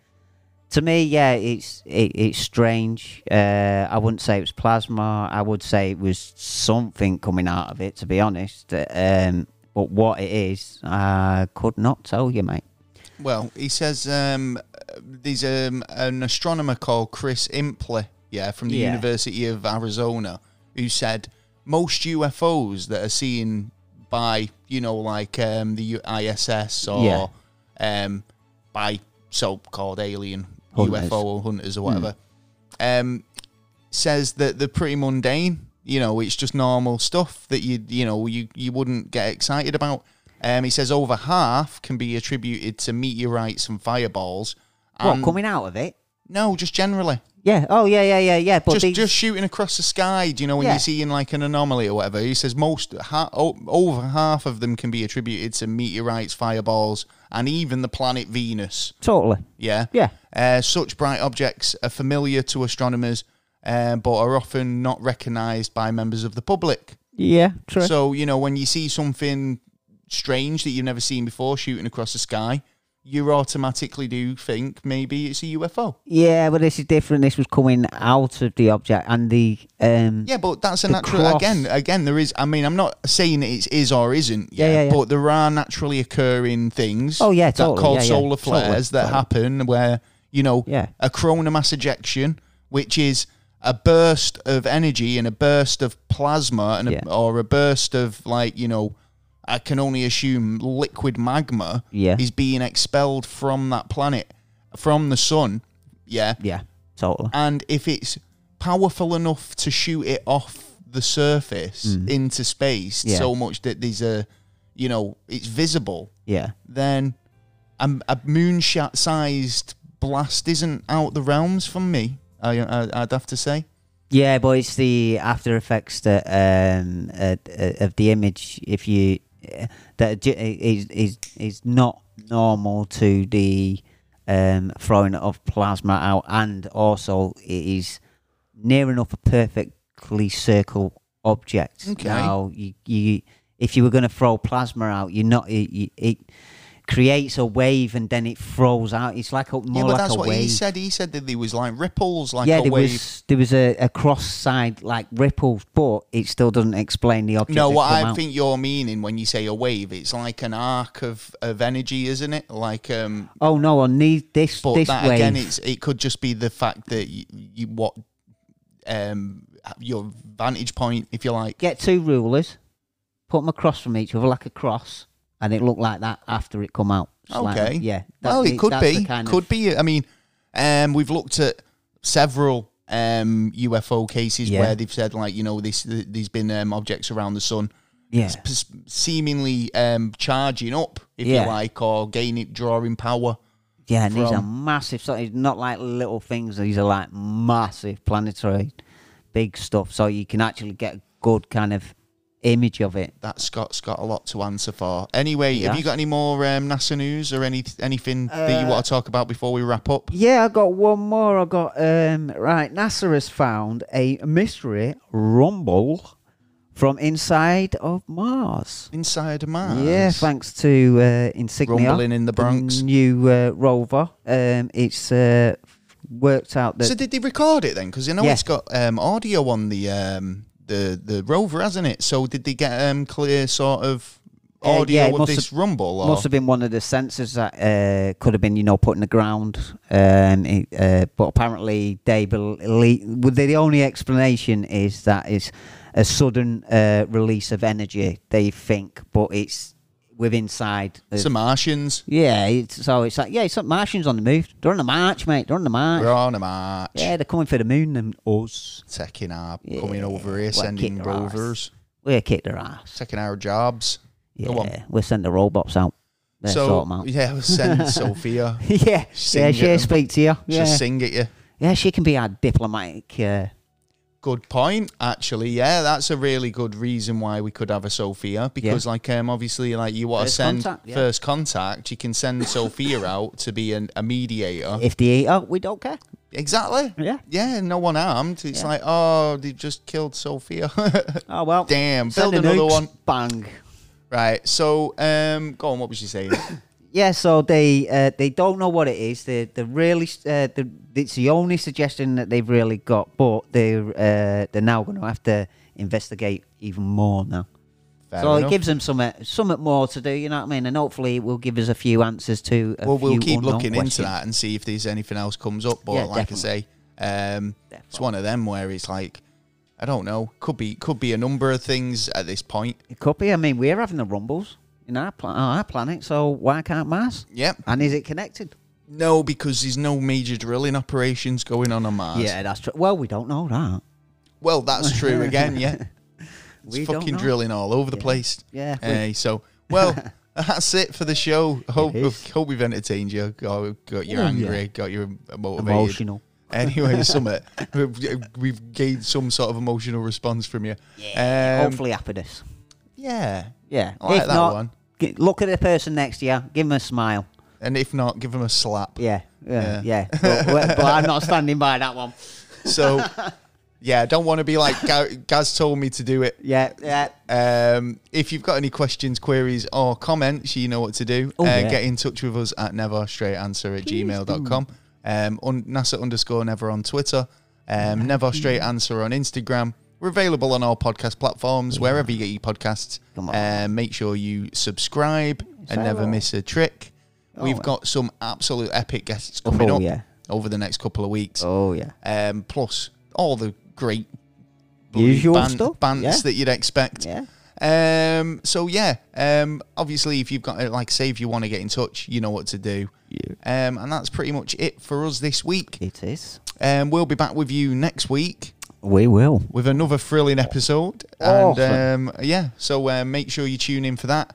to me, yeah, it's it, it's strange. Uh, I wouldn't say it was plasma. I would say it was something coming out of it. To be honest, Uh, um, but what it is, I could not tell you, mate. Well, he says um, there's um, an astronomer called Chris Impley, yeah, from the Yeah. University of Arizona, who said most UFOs that are seen by, you know, like um, the U- ISS or Yeah. um, by so-called alien Hunters. Hmm. UFO hunters or whatever, um, says that they're pretty mundane. You know, it's just normal stuff that you you know you you wouldn't get excited about. Um, he says over half can be attributed to meteorites and fireballs. What and- coming out of it? No, just generally, Yeah. Oh yeah, yeah, yeah, yeah. But just these- just shooting across the sky. Do you know when Yeah. you're seeing like an anomaly or whatever? He says most ha- o- over half of them can be attributed to meteorites, fireballs, and even the planet Venus. totally. Yeah. Yeah. Uh, such bright objects are familiar to astronomers, uh, but are often not recognised by members of the public. Yeah. True. So, you know, when you see something strange that you've never seen before shooting across the sky, you automatically do think maybe it's a UFO. yeah, but this is different. This was coming out of the object and the um. Yeah, but that's a The natural. cross. Again, again, there is. I mean, I'm not saying it is or isn't. Yeah, Yeah, yeah, yeah. but there are naturally occurring things. Oh, yeah, that totally, called yeah, yeah. solar Totally, flares that totally. happen where you know Yeah. a corona mass ejection, which is a burst of energy and a burst of plasma and Yeah. a, or a burst of like you know. I can only assume liquid magma Yeah. is being expelled from that planet, from the sun. Yeah Yeah. Totally. and if it's powerful enough to shoot it off the surface into space Mm. Yeah. so much that there's a, you know, it's visible, Yeah. then a, a moonshot sized blast isn't out the realms from me. I, I, I'd have to say. Yeah, but it's the after effects that um uh, uh, of the image. If you uh, that ju- is is is not normal to the um throwing of plasma out, and also it is near enough a perfectly circle object. Okay. Now you you if you were going to throw plasma out, you're not it. you- it creates a wave and then it throws out it's like a more yeah, but like that's a what wave he said. He said that there was like ripples, like yeah, a there wave. was there was a, a cross side like ripple, but it still doesn't explain the object. No, that's what come I out. think you're meaning when you say a wave, it's like an arc of, of energy, isn't it? Like, um, Oh no, on these this but this that wave. again, it's it could just be the fact that you, you what, um, your vantage point, if you like. Get two rulers, put them across from each other like a cross, and it looked like that after it come out. Slightly. Okay. yeah. that- Well, it could that's the be. kind of- could be. I mean, um, we've looked at several um UFO cases Yeah. where they've said like you know this there's been um, objects around the sun Yeah. s- s- seemingly um charging up if Yeah. you like or gaining drawing power Yeah, and these are from- massive. So it's not like little things. These are like massive planetary, big stuff. So you can actually get a good kind of image of it. that Scott's got a lot to answer for. Anyway, have Yeah. you got any more um, NASA news or any anything that you want to talk about before we wrap up? Yeah, I got one more. I got um right. NASA has found a mystery rumble from inside of Mars. Inside Mars. Yeah, thanks to uh, Insignia, Rumbling in the Bronx. new uh, rover. Um, it's uh, worked out that So did they record it then? Because you know Yeah. it's got um, audio on the um, the the rover, hasn't it? So did they get um, clear sort of Uh, yeah, audio it of must this rumble? Or? Must have been one of the sensors that uh, could have been, you know, put in the ground. Um, it, uh, but apparently, they believe well, the the only explanation is that it's a sudden uh, release of energy. They think, but it's within side. of- Some Martians. yeah, it's, so it's like yeah, it's like Martians on the move. They're on the march, mate. They're on the march. We're on a march, Yeah, they're coming for the moon and us. taking our Yeah, coming over well, here, sending kick their arse. rovers, We're kick their ass. taking our jobs. Go on. Yeah, we're sending the robots out. They're sort 'em so out. yeah, we'll send Sophia. (laughs) yeah, yeah, Sing at she 'em. speak to you. She'll Yeah. sing at you. Yeah, she can be our diplomatic. Uh, Good point, actually. Yeah, that's a really good reason why we could have a Sophia because, like, um, obviously, like you want to First send contact, yeah. first contact, you can (laughs) send Sophia out to be an, a mediator. if they eat up, E. Oh, we don't care. exactly. Yeah. Yeah, no one armed. It's like, oh, they just killed Sophia. (laughs) Oh well. Damn, build Send the another nukes, one. Bang. right. So, um, go on. What was she (coughs) saying? Yeah, so they uh, they don't know what it is. They they really uh, they, it's the only suggestion that they've really got, but they're uh, they're now going to have to investigate even more now. Fair so enough. it gives them some uh, something more to do. You know what I mean? And hopefully, it will give us a few answers to. A well, we'll few keep unknown looking into questions. that and see if there's anything else comes up. But Yeah, like definitely. I say, um, it's Definitely. one of them where it's like, I don't know. Could be could be a number of things at this point. It could be. I mean, we're having the rumbles in our pla- on our planet, so why can't Mars? Yep. And is it connected? No, because there's no major drilling operations going on on Mars. Yeah, that's true. Well, we don't know that. Well, that's (laughs) true again, yeah. It's We don't fucking know. drilling all over the place. Yeah, we- Eh, so, (laughs) well, that's it for the show. Hope, hope we've entertained you, got, got you Oh, yeah. angry, got you motivated. Emotional. (laughs) Anyway, Summit, we've, we've gained some sort of emotional response from you. Yeah, Um, hopefully happiness. Yeah. Yeah, I like if that not, one. g- look at the person next to you, give them a smile. And if not, give them a slap. Yeah, Yeah. yeah, yeah. but, but- but I'm not standing by that one. (laughs) So, yeah, I don't want to be like Ga- Gaz told me to do it. Yeah, (laughs) yeah. Um, if you've got any questions, queries, or comments, you know what to do. Oh, uh, yeah. Get in touch with us at neverstraightanswer at gmail.com. Um, un- NASA underscore never on Twitter. Um, never straight answer on Instagram. We're available on all podcast platforms, wherever you get your podcasts. Come on. Uh, make sure you subscribe and never miss a trick. We've got some absolute epic guests coming Oh, up yeah. over the next couple of weeks. Oh yeah. Um, plus, all the great bloody Usual ban- stuff, bants yeah. that you'd expect. Yeah. Um, so yeah, um, obviously if you've got uh, like say if you want to get in touch, you know what to do. Yeah. Um, and that's pretty much it for us this week. It is. Um, we'll be back with you next week. We will. with another thrilling episode. And um, yeah, so uh, make sure you tune in for that.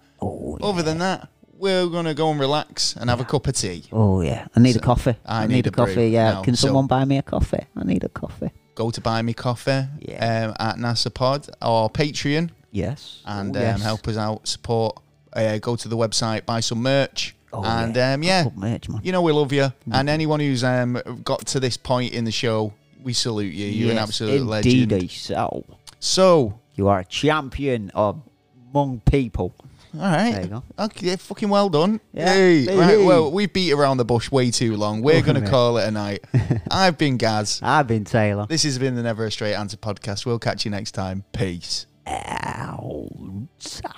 Other than that, we're going to go and relax and have a cup of tea. Oh yeah, I need a coffee. I I, need need, a a brew coffee. Yeah, now, can so- someone buy me a coffee? I need a coffee. Go to buy me coffee Yeah. um, at NASA Pod or Patreon Yes. and Oh, um, yes. help us out, support. Uh, go to the website, buy some merch. Oh, and yeah. Um, yeah, Good merch, man. you know we love you. And anyone who's um, got to this point in the show, we salute you. You're an Yes, absolute indeedy legend. So So, you are a champion of among people. All right. There you go. Okay, yeah, fucking well done. Yeah. Hey, Hey, right, hey. well, we beat around the bush way too long. We're going to call it a (laughs) night. I've been Gaz. I've been Taylor. This has been the Never a Straight Answer podcast. We'll catch you next time. Peace. Out.